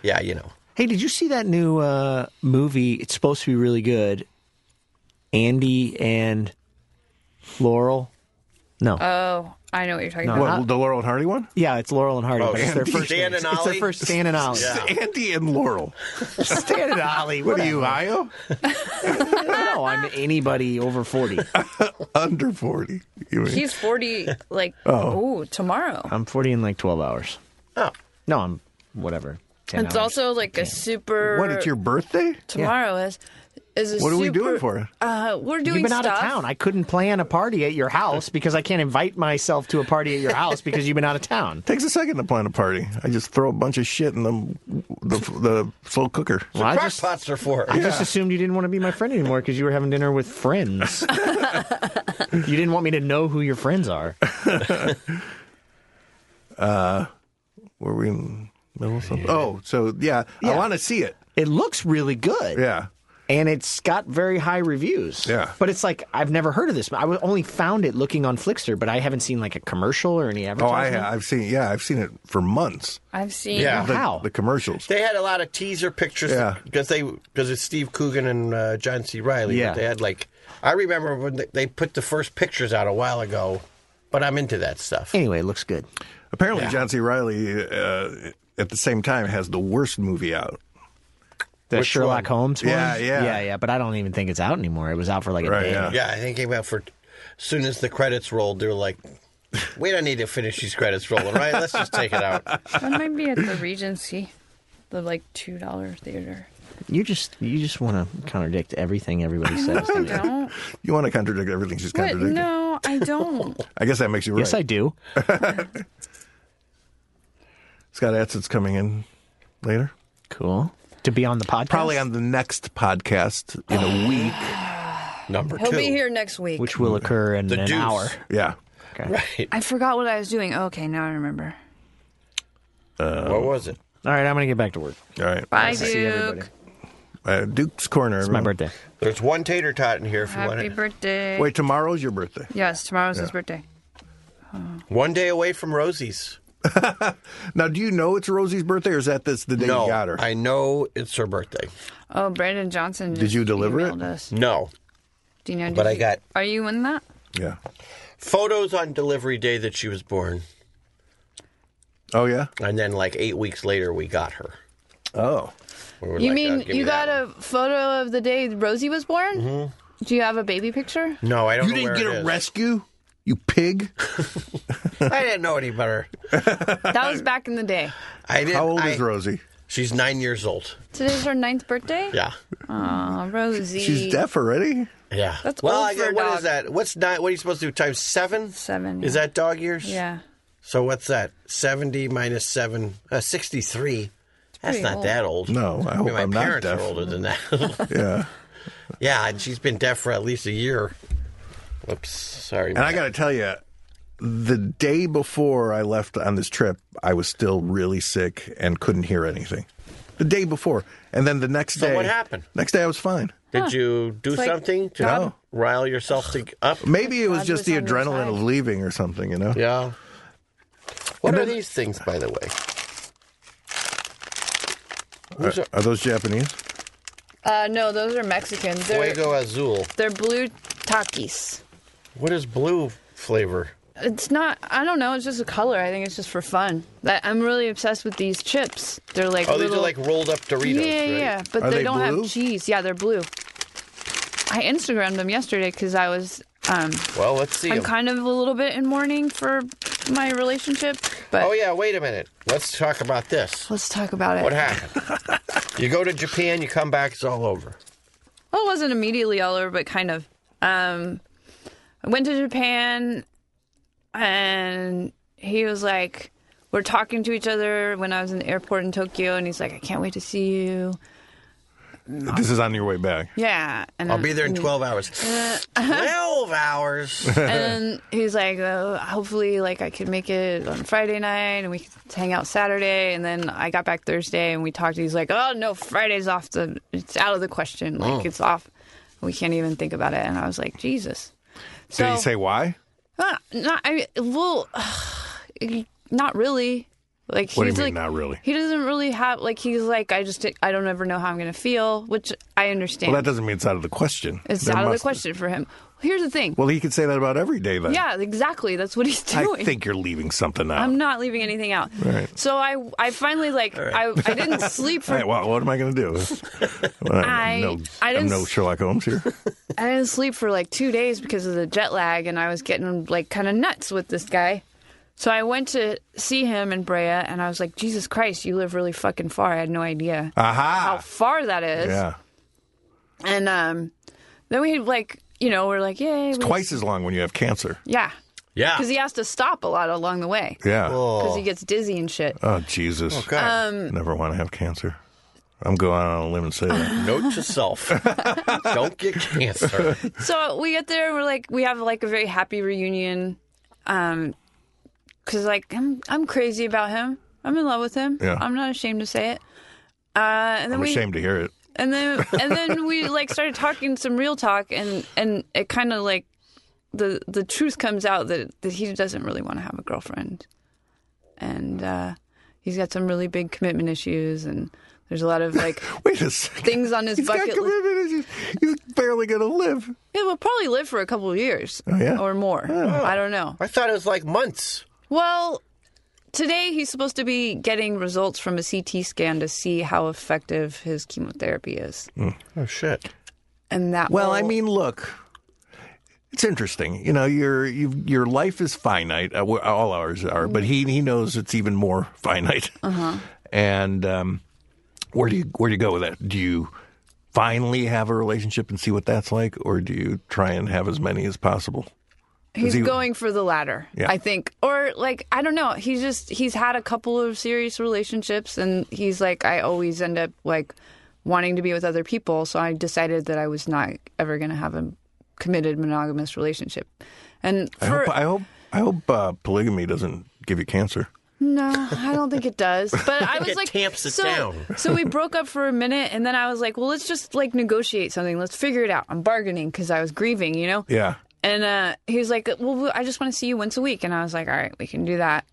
[SPEAKER 1] yeah, you know.
[SPEAKER 6] Hey, did you see that new uh, movie? It's supposed to be really good. Andy and Laurel. No.
[SPEAKER 3] Oh, I know what you're talking
[SPEAKER 6] No.
[SPEAKER 3] about.
[SPEAKER 2] What
[SPEAKER 6] Uh-huh.
[SPEAKER 2] the Laurel and Hardy one?
[SPEAKER 6] yeah, it's Laurel and Hardy.
[SPEAKER 1] Oh,
[SPEAKER 6] but it's their
[SPEAKER 2] Andy.
[SPEAKER 6] first.
[SPEAKER 1] Stan
[SPEAKER 6] names.
[SPEAKER 1] and
[SPEAKER 6] It's their
[SPEAKER 1] Ollie?
[SPEAKER 6] first Stan and Ollie.
[SPEAKER 1] Yeah.
[SPEAKER 2] Andy and Laurel.
[SPEAKER 6] Stan and Ollie.
[SPEAKER 2] What are you, Io?
[SPEAKER 6] No, I'm anybody over forty.
[SPEAKER 2] Under forty. You mean?
[SPEAKER 3] He's 40, like, ooh, tomorrow.
[SPEAKER 6] I'm forty in like twelve hours.
[SPEAKER 1] Oh,
[SPEAKER 6] No, I'm whatever. 10
[SPEAKER 3] It's
[SPEAKER 6] hours.
[SPEAKER 3] also like a super.
[SPEAKER 2] what? It's your birthday.
[SPEAKER 3] tomorrow is is a
[SPEAKER 2] What are we
[SPEAKER 3] super-
[SPEAKER 2] doing for it?
[SPEAKER 3] Uh, we're doing
[SPEAKER 6] You've been
[SPEAKER 3] stuff.
[SPEAKER 6] out of town. I couldn't plan a party at your house because I can't invite myself to a party at your house because you've been out of town.
[SPEAKER 2] Takes a second to plan a party. I just throw a bunch of shit in the the, the slow cooker.
[SPEAKER 6] Well, I
[SPEAKER 1] crock
[SPEAKER 6] just,
[SPEAKER 1] pots are for.
[SPEAKER 6] I just assumed you didn't want to be my friend anymore because you were having dinner with friends. you didn't want me to know who your friends are.
[SPEAKER 2] Were we in the middle of something? Oh, so yeah, I
[SPEAKER 6] Yeah.
[SPEAKER 2] want to see it.
[SPEAKER 6] It looks really good.
[SPEAKER 2] Yeah.
[SPEAKER 6] And it's got very high reviews.
[SPEAKER 2] Yeah.
[SPEAKER 6] But it's like, I've never heard of this. I only found it looking on Flickster, but I haven't seen like a commercial or any
[SPEAKER 2] Oh,
[SPEAKER 6] advertisement.
[SPEAKER 2] I, I've seen. Yeah, I've seen it for months.
[SPEAKER 3] I've seen.
[SPEAKER 1] Yeah.
[SPEAKER 2] The,
[SPEAKER 6] How?
[SPEAKER 2] the commercials?
[SPEAKER 1] They had a lot of teaser pictures
[SPEAKER 2] Yeah.
[SPEAKER 1] because they because it's Steve Coogan and uh, John C. Riley.
[SPEAKER 6] Yeah.
[SPEAKER 1] but they had like I remember when they, they put the first pictures out a while ago, but I'm into that stuff.
[SPEAKER 6] Anyway, it looks good.
[SPEAKER 2] Apparently, John C. Riley uh, at the same time has the worst movie out.
[SPEAKER 6] The
[SPEAKER 1] Which one?
[SPEAKER 6] Sherlock Holmes one?
[SPEAKER 2] Yeah, yeah.
[SPEAKER 6] Yeah, yeah. But I don't even think it's out anymore. It was out for like a
[SPEAKER 2] Right,
[SPEAKER 6] day.
[SPEAKER 2] yeah.
[SPEAKER 1] Yeah, I think it came out for. As soon as the credits rolled, they were like, "We don't need to finish these credits rolling, right? Let's just take it out."
[SPEAKER 3] That might be at the Regency, the like two dollar theater.
[SPEAKER 6] You just you just want to contradict everything everybody says.
[SPEAKER 3] I don't.
[SPEAKER 2] You want to contradict everything she's
[SPEAKER 3] But
[SPEAKER 2] contradicting?
[SPEAKER 3] no, I don't.
[SPEAKER 2] I guess that makes you right.
[SPEAKER 6] Yes, I do.
[SPEAKER 2] Scott Atsutt's coming in later,
[SPEAKER 6] Cool. To be on the podcast,
[SPEAKER 2] probably on the next podcast in a week.
[SPEAKER 1] Number
[SPEAKER 3] He'll
[SPEAKER 1] two,
[SPEAKER 3] be here next week.
[SPEAKER 6] which will occur in
[SPEAKER 1] The
[SPEAKER 6] an
[SPEAKER 1] Deuce.
[SPEAKER 6] hour.
[SPEAKER 2] Yeah.
[SPEAKER 1] Right?
[SPEAKER 3] I forgot what I was doing. Oh, Okay, now I remember.
[SPEAKER 1] what was it?
[SPEAKER 6] All right, I'm gonna get back to work.
[SPEAKER 2] All right.
[SPEAKER 3] Bye,
[SPEAKER 6] See everybody.
[SPEAKER 3] Duke.
[SPEAKER 2] Uh, Duke's Corner.
[SPEAKER 6] It's my birthday.
[SPEAKER 1] There's one tater tot in here if you want
[SPEAKER 3] Happy
[SPEAKER 1] it.
[SPEAKER 3] birthday.
[SPEAKER 2] Wait, tomorrow's your birthday.
[SPEAKER 3] Yes, tomorrow's his birthday.
[SPEAKER 1] One day away from Rosie's.
[SPEAKER 2] Now, do you know it's Rosie's birthday, or is that this the day
[SPEAKER 1] no,
[SPEAKER 2] you got her?
[SPEAKER 1] I know it's her birthday.
[SPEAKER 3] Oh, Brandon Johnson. Just
[SPEAKER 2] you deliver it?
[SPEAKER 3] emailed Us.
[SPEAKER 1] No,
[SPEAKER 3] Do you know?
[SPEAKER 1] But
[SPEAKER 3] did
[SPEAKER 1] I
[SPEAKER 3] you-
[SPEAKER 1] got-
[SPEAKER 3] Are you in that?
[SPEAKER 2] yeah.
[SPEAKER 1] photos on delivery day that she was born,
[SPEAKER 2] Oh yeah.
[SPEAKER 1] and then like eight weeks later we got her.
[SPEAKER 2] Oh.
[SPEAKER 1] We were
[SPEAKER 3] You
[SPEAKER 1] like,
[SPEAKER 3] mean
[SPEAKER 1] "Oh, give me
[SPEAKER 3] you
[SPEAKER 1] that
[SPEAKER 3] got a photo of the day Rosie was born? Mm-hmm. Do you have a baby picture?
[SPEAKER 1] one." No, I don't.
[SPEAKER 2] You
[SPEAKER 1] know
[SPEAKER 2] didn't
[SPEAKER 1] where
[SPEAKER 2] get
[SPEAKER 1] it
[SPEAKER 2] a
[SPEAKER 1] is.
[SPEAKER 2] rescue, you pig.
[SPEAKER 1] I didn't know any better.
[SPEAKER 3] That was back in the day.
[SPEAKER 1] I didn't.
[SPEAKER 2] How old
[SPEAKER 1] I-
[SPEAKER 2] is Rosie?
[SPEAKER 1] She's nine years old.
[SPEAKER 3] Today's her ninth birthday.
[SPEAKER 1] Yeah,
[SPEAKER 3] Aw, Rosie.
[SPEAKER 2] She's deaf already.
[SPEAKER 1] yeah.
[SPEAKER 3] That's
[SPEAKER 1] well,
[SPEAKER 3] old
[SPEAKER 1] I,
[SPEAKER 3] for a
[SPEAKER 1] what
[SPEAKER 3] dog.
[SPEAKER 1] is that? What's nine? What are you supposed to do? Times seven?
[SPEAKER 3] Seven.
[SPEAKER 1] Is
[SPEAKER 3] yeah.
[SPEAKER 1] that dog years?
[SPEAKER 3] Yeah.
[SPEAKER 1] So what's that? Seventy minus seven, uh, sixty-three. That's
[SPEAKER 3] pretty
[SPEAKER 1] not
[SPEAKER 3] old.
[SPEAKER 1] that old.
[SPEAKER 2] No, I
[SPEAKER 1] I
[SPEAKER 2] hope
[SPEAKER 1] mean, my
[SPEAKER 2] I'm not
[SPEAKER 1] parents
[SPEAKER 2] deaf.
[SPEAKER 1] are older than that.
[SPEAKER 2] Yeah.
[SPEAKER 1] yeah, and she's been deaf for at least a year. Oops, sorry.
[SPEAKER 2] And I got to tell you, the day before I left on this trip, I was still really sick and couldn't hear anything. The day before, and then the next
[SPEAKER 1] So
[SPEAKER 2] day,
[SPEAKER 1] what happened?
[SPEAKER 2] Next day, I was fine.
[SPEAKER 1] Did you do
[SPEAKER 3] like
[SPEAKER 1] something to
[SPEAKER 2] God-
[SPEAKER 1] rile yourself to, up?
[SPEAKER 2] Maybe it was
[SPEAKER 3] God
[SPEAKER 2] just
[SPEAKER 3] was
[SPEAKER 2] the
[SPEAKER 3] on your
[SPEAKER 2] adrenaline
[SPEAKER 3] side.
[SPEAKER 2] of leaving or something, you know?
[SPEAKER 1] Yeah. What
[SPEAKER 2] And
[SPEAKER 1] are
[SPEAKER 2] then-
[SPEAKER 1] these things, by the way?
[SPEAKER 2] Are, are those Japanese?
[SPEAKER 3] Uh, no, those are Mexicans. They're,
[SPEAKER 1] Fuego Azul.
[SPEAKER 3] they're blue Takis.
[SPEAKER 1] What is blue flavor?
[SPEAKER 3] It's not. I don't know. It's just a color. I think it's just for fun. That I'm really obsessed with these chips. They're like
[SPEAKER 1] Oh,
[SPEAKER 3] little,
[SPEAKER 1] these are like rolled up Doritos.
[SPEAKER 3] yeah,
[SPEAKER 1] right?
[SPEAKER 3] yeah, but
[SPEAKER 2] Are
[SPEAKER 3] they,
[SPEAKER 2] they
[SPEAKER 3] don't
[SPEAKER 2] blue?
[SPEAKER 3] have cheese. Yeah, they're blue. I Instagrammed them yesterday because I was um,
[SPEAKER 1] Well, let's see.
[SPEAKER 3] I'm
[SPEAKER 1] 'em.
[SPEAKER 3] kind of a little bit in mourning for my relationship, but
[SPEAKER 1] Oh yeah, wait a minute. Let's talk about this.
[SPEAKER 3] let's talk about it.
[SPEAKER 1] What happened? you go to Japan, you come back, it's all over.
[SPEAKER 3] Well, it wasn't immediately all over, but kind of. Um, I went to Japan, and he was like, "We're talking to each other." When I was in the airport in Tokyo, and he's like, "I can't wait to see you."
[SPEAKER 2] This is on your way back.
[SPEAKER 3] Yeah, and
[SPEAKER 1] I'll be there
[SPEAKER 3] Mm.
[SPEAKER 1] in 12 hours.
[SPEAKER 3] Uh, uh-huh.
[SPEAKER 1] 12 hours.
[SPEAKER 3] And he's like, oh, "Hopefully, like I could make it on Friday night, and we could hang out Saturday." And then I got back Thursday, and we talked. He's like, "Oh no, Friday's off the. It's out of the question.
[SPEAKER 2] Oh.
[SPEAKER 3] Like it's off. We can't even think about it." And I was like, "Jesus." So,
[SPEAKER 2] Did he say why?
[SPEAKER 3] Uh, not I well, not really. Like
[SPEAKER 2] What do you
[SPEAKER 3] he's
[SPEAKER 2] mean,
[SPEAKER 3] like
[SPEAKER 2] not really?
[SPEAKER 3] He doesn't really have like he's like I just I don't ever know how I'm gonna feel, which I understand.
[SPEAKER 2] Well, that doesn't mean it's out of the question.
[SPEAKER 3] it's
[SPEAKER 2] There
[SPEAKER 3] out of the
[SPEAKER 2] must-
[SPEAKER 3] question for him. Here's the thing.
[SPEAKER 2] Well, he could say that about every day then.
[SPEAKER 3] yeah, exactly. That's what he's
[SPEAKER 2] I
[SPEAKER 3] doing.
[SPEAKER 2] think you're leaving something out.
[SPEAKER 3] I'm not leaving anything out.
[SPEAKER 2] Right.
[SPEAKER 3] So I I finally like I I didn't sleep
[SPEAKER 2] All
[SPEAKER 3] for
[SPEAKER 2] right, well, what am I going to do? Well,
[SPEAKER 3] I-
[SPEAKER 2] no,
[SPEAKER 3] I
[SPEAKER 2] I'm
[SPEAKER 3] didn't
[SPEAKER 2] no
[SPEAKER 3] s-
[SPEAKER 2] Sherlock Holmes here.
[SPEAKER 3] I didn't sleep for like two days because of the jet lag, and I was getting like kind of nuts with this guy. So I went to see him in Brea, and I was like, Jesus Christ, you live really fucking far. I had no idea how
[SPEAKER 2] Aha!
[SPEAKER 3] far that is.
[SPEAKER 2] Ah. Yeah.
[SPEAKER 3] And um, then we like, you know, we're like, yay, we-
[SPEAKER 2] Twice as long when you have cancer.
[SPEAKER 3] yeah,
[SPEAKER 1] Yeah.
[SPEAKER 3] because he has to stop a lot along the way
[SPEAKER 2] Yeah.
[SPEAKER 3] because he gets dizzy and shit.
[SPEAKER 2] Oh, Jesus.
[SPEAKER 1] God.
[SPEAKER 3] Um,
[SPEAKER 2] Never want to have cancer. I'm going on a limb and say
[SPEAKER 3] Uh,
[SPEAKER 2] that.
[SPEAKER 1] Note to self. Don't get cancer.
[SPEAKER 3] So we get there, and we're like, we have like a very happy reunion, um, because like I'm I'm crazy about him. I'm in love with him.
[SPEAKER 2] Yeah.
[SPEAKER 3] I'm not ashamed to say it. Uh, and then
[SPEAKER 2] I'm
[SPEAKER 3] we
[SPEAKER 2] ashamed to hear it.
[SPEAKER 3] and then and then we like started talking some real talk, and and it kind of like the the truth comes out that that he doesn't really want to have a girlfriend, and uh, he's got some really big commitment issues, and there's a lot of like
[SPEAKER 2] Wait a second.
[SPEAKER 3] things on his
[SPEAKER 2] He's got
[SPEAKER 3] bucket list.
[SPEAKER 2] commitment issues. He's barely going to live.
[SPEAKER 3] Yeah, we'll probably live for a couple of years
[SPEAKER 2] Oh, yeah?
[SPEAKER 3] or more. I don't know.
[SPEAKER 1] I thought it was like months.
[SPEAKER 3] Well, today he's supposed to be getting results from a CT scan to see how effective his chemotherapy is.
[SPEAKER 1] Oh, shit.
[SPEAKER 3] And that
[SPEAKER 2] Hmm. Well,
[SPEAKER 3] will-
[SPEAKER 2] I mean, look, it's interesting. You know, your you've, your life is finite. Uh, well, all ours are, but he he knows it's even more finite. And um, where do you where do you go with that? Do you finally have a relationship and see what that's like, or do you try and have as many as possible?
[SPEAKER 3] he's
[SPEAKER 2] he-
[SPEAKER 3] going for the latter,
[SPEAKER 2] Yeah.
[SPEAKER 3] I think. Or like I don't know, he's just he's had a couple of serious relationships and he's like I always end up like wanting to be with other people, so I decided that I was not ever going to have a committed monogamous relationship. And
[SPEAKER 2] I
[SPEAKER 3] for
[SPEAKER 2] hope I hope I hope uh, polygamy doesn't give you cancer.
[SPEAKER 3] No, I don't think it does. But I was
[SPEAKER 1] It
[SPEAKER 3] like,
[SPEAKER 1] tamps it
[SPEAKER 3] so,
[SPEAKER 1] down.
[SPEAKER 3] so we broke up for a minute, and then I was like, well, let's just like negotiate something. Let's figure it out. I'm bargaining because I was grieving, you know.
[SPEAKER 2] Yeah,
[SPEAKER 3] And uh, he was like, well, I just want to see you once a week, and I was like, all right, we can do that.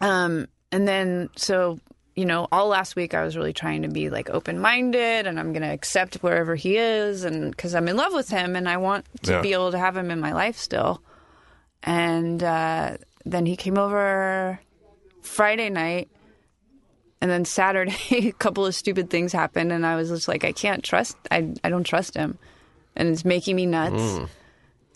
[SPEAKER 3] Um, and then so you know, all last week I was really trying to be like open minded, and I'm gonna accept wherever he is, and because I'm in love with him, and I want to
[SPEAKER 2] Yeah.
[SPEAKER 3] be able to have him in my life still. And uh, then he came over Friday night. And then Saturday, a couple of stupid things happened, and I was just like, I can't trust. I I don't trust him, and it's making me nuts.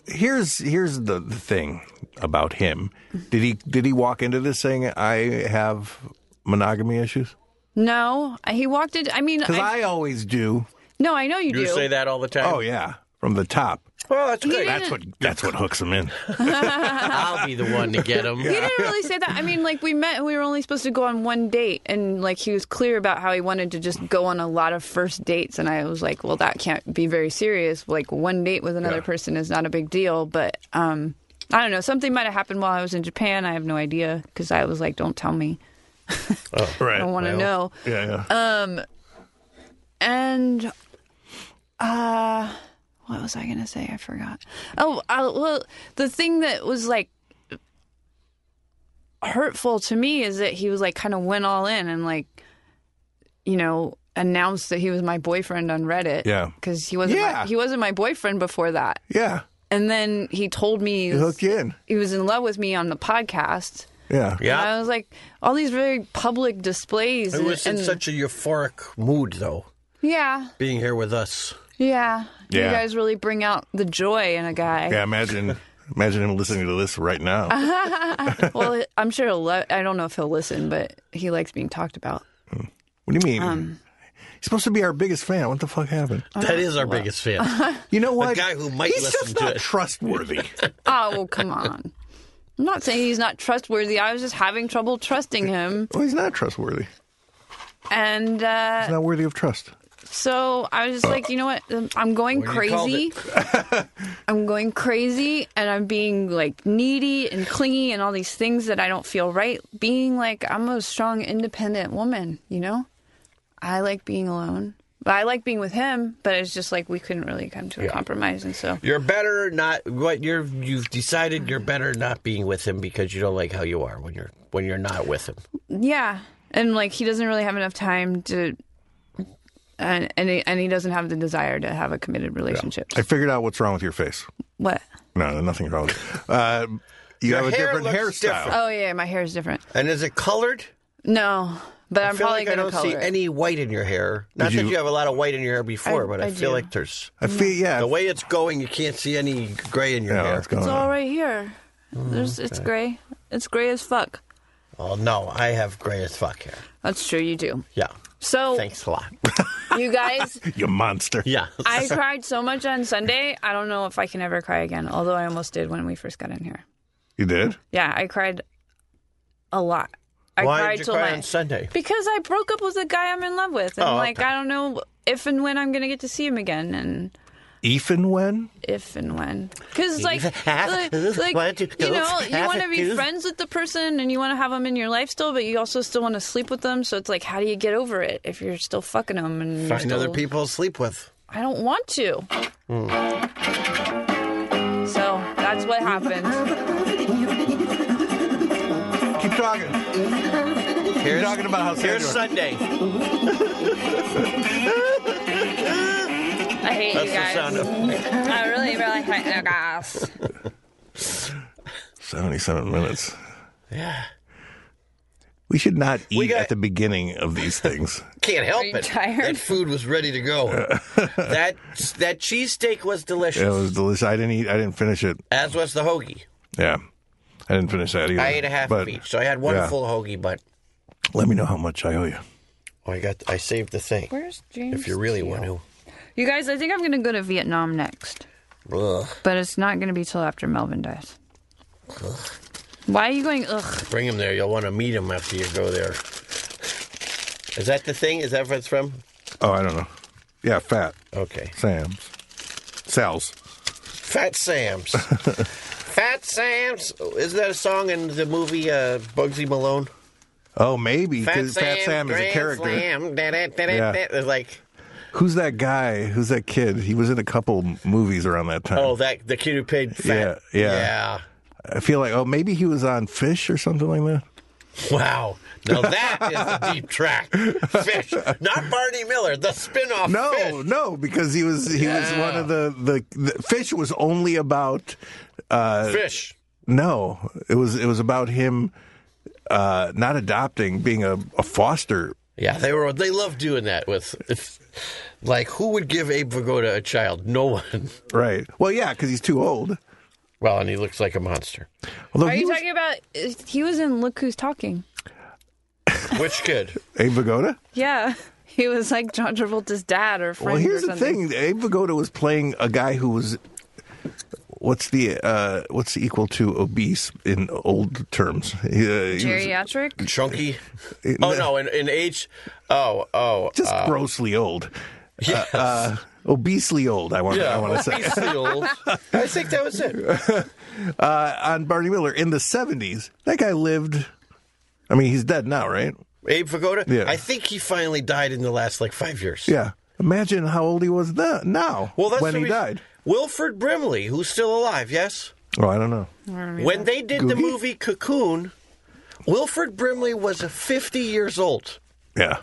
[SPEAKER 2] here's here's the, the thing about him. Did he did he walk into this saying I have monogamy issues?
[SPEAKER 3] No, he walked in. I mean,
[SPEAKER 2] Because
[SPEAKER 3] I,
[SPEAKER 2] I always do.
[SPEAKER 3] no, I know you,
[SPEAKER 1] You
[SPEAKER 3] do.
[SPEAKER 1] say that all the time.
[SPEAKER 2] Oh yeah, Oh, from the top.
[SPEAKER 1] Well, that's good.
[SPEAKER 2] That's what that's what hooks them in.
[SPEAKER 5] I'll be the one to get him.
[SPEAKER 3] He didn't really say that. I mean, like we met and we were only supposed to go on one date, and like he was clear about how he wanted to just go on a lot of first dates, and I was like, well, that can't be very serious. Like one date with another
[SPEAKER 2] Yeah.
[SPEAKER 3] person is not a big deal, but um, I don't know. Something might have happened while I was in Japan. I have no idea because I was like, don't tell me.
[SPEAKER 2] Oh, right.
[SPEAKER 3] I don't want to know.
[SPEAKER 2] Yeah, yeah.
[SPEAKER 3] Um, And uh what was I going to say? I forgot. Oh, I, well, the thing that was like hurtful to me is that he was like kind of went all in and like you know announced that he was my boyfriend on Reddit.
[SPEAKER 2] Yeah.
[SPEAKER 3] Cuz he wasn't
[SPEAKER 2] Yeah.
[SPEAKER 3] my, he wasn't my boyfriend before that.
[SPEAKER 2] yeah.
[SPEAKER 3] And then he told me
[SPEAKER 2] He hooked you in.
[SPEAKER 3] he was in love with me on the podcast.
[SPEAKER 2] Yeah.
[SPEAKER 3] And
[SPEAKER 1] Yeah.
[SPEAKER 3] I was like all these very public displays
[SPEAKER 1] It was in
[SPEAKER 3] and,
[SPEAKER 1] such a euphoric mood, though,
[SPEAKER 3] yeah.
[SPEAKER 1] being here with us.
[SPEAKER 3] Yeah. You
[SPEAKER 2] Yeah.
[SPEAKER 3] guys really bring out the joy in a guy.
[SPEAKER 2] Yeah. Imagine imagine him listening to this right
[SPEAKER 1] Uh-huh.
[SPEAKER 2] now.
[SPEAKER 3] Well, I'm sure he'll, lo- I don't know if he'll listen, but he likes being talked about.
[SPEAKER 2] What do you mean?
[SPEAKER 1] Um,
[SPEAKER 2] He's supposed to be our biggest fan. What the fuck happened?
[SPEAKER 3] Oh,
[SPEAKER 1] That is our biggest fan.
[SPEAKER 2] You know what?
[SPEAKER 1] uh, guy who might
[SPEAKER 2] He's
[SPEAKER 1] listen
[SPEAKER 2] just
[SPEAKER 1] to
[SPEAKER 2] not
[SPEAKER 1] it.
[SPEAKER 2] trustworthy.
[SPEAKER 3] Oh, well, come on. I'm not saying he's not trustworthy. I was just having trouble trusting him.
[SPEAKER 2] well, he's not trustworthy.
[SPEAKER 3] And uh,
[SPEAKER 2] He's not worthy of trust.
[SPEAKER 3] so I was just like, you know what? Um, I'm going
[SPEAKER 1] What do you call
[SPEAKER 3] crazy. I'm going crazy and I'm being like needy and clingy and all these things that I don't feel right. Being like, I'm a strong, independent woman, you know? I like being alone. But I like being with him, but it's just like we couldn't really come to a compromise. And so.
[SPEAKER 1] You're better not what you're you've decided you're better not being with him because you don't like how you are when you're when you're not with him.
[SPEAKER 3] Yeah, and like he doesn't really have enough time to, and and he, and he doesn't have the desire to have a committed relationship.
[SPEAKER 2] I figured out what's wrong with your face.
[SPEAKER 3] What?
[SPEAKER 2] No, nothing's wrong with it. Uh, you have a
[SPEAKER 1] hair
[SPEAKER 2] different
[SPEAKER 1] looks
[SPEAKER 2] hairstyle.
[SPEAKER 1] different.
[SPEAKER 3] Oh yeah, my hair is different.
[SPEAKER 1] And is it colored?
[SPEAKER 3] No, but I am
[SPEAKER 1] feel
[SPEAKER 3] probably
[SPEAKER 1] like I
[SPEAKER 3] gonna
[SPEAKER 1] don't
[SPEAKER 3] color
[SPEAKER 1] see
[SPEAKER 3] it.
[SPEAKER 1] any white in your hair. Not
[SPEAKER 2] Did
[SPEAKER 1] that
[SPEAKER 2] you-
[SPEAKER 1] you have a lot of white in your hair before,
[SPEAKER 3] I-
[SPEAKER 1] but I,
[SPEAKER 3] I
[SPEAKER 1] feel
[SPEAKER 3] do.
[SPEAKER 1] like there's
[SPEAKER 2] I feel yeah.
[SPEAKER 1] the way it's going, you can't see any gray in your
[SPEAKER 2] yeah,
[SPEAKER 1] hair.
[SPEAKER 2] what's going
[SPEAKER 3] it's all
[SPEAKER 2] on?
[SPEAKER 3] right here.
[SPEAKER 1] Mm,
[SPEAKER 3] There's it's gray. It's gray as fuck.
[SPEAKER 1] Oh no, I have gray as fuck hair.
[SPEAKER 3] That's true. You do.
[SPEAKER 1] Yeah.
[SPEAKER 3] So
[SPEAKER 1] Thanks a lot.
[SPEAKER 3] you guys,
[SPEAKER 2] You monster.
[SPEAKER 1] Yeah.
[SPEAKER 3] I cried so much on Sunday. I don't know if I can ever cry again. Although I almost did when we first got in here.
[SPEAKER 2] You did?
[SPEAKER 3] Yeah, I cried a lot. I
[SPEAKER 1] Why
[SPEAKER 3] cried
[SPEAKER 1] did you
[SPEAKER 3] till
[SPEAKER 1] cry
[SPEAKER 3] my-
[SPEAKER 1] on Sunday?
[SPEAKER 3] Because I broke up with the guy I'm in love with, and
[SPEAKER 1] Oh,
[SPEAKER 3] like
[SPEAKER 1] okay.
[SPEAKER 3] I don't know if and when I'm gonna get to see him again, and
[SPEAKER 2] Even when?
[SPEAKER 3] if and when. Because like, like,
[SPEAKER 1] Why don't
[SPEAKER 3] like
[SPEAKER 1] you
[SPEAKER 3] you know, you
[SPEAKER 1] have
[SPEAKER 3] want to be
[SPEAKER 1] it?
[SPEAKER 3] friends with the person, and you want to have them in your life still, but you also still want to sleep with them. So it's like, how do you get over it if you're still fucking them? And you're
[SPEAKER 1] Find
[SPEAKER 3] still,
[SPEAKER 1] other Hmm. people to sleep with.
[SPEAKER 3] I don't want to. So that's what happened.
[SPEAKER 2] Keep talking. You're talking about how
[SPEAKER 1] Here's
[SPEAKER 2] Sandra-
[SPEAKER 1] Sunday.
[SPEAKER 3] I hate
[SPEAKER 1] That's
[SPEAKER 3] you
[SPEAKER 1] the
[SPEAKER 3] guys.
[SPEAKER 1] sound of
[SPEAKER 3] I really, really hate you guys.
[SPEAKER 2] 77 minutes. Yeah. We should not eat
[SPEAKER 1] got-
[SPEAKER 2] at the beginning of these things.
[SPEAKER 1] Can't help
[SPEAKER 3] Are you
[SPEAKER 1] it.
[SPEAKER 3] tired?
[SPEAKER 1] That food was ready to go. that that cheesesteak was delicious,
[SPEAKER 2] It was delicious. I didn't eat. I didn't finish it.
[SPEAKER 1] as was the hoagie.
[SPEAKER 2] Yeah. I didn't finish that either.
[SPEAKER 1] I ate a half
[SPEAKER 2] but
[SPEAKER 1] of each, so I had one
[SPEAKER 2] yeah.
[SPEAKER 1] full hoagie. But
[SPEAKER 2] Let me know how much I owe you.
[SPEAKER 1] oh, I got I saved the thing.
[SPEAKER 3] Where's James?
[SPEAKER 1] If you really want to,
[SPEAKER 3] You guys, I think I'm gonna go to Vietnam next,
[SPEAKER 1] Ugh.
[SPEAKER 3] but it's not gonna be till after Melvin dies. Why are you going? Ugh.
[SPEAKER 1] bring him there. You'll want to meet him after you go there. Is that the thing? Is that what it's from?
[SPEAKER 2] Oh, I don't know. Yeah, fat.
[SPEAKER 1] Okay,
[SPEAKER 2] Sam's. Sal's.
[SPEAKER 1] Fat Sam's. Fat Sam's. Isn't that a song in the movie uh, Bugsy Malone?
[SPEAKER 2] Oh, maybe.
[SPEAKER 1] Fat
[SPEAKER 2] 'cause
[SPEAKER 1] Sam,
[SPEAKER 2] Fat Sam is a
[SPEAKER 1] Grand
[SPEAKER 2] character.
[SPEAKER 1] Slam, da, da, da, da,
[SPEAKER 2] Yeah.
[SPEAKER 1] da. It's like
[SPEAKER 2] Who's that guy? Who's that kid? He was in a couple m- movies around that time.
[SPEAKER 1] oh, that the kid who paid. Fat.
[SPEAKER 2] Yeah, yeah.
[SPEAKER 1] yeah.
[SPEAKER 2] I feel like, oh, maybe he was on Fish or something like that.
[SPEAKER 1] Wow. Now that is a deep track. Fish. Not Barney Miller, the spin-off
[SPEAKER 2] No,
[SPEAKER 1] Fish.
[SPEAKER 2] no, because he was he was
[SPEAKER 1] Yeah.
[SPEAKER 2] one of the, the the Fish was only about
[SPEAKER 1] Fish.
[SPEAKER 2] no, it was it was about him uh not adopting, being a, a foster.
[SPEAKER 1] Yeah, they were they love doing that with it's, like who would give Abe Vigoda a child? No one.
[SPEAKER 2] Right. Well, yeah, because he's too old.
[SPEAKER 1] Well, and he looks like a monster.
[SPEAKER 2] Although
[SPEAKER 3] Are
[SPEAKER 2] he
[SPEAKER 3] you
[SPEAKER 2] was
[SPEAKER 3] talking about? uh, He was in Look Who's Talking.
[SPEAKER 1] Which kid?
[SPEAKER 2] Abe Vigoda.
[SPEAKER 3] Yeah, he was like John Travolta's dad or friend.
[SPEAKER 2] Well, here's
[SPEAKER 3] or
[SPEAKER 2] the
[SPEAKER 3] something.
[SPEAKER 2] thing: Abe Vigoda was playing a guy who was What's the uh, what's equal to obese in old terms? Uh, he was-
[SPEAKER 3] Geriatric?
[SPEAKER 1] Chunky. Oh no, in, in age. Oh oh.
[SPEAKER 2] just grossly old. Yeah, uh, uh, obesely old. I want. I want to say
[SPEAKER 1] Seals. I think that was it.
[SPEAKER 2] uh, on Barney Miller in the seventies. That guy lived. I mean, he's dead now, right?
[SPEAKER 1] Abe Vigoda.
[SPEAKER 2] Yeah.
[SPEAKER 1] I think he finally died in the last like five years.
[SPEAKER 2] Yeah. Imagine how old he was then, now
[SPEAKER 1] Well, that's
[SPEAKER 2] when
[SPEAKER 1] the
[SPEAKER 2] he
[SPEAKER 1] reason-
[SPEAKER 2] died.
[SPEAKER 1] Wilfred Brimley, who's still alive, yes.
[SPEAKER 2] Oh, I don't know.
[SPEAKER 1] When they did the movie Cocoon, Wilfred Brimley was 50 years old.
[SPEAKER 2] Yeah.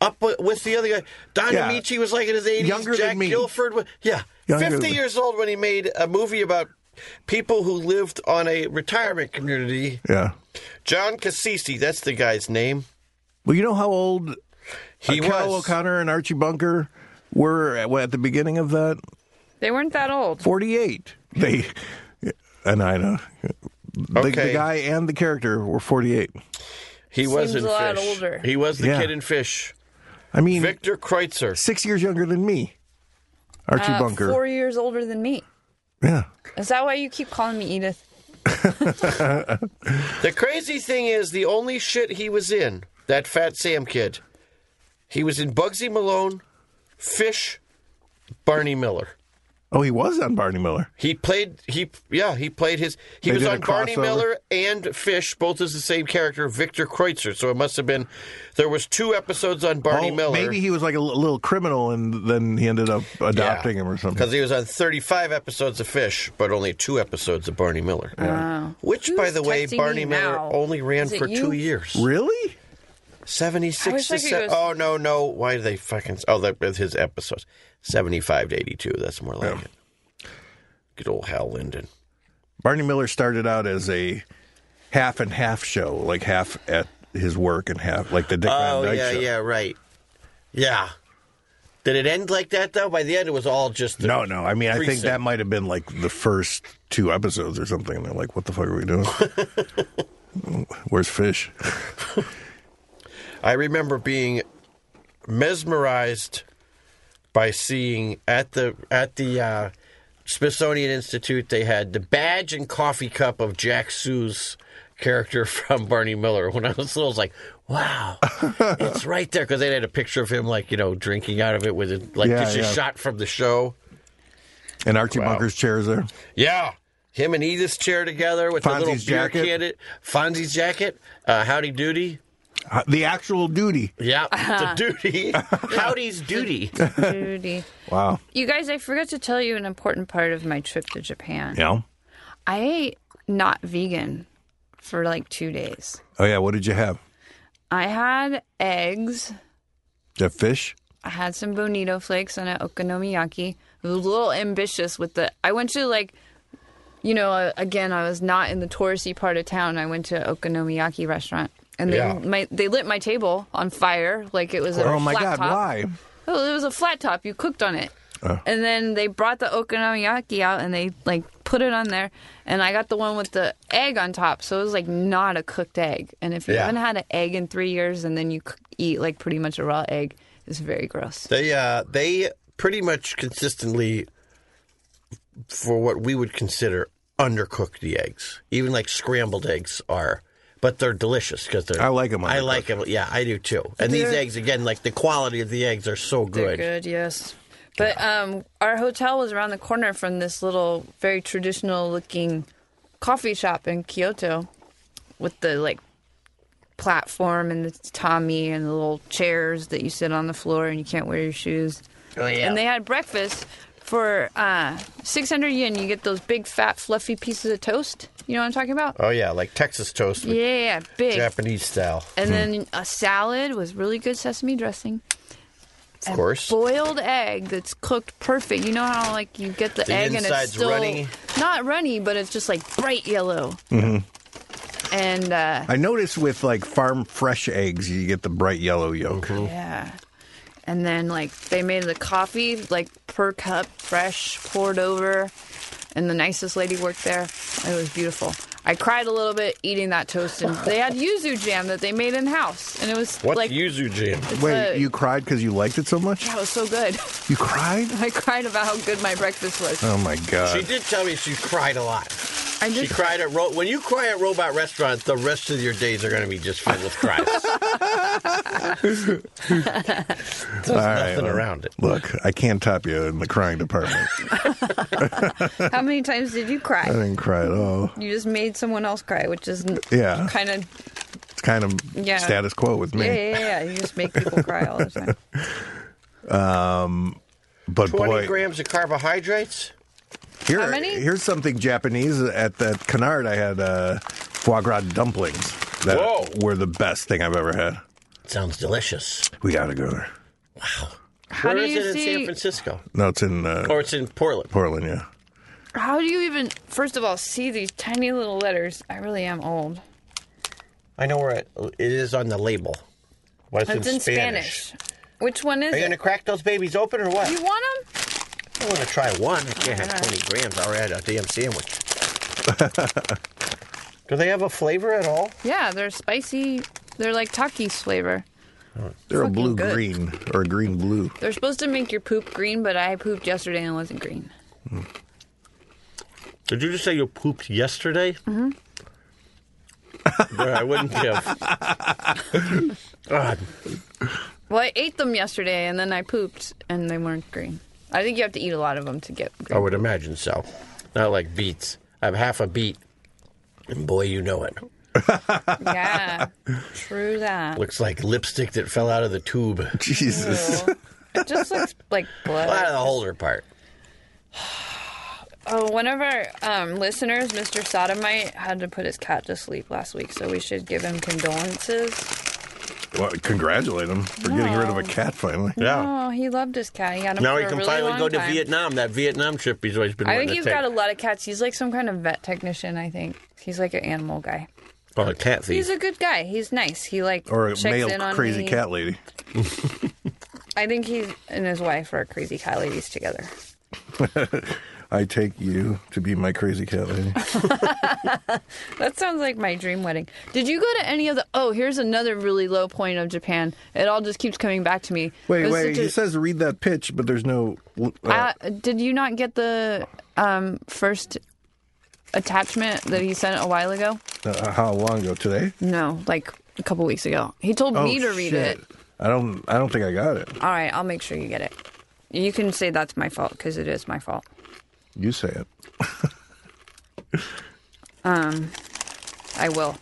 [SPEAKER 1] Up wi- with the other guy, Don
[SPEAKER 2] Yeah.
[SPEAKER 1] Amici was like in his 80s.
[SPEAKER 2] Younger than
[SPEAKER 1] Jack
[SPEAKER 2] me.
[SPEAKER 1] Guilford, was, yeah,
[SPEAKER 2] Younger
[SPEAKER 1] 50
[SPEAKER 2] than-
[SPEAKER 1] years old when he made a movie about people who lived on a retirement community.
[SPEAKER 2] Yeah.
[SPEAKER 1] John Cassisi, that's the guy's name.
[SPEAKER 2] Well, you know how old
[SPEAKER 1] He
[SPEAKER 2] uh, Kyle
[SPEAKER 1] was.
[SPEAKER 2] O'Connor and Archie Bunker were at, at the beginning of that
[SPEAKER 3] They weren't that old.
[SPEAKER 2] forty-eight. They and I know the,
[SPEAKER 1] Okay.
[SPEAKER 2] the guy and the character were forty-eight.
[SPEAKER 1] He was
[SPEAKER 3] Seems
[SPEAKER 1] in
[SPEAKER 3] a lot
[SPEAKER 1] Fish.
[SPEAKER 3] older.
[SPEAKER 1] He was the
[SPEAKER 2] Yeah.
[SPEAKER 1] kid in Fish.
[SPEAKER 2] I mean,
[SPEAKER 1] Victor Kreutzer.
[SPEAKER 2] six years younger than me. Archie
[SPEAKER 3] Uh,
[SPEAKER 2] Bunker.
[SPEAKER 3] Four years older than me.
[SPEAKER 2] Yeah.
[SPEAKER 3] Is that why you keep calling me Edith?
[SPEAKER 1] The crazy thing is, the only shit he was in, that Fat Sam kid, he was in Bugsy Malone, Fish, Barney Miller.
[SPEAKER 2] Oh, he was on Barney Miller.
[SPEAKER 1] He played, he, yeah, he played his, he
[SPEAKER 2] They
[SPEAKER 1] was
[SPEAKER 2] did a
[SPEAKER 1] on Barney
[SPEAKER 2] crossover?
[SPEAKER 1] Miller and Fish, both as the same character, Victor Kreutzer. So it must have been, there was two episodes on Barney
[SPEAKER 2] Oh,
[SPEAKER 1] Miller.
[SPEAKER 2] Maybe he was like a l- little criminal, and then he ended up adopting him or something.
[SPEAKER 1] Because he was on 35 episodes of Fish, but only two episodes of Barney Miller.
[SPEAKER 3] Wow.
[SPEAKER 1] Which, by
[SPEAKER 3] Who's
[SPEAKER 1] the way,
[SPEAKER 3] texting me
[SPEAKER 1] Barney Miller
[SPEAKER 3] now?
[SPEAKER 1] only ran
[SPEAKER 3] Is it
[SPEAKER 1] for
[SPEAKER 3] you?
[SPEAKER 1] two years.
[SPEAKER 2] Really?
[SPEAKER 1] 76
[SPEAKER 3] I wish
[SPEAKER 1] to
[SPEAKER 3] I could
[SPEAKER 1] se-
[SPEAKER 3] go-
[SPEAKER 1] Oh, no, no. Why did they fucking. Oh, that with his episodes. 75 to 82. That's more like it. Good old Hal Linden.
[SPEAKER 2] Barney Miller started out as a half and half show, like half at his work and half like the Dick
[SPEAKER 1] Oh,
[SPEAKER 2] Van Dyke show.
[SPEAKER 1] right. Yeah. Did it end like that, though? By the end, it was all just. the-
[SPEAKER 2] No, no. I mean, I think
[SPEAKER 1] Precinct.
[SPEAKER 2] that might have been like the first two episodes or something. And they're like, "What the fuck are we doing? Where's fish?"
[SPEAKER 1] I remember being mesmerized by seeing at the at the uh, Smithsonian Institute they had the badge and coffee cup of Jack Sue's character from Barney Miller. When I was little, I was like, "Wow, it's right there!" Because they had a picture of him, like you know, drinking out of it with it, like
[SPEAKER 2] Yeah,
[SPEAKER 1] just
[SPEAKER 2] yeah.
[SPEAKER 1] a shot from the show.
[SPEAKER 2] And Archie Bunker's chairs there.
[SPEAKER 1] Yeah. Him and Edith's chair together with the little
[SPEAKER 2] Fonzie's
[SPEAKER 1] beer
[SPEAKER 2] jacket.
[SPEAKER 1] can. It Fonzie's jacket. Uh, howdy doody.
[SPEAKER 2] Uh, The actual duty.
[SPEAKER 1] Yeah, the duty. Howdy's duty.
[SPEAKER 3] Judy.
[SPEAKER 2] Wow.
[SPEAKER 3] You guys, I forgot to tell you an important part of my trip to Japan.
[SPEAKER 2] Yeah.
[SPEAKER 3] I ate not vegan for like two days.
[SPEAKER 2] Oh yeah. What did you have?
[SPEAKER 3] I had eggs.
[SPEAKER 2] Did you have fish?
[SPEAKER 3] I had some bonito flakes and an okonomiyaki. I was a little ambitious with the. I went to like, you know, uh, again, I was not in the touristy part of town. I went to an okonomiyaki restaurant, and they
[SPEAKER 1] Yeah.
[SPEAKER 3] my, they lit my table on fire like it was a
[SPEAKER 2] Oh my
[SPEAKER 3] flat
[SPEAKER 2] god.
[SPEAKER 3] top.
[SPEAKER 2] Why? Uh.
[SPEAKER 3] Oh, it was a flat top. You cooked on it. And then they brought the okonomiyaki out and they like put it on there. And I got the one with the egg on top. So it was like not a cooked egg. And if you
[SPEAKER 1] Yeah.
[SPEAKER 3] haven't had an egg in three years and then you c- eat like pretty much a raw egg, it's very gross.
[SPEAKER 1] They uh, they pretty much consistently, for what we would consider undercooked the eggs, even like scrambled eggs are, but they're delicious because they're.
[SPEAKER 2] I like 'em
[SPEAKER 1] I
[SPEAKER 2] undercooked.
[SPEAKER 1] like them. Yeah, I do too. And these
[SPEAKER 3] They're-
[SPEAKER 1] eggs, again, like the quality of the eggs are so good.
[SPEAKER 3] They're good, yes. But um, our hotel was around the corner from this little, very traditional looking coffee shop in Kyoto with the like platform and the tatami and the little chairs that you sit on the floor and you can't wear your shoes.
[SPEAKER 1] Oh, yeah.
[SPEAKER 3] And they had breakfast for uh, 600 yen. You get those big, fat, fluffy pieces of toast. You know what I'm talking about?
[SPEAKER 1] Oh yeah, like Texas toast, with
[SPEAKER 3] Yeah, big.
[SPEAKER 1] Japanese Hmm. style,
[SPEAKER 3] And then a salad with really good sesame dressing
[SPEAKER 1] of course.
[SPEAKER 3] boiled egg that's cooked perfect. You know how like you get the,
[SPEAKER 1] The
[SPEAKER 3] egg and
[SPEAKER 1] inside's
[SPEAKER 3] it's still
[SPEAKER 1] runny.
[SPEAKER 3] not runny, but it's just like bright yellow.
[SPEAKER 1] Mm-hmm.
[SPEAKER 3] And uh,
[SPEAKER 2] I noticed with like farm fresh eggs, you get the bright yellow yolk.
[SPEAKER 1] Mm-hmm.
[SPEAKER 3] yeah, and then like they made the coffee like per cup, fresh, poured over, and the nicest lady worked there. It was beautiful. I cried a little bit eating that toast, and they had yuzu jam that they made in house, and it was
[SPEAKER 1] What's
[SPEAKER 3] like
[SPEAKER 1] yuzu jam?
[SPEAKER 3] it's
[SPEAKER 2] Wait,
[SPEAKER 3] a-
[SPEAKER 2] you cried because you liked it so much?
[SPEAKER 3] that was so good.
[SPEAKER 2] You cried?
[SPEAKER 3] I cried about how good my breakfast was.
[SPEAKER 2] Oh my god!
[SPEAKER 1] She did tell me she cried a lot.
[SPEAKER 3] I
[SPEAKER 1] She
[SPEAKER 3] just
[SPEAKER 1] cried at ro- when you cry at robot restaurants. The rest of your days are going to be just filled with cries.
[SPEAKER 2] All right,
[SPEAKER 1] nothing
[SPEAKER 2] well,
[SPEAKER 1] around it.
[SPEAKER 2] Look, I can't top you in the crying department.
[SPEAKER 3] how many times did you
[SPEAKER 2] I
[SPEAKER 3] cry?
[SPEAKER 2] didn't cry at all.
[SPEAKER 3] You just made someone else cry, which is
[SPEAKER 2] Yeah.
[SPEAKER 3] kind of
[SPEAKER 2] It's kind of
[SPEAKER 3] Yeah.
[SPEAKER 2] status quo with me.
[SPEAKER 3] yeah, yeah, yeah. You just make people cry all the time.
[SPEAKER 2] But
[SPEAKER 1] Twenty
[SPEAKER 2] boy,
[SPEAKER 1] grams of carbohydrates.
[SPEAKER 2] here,
[SPEAKER 3] How many?
[SPEAKER 2] here's something Japanese. At the canard, I had uh, foie gras dumplings that
[SPEAKER 1] Whoa.
[SPEAKER 2] were the best thing I've ever had.
[SPEAKER 1] Sounds delicious.
[SPEAKER 2] We gotta go there.
[SPEAKER 3] How
[SPEAKER 1] Where
[SPEAKER 3] do
[SPEAKER 1] is
[SPEAKER 3] you
[SPEAKER 1] it in San
[SPEAKER 3] see?
[SPEAKER 1] Francisco?
[SPEAKER 2] No, it's in uh,
[SPEAKER 1] Or it's in Portland.
[SPEAKER 2] Portland. Yeah.
[SPEAKER 3] How do you even? First of all, see these tiny little letters. I really am old.
[SPEAKER 1] I know where it, it is on the label. Well, it's
[SPEAKER 3] Oh, It's in Spanish. Which one is
[SPEAKER 1] Are you going
[SPEAKER 3] it?
[SPEAKER 1] to crack those babies open or what?
[SPEAKER 3] You want them?
[SPEAKER 1] I want to try one. I can't have 20 grams. I already had a damn sandwich. Do they have a flavor at all?
[SPEAKER 3] Yeah, they're spicy. They're like Takis flavor.
[SPEAKER 2] They're a
[SPEAKER 3] Fucking
[SPEAKER 2] blue
[SPEAKER 3] good.
[SPEAKER 2] green or a green blue.
[SPEAKER 3] They're supposed to make your poop green, but I pooped yesterday and it wasn't green.
[SPEAKER 1] Did you just say you pooped yesterday? Mm-hmm. I wouldn't have. God.
[SPEAKER 3] Well, I ate them yesterday and then I pooped and they weren't green. I think you have to eat a lot of them to get
[SPEAKER 1] I
[SPEAKER 3] green.
[SPEAKER 1] would imagine so. Not like beets. I have half a beet, and boy, you know it.
[SPEAKER 3] Yeah, true that.
[SPEAKER 1] Looks like lipstick that fell out of the tube.
[SPEAKER 2] Jesus.
[SPEAKER 3] Ew. It just looks like blood.
[SPEAKER 1] Well, out of the holder part.
[SPEAKER 3] Oh, one of our um, listeners, Mr. Sodomite, had to put his cat to sleep last week, so we should give him condolences.
[SPEAKER 2] Well, congratulate them for getting rid of a cat finally.
[SPEAKER 3] Oh, he loved his cat. He had him
[SPEAKER 1] Now
[SPEAKER 3] for
[SPEAKER 1] he
[SPEAKER 3] a
[SPEAKER 1] can
[SPEAKER 3] really
[SPEAKER 1] finally
[SPEAKER 3] long
[SPEAKER 1] go to
[SPEAKER 3] time.
[SPEAKER 1] Vietnam. That Vietnam trip he's always been.
[SPEAKER 3] I
[SPEAKER 1] wanting
[SPEAKER 3] think you've
[SPEAKER 1] to take.
[SPEAKER 3] got a lot of cats. He's like some kind of vet technician. I think he's like an animal guy.
[SPEAKER 1] Oh, a cat thief.
[SPEAKER 3] He's a good guy. He's nice. He like
[SPEAKER 2] Or a
[SPEAKER 3] checks in
[SPEAKER 2] male
[SPEAKER 3] on
[SPEAKER 2] crazy
[SPEAKER 3] me.
[SPEAKER 2] cat lady.
[SPEAKER 3] I think he and his wife are crazy cat ladies together.
[SPEAKER 2] I take you to be my crazy cat lady.
[SPEAKER 3] That sounds like my dream wedding. Did you go to any of the? Oh, here's another really low point of Japan. It all just keeps coming back to me. It
[SPEAKER 2] Wait,
[SPEAKER 3] was
[SPEAKER 2] wait.
[SPEAKER 3] such a-
[SPEAKER 2] He says read that pitch, but there's no. Uh,
[SPEAKER 3] Uh, did you not get the um, first attachment that he sent a while ago?
[SPEAKER 2] uh, how long ago today? Oh,
[SPEAKER 3] No, like a couple weeks ago. He told me to read
[SPEAKER 2] shit.
[SPEAKER 3] it.
[SPEAKER 2] I don't. I don't think I got it.
[SPEAKER 3] All right, I'll make sure you get it. You can say that's my fault because it is my fault.
[SPEAKER 2] You say it.
[SPEAKER 3] I will.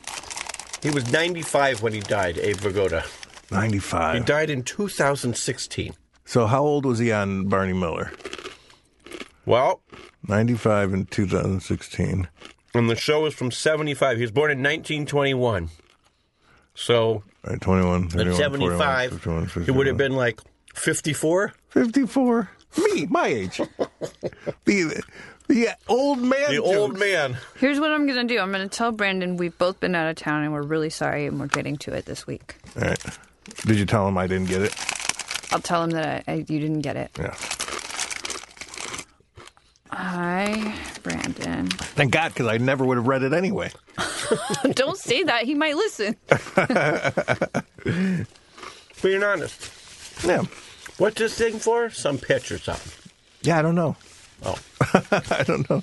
[SPEAKER 1] He was 95 when he died, Abe Vigoda. He
[SPEAKER 2] Ninety-five.
[SPEAKER 1] died in 2016.
[SPEAKER 2] So how old was he on Barney Miller?
[SPEAKER 1] Well,
[SPEAKER 2] Ninety-five in 2016.
[SPEAKER 1] and the show is from 75. He was born in 1921. So
[SPEAKER 2] All right, 21, 31,
[SPEAKER 1] at
[SPEAKER 2] 45,
[SPEAKER 1] 75,
[SPEAKER 2] 51,
[SPEAKER 1] he would have been like 54.
[SPEAKER 2] 54. Me, my age. the, the old man.
[SPEAKER 1] The
[SPEAKER 2] jokes.
[SPEAKER 1] old man.
[SPEAKER 3] Here's what I'm going to do I'm going to tell Brandon we've both been out of town and we're really sorry and we're getting to it this week.
[SPEAKER 2] All right. Did you tell him I didn't get it?
[SPEAKER 3] I'll tell him that I, I, you didn't get it.
[SPEAKER 2] Yeah.
[SPEAKER 3] Hi, Brandon.
[SPEAKER 2] Thank God, because I never would have read it anyway.
[SPEAKER 3] Don't say that. He might listen.
[SPEAKER 1] Being honest.
[SPEAKER 2] Yeah.
[SPEAKER 1] What's this thing for? Some pitch or something.
[SPEAKER 2] Yeah, I don't know.
[SPEAKER 1] Oh.
[SPEAKER 2] I don't know.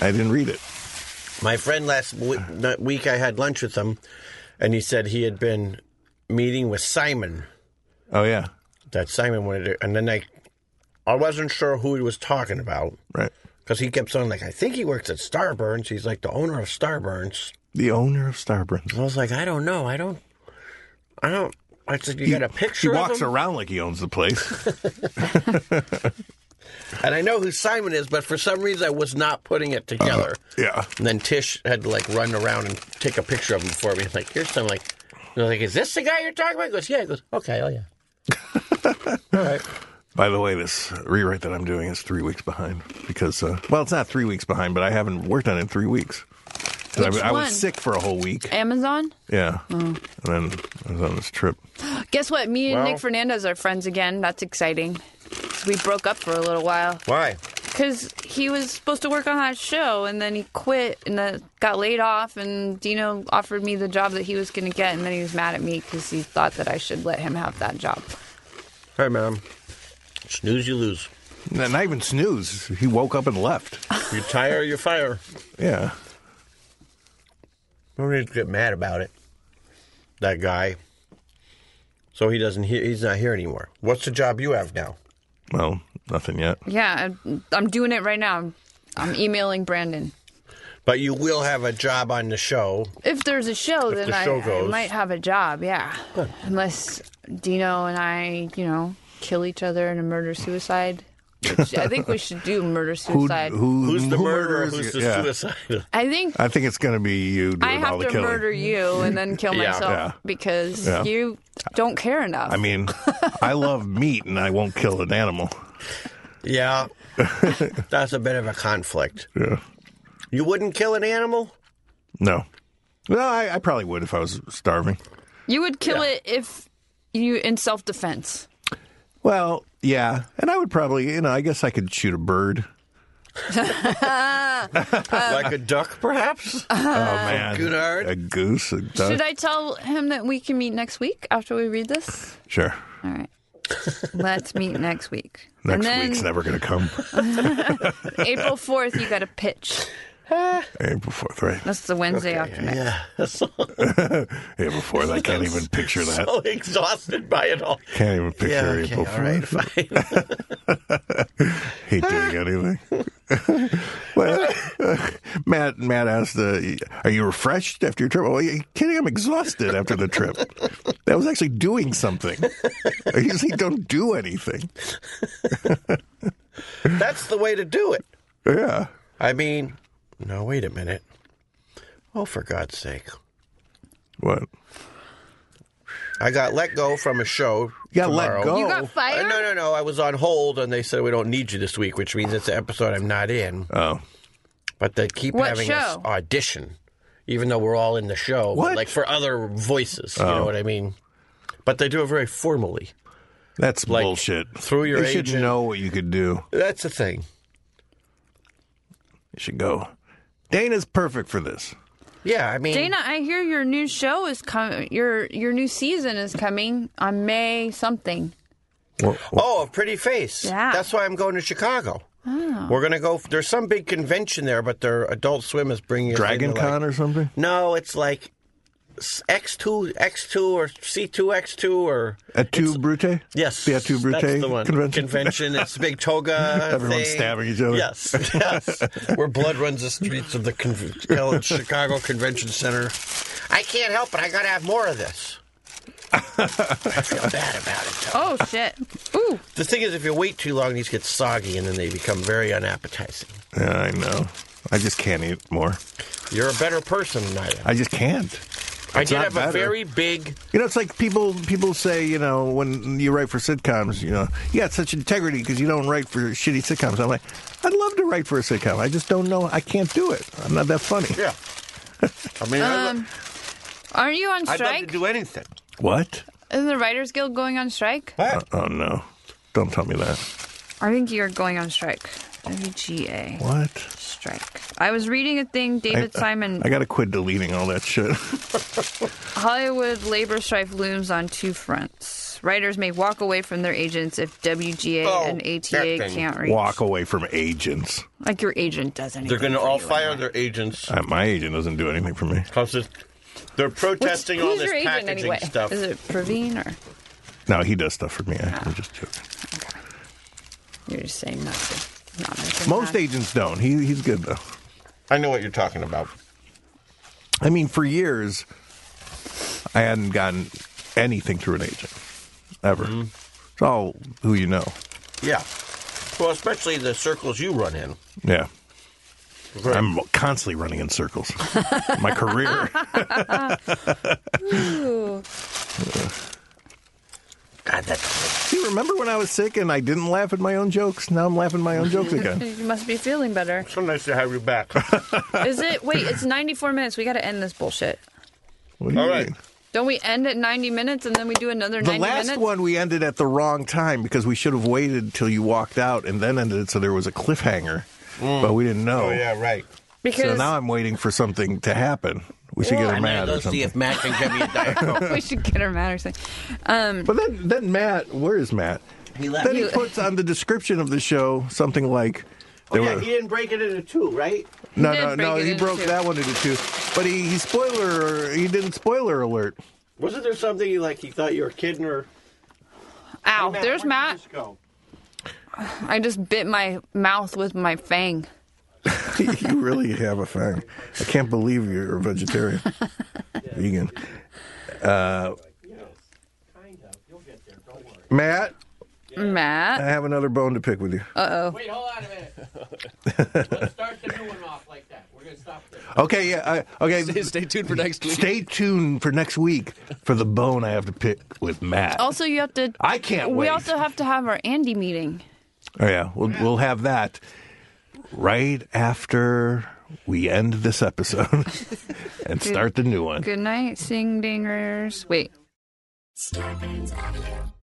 [SPEAKER 2] I didn't read it.
[SPEAKER 1] My friend last w- that week, I had lunch with him, and he said he had been meeting with Simon.
[SPEAKER 2] Oh, yeah.
[SPEAKER 1] That Simon wanted to, and then I, I wasn't sure who he was talking about.
[SPEAKER 2] Right.
[SPEAKER 1] Because he kept saying, like, I think he works at Starburns. He's like the owner of Starburns.
[SPEAKER 2] The owner of Starburns.
[SPEAKER 1] I was like, I don't know. I don't. I don't. I said, you got a
[SPEAKER 2] He
[SPEAKER 1] picture of
[SPEAKER 2] walks
[SPEAKER 1] him?
[SPEAKER 2] around like he owns the place.
[SPEAKER 1] And I know who Simon is, but for some reason I was not putting it together.
[SPEAKER 2] yeah.
[SPEAKER 1] And then Tish had to, like, run around and take a picture of him for me. Like, here's some, like, and I was like, is this the guy you're talking about? He goes, yeah. He goes, okay, oh, yeah. All right.
[SPEAKER 2] By the way, this rewrite that I'm doing is three weeks behind because, uh, well, it's not three weeks behind, but I haven't worked on it in three weeks. 'Cause
[SPEAKER 3] Which
[SPEAKER 2] I, I
[SPEAKER 3] one?
[SPEAKER 2] was sick for a whole week.
[SPEAKER 3] Amazon?
[SPEAKER 2] Yeah. And then I was on this trip.
[SPEAKER 3] Guess what? Me and
[SPEAKER 1] Well-
[SPEAKER 3] Nick Fernandez are friends again. That's exciting. 'Cause We broke up for a little while
[SPEAKER 1] Why?
[SPEAKER 3] because he was supposed to work on that show and then he quit and then got laid off and Dino offered me the job that he was going to get and then he was mad at me because he thought that I should let him have that job.
[SPEAKER 1] Hey, man. Snooze, you lose.
[SPEAKER 2] Not not even snooze. He woke up and left.
[SPEAKER 1] You tire, you fire.
[SPEAKER 2] Yeah.
[SPEAKER 1] Nobody needs to get mad about it. That guy. So he doesn't hear. He's not here anymore. What's the job you have now?
[SPEAKER 2] Well, nothing yet.
[SPEAKER 3] Yeah, I'm, I'm doing it right now. I'm, I'm emailing Brandon.
[SPEAKER 1] But you will have a job on the show.
[SPEAKER 3] If there's a show, then
[SPEAKER 1] the
[SPEAKER 3] I,
[SPEAKER 1] show
[SPEAKER 3] I
[SPEAKER 1] goes.
[SPEAKER 3] might have a job, yeah. Unless Dino and I, you know, kill each other in a murder suicide. Which I think we should do murder suicide.
[SPEAKER 1] Who's the
[SPEAKER 2] who
[SPEAKER 1] murderer? Who's
[SPEAKER 2] murders
[SPEAKER 1] the
[SPEAKER 2] you? Yeah.
[SPEAKER 1] suicide?
[SPEAKER 3] I think
[SPEAKER 2] I think it's going to be you doing
[SPEAKER 3] I
[SPEAKER 2] all
[SPEAKER 3] have
[SPEAKER 2] the
[SPEAKER 3] to
[SPEAKER 2] killing.
[SPEAKER 3] murder you and then kill
[SPEAKER 1] Yeah.
[SPEAKER 3] myself
[SPEAKER 2] Yeah.
[SPEAKER 3] because
[SPEAKER 2] Yeah.
[SPEAKER 3] you don't care enough.
[SPEAKER 2] I mean, I love meat and I won't kill an animal.
[SPEAKER 1] Yeah. That's a bit of a conflict.
[SPEAKER 2] Yeah.
[SPEAKER 1] You wouldn't kill an animal?
[SPEAKER 2] No. Well, I, I probably would if I was starving.
[SPEAKER 3] you would kill it if you in self defense.
[SPEAKER 2] Well, yeah. And I would probably, you know, I guess I could shoot a bird.
[SPEAKER 1] like a duck, perhaps?
[SPEAKER 2] oh, man.
[SPEAKER 1] Goodard.
[SPEAKER 2] A goose, a duck.
[SPEAKER 3] Uh, Should I tell him that we can meet next week after we read this?
[SPEAKER 2] Sure.
[SPEAKER 3] All right. Let's meet next week.
[SPEAKER 2] Next
[SPEAKER 3] and then
[SPEAKER 2] week's never going to come.
[SPEAKER 3] April 4th, you got a pitch.
[SPEAKER 2] April 4th, right?
[SPEAKER 3] That's the Wednesday after next.
[SPEAKER 1] yeah. So,
[SPEAKER 2] April 4th. I can't even picture that.
[SPEAKER 1] so exhausted by it all.
[SPEAKER 2] Can't even picture
[SPEAKER 1] Yeah, okay,
[SPEAKER 2] April
[SPEAKER 1] all right,
[SPEAKER 2] 4th.
[SPEAKER 1] fine.
[SPEAKER 2] hate doing anything. well, Matt, Matt asked, uh, "Are you refreshed after your trip?" Oh, are you kidding? I'm exhausted after the trip. That was actually doing something. I usually don't do anything.
[SPEAKER 1] That's the way to do it.
[SPEAKER 2] Yeah,
[SPEAKER 1] I mean, no, wait a minute. Oh, for God's sake.
[SPEAKER 2] what?
[SPEAKER 1] I got let go from a show.
[SPEAKER 2] You got
[SPEAKER 1] tomorrow.
[SPEAKER 2] let go.
[SPEAKER 3] You got
[SPEAKER 1] Uh,
[SPEAKER 3] fired?
[SPEAKER 1] no, no, no. I was on hold, and they said we don't need you this week, which means it's an episode I'm not in.
[SPEAKER 2] Oh,
[SPEAKER 1] But they keep
[SPEAKER 3] What
[SPEAKER 1] having us
[SPEAKER 3] show?
[SPEAKER 1] audition, even though we're all in the show, but
[SPEAKER 2] What? Oh.
[SPEAKER 1] like for other voices. You know what I mean? But they do it very formally.
[SPEAKER 2] that's
[SPEAKER 1] Like,
[SPEAKER 2] bullshit.
[SPEAKER 1] through your
[SPEAKER 2] you should
[SPEAKER 1] agent.
[SPEAKER 2] know what you could do.
[SPEAKER 1] That's the thing.
[SPEAKER 2] You should go. Dana's perfect for this.
[SPEAKER 1] Yeah, I mean,
[SPEAKER 3] Dana, I hear your new show is coming. Your your new season is coming on May something.
[SPEAKER 1] oh, a pretty face.
[SPEAKER 3] Yeah. Oh.
[SPEAKER 1] That's why I'm going to Chicago. We're gonna go. There's some big convention there, but their Adult Swim is bringing us
[SPEAKER 2] Dragon
[SPEAKER 1] into, like-
[SPEAKER 2] Con or something?
[SPEAKER 1] No, it's like X two X two or C two X two or
[SPEAKER 2] At two Brute?
[SPEAKER 1] yes,
[SPEAKER 2] The Atu Brute
[SPEAKER 1] that's the one.
[SPEAKER 2] convention.
[SPEAKER 1] Convention. It's a big toga.
[SPEAKER 2] Everyone's
[SPEAKER 1] thing.
[SPEAKER 2] stabbing each other.
[SPEAKER 1] Yes, yes. Where blood runs the streets of the con- L- Chicago Convention Center. I can't help it. I got to have more of this. I feel bad about it. Though.
[SPEAKER 3] Oh shit! Ooh,
[SPEAKER 1] The thing is, if you wait too long, these get soggy and then they become very unappetizing.
[SPEAKER 2] Yeah, I know. I just can't eat more.
[SPEAKER 1] You're a better person than I am.
[SPEAKER 2] I just can't.
[SPEAKER 5] I
[SPEAKER 2] It's
[SPEAKER 5] did
[SPEAKER 2] not
[SPEAKER 5] have
[SPEAKER 2] better.
[SPEAKER 5] a very big.
[SPEAKER 2] You know, it's like people people say, you know, when you write for sitcoms, you know, you got such integrity because you don't write for shitty sitcoms. I'm like, I'd love to write for a sitcom. I just don't know. I can't do it. I'm not that funny.
[SPEAKER 1] Yeah. I mean, I'd lo-
[SPEAKER 3] aren't you
[SPEAKER 1] I'd
[SPEAKER 3] on
[SPEAKER 1] love to
[SPEAKER 3] Um, strike?
[SPEAKER 1] do anything.
[SPEAKER 2] What?
[SPEAKER 3] Isn't the Writers Guild going on strike?
[SPEAKER 2] Uh, oh no! Don't tell me that.
[SPEAKER 3] I think you're going on strike. WGA
[SPEAKER 2] What?
[SPEAKER 3] strike. I was reading a thing. David Simon.
[SPEAKER 2] I gotta quit deleting all that shit.
[SPEAKER 3] Hollywood labor strife looms on two fronts. Writers may walk away from their agents if WGA
[SPEAKER 1] Oh,
[SPEAKER 3] and
[SPEAKER 1] that
[SPEAKER 3] ATA
[SPEAKER 1] thing.
[SPEAKER 3] can't reach.
[SPEAKER 2] Walk away from agents.
[SPEAKER 3] Like your agent does anything.
[SPEAKER 1] They're going to
[SPEAKER 3] for
[SPEAKER 1] all
[SPEAKER 3] you
[SPEAKER 1] fire
[SPEAKER 3] anyway.
[SPEAKER 1] their agents
[SPEAKER 2] Uh, my agent doesn't do anything for me.
[SPEAKER 1] because it- they're
[SPEAKER 3] What's-
[SPEAKER 1] protesting all
[SPEAKER 3] who's
[SPEAKER 1] this
[SPEAKER 3] your agent
[SPEAKER 1] packaging
[SPEAKER 3] anyway?
[SPEAKER 1] stuff.
[SPEAKER 3] Is it Praveen or?
[SPEAKER 2] No, he does stuff for me. I- I'm just joking.
[SPEAKER 3] Okay. You're just saying not to. Not make them
[SPEAKER 2] Most
[SPEAKER 3] happy.
[SPEAKER 2] agents don't. He he's good though.
[SPEAKER 1] I know what you're talking about.
[SPEAKER 2] I mean, for years, I hadn't gotten anything through an agent ever.
[SPEAKER 1] Mm-hmm.
[SPEAKER 2] It's all who you know.
[SPEAKER 1] Yeah. Well, especially the circles you run in.
[SPEAKER 2] Yeah. I'm constantly running in circles. My career.
[SPEAKER 1] God, that's
[SPEAKER 2] you remember when I was sick and I didn't laugh at my own jokes? Now I'm laughing at my own jokes again.
[SPEAKER 3] You must be feeling better.
[SPEAKER 1] so nice to have you back.
[SPEAKER 3] Is it? Wait, it's 94 minutes. We got to end this bullshit.
[SPEAKER 2] What do you
[SPEAKER 1] All right.
[SPEAKER 2] mean?
[SPEAKER 3] Don't we end at 90 minutes and then we do another
[SPEAKER 2] The
[SPEAKER 3] 90
[SPEAKER 2] last
[SPEAKER 3] minutes?
[SPEAKER 2] one we ended at the wrong time because we should have waited till you walked out and then ended it so there was a cliffhanger, but we didn't know.
[SPEAKER 1] Oh yeah, right.
[SPEAKER 2] So
[SPEAKER 3] because
[SPEAKER 2] now I'm waiting for something to happen. We should get her
[SPEAKER 1] I mean,
[SPEAKER 2] mad or
[SPEAKER 1] let's see
[SPEAKER 2] something.
[SPEAKER 1] if Matt can get me a diet coke.
[SPEAKER 3] we should get her mad or something. Um,
[SPEAKER 2] But then, then Matt, where is Matt?
[SPEAKER 1] He left.
[SPEAKER 2] Then he puts on the description of the show something like. There
[SPEAKER 1] yeah,
[SPEAKER 2] were,
[SPEAKER 1] he didn't break it into two, right?
[SPEAKER 2] no,
[SPEAKER 3] did
[SPEAKER 2] no,
[SPEAKER 3] break
[SPEAKER 2] no.
[SPEAKER 3] it
[SPEAKER 2] He
[SPEAKER 3] into
[SPEAKER 2] broke
[SPEAKER 3] two.
[SPEAKER 2] that one into two, but he, he spoiler he didn't spoiler alert.
[SPEAKER 1] Wasn't there something you like? He thought you were kidding or?
[SPEAKER 3] ow,
[SPEAKER 1] Matt,
[SPEAKER 3] there's
[SPEAKER 1] where'd you
[SPEAKER 3] Matt.
[SPEAKER 1] just go?
[SPEAKER 3] I just bit my mouth with my fang.
[SPEAKER 2] you really have a thing. I can't believe you're a vegetarian, vegan. Uh,
[SPEAKER 1] Kind of. You'll get there. Don't worry.
[SPEAKER 2] Matt, I
[SPEAKER 3] Matt.
[SPEAKER 2] have another bone to pick with you.
[SPEAKER 3] Uh,
[SPEAKER 5] Wait, hold on a minute. Let's start the new one off like that. We're going to stop there.
[SPEAKER 2] okay, yeah, I, okay.
[SPEAKER 4] Stay, stay tuned for next week.
[SPEAKER 2] Stay tuned for next week for the bone I have to pick with Matt.
[SPEAKER 3] Also, you have to.
[SPEAKER 2] I can't
[SPEAKER 3] We
[SPEAKER 2] wait.
[SPEAKER 3] also have to have our Andy meeting.
[SPEAKER 2] Oh yeah, we'll we'll have that right after we end this episode and start the new one.
[SPEAKER 3] Good night, sing dingers. Wait.
[SPEAKER 8] Scorpions Avenue.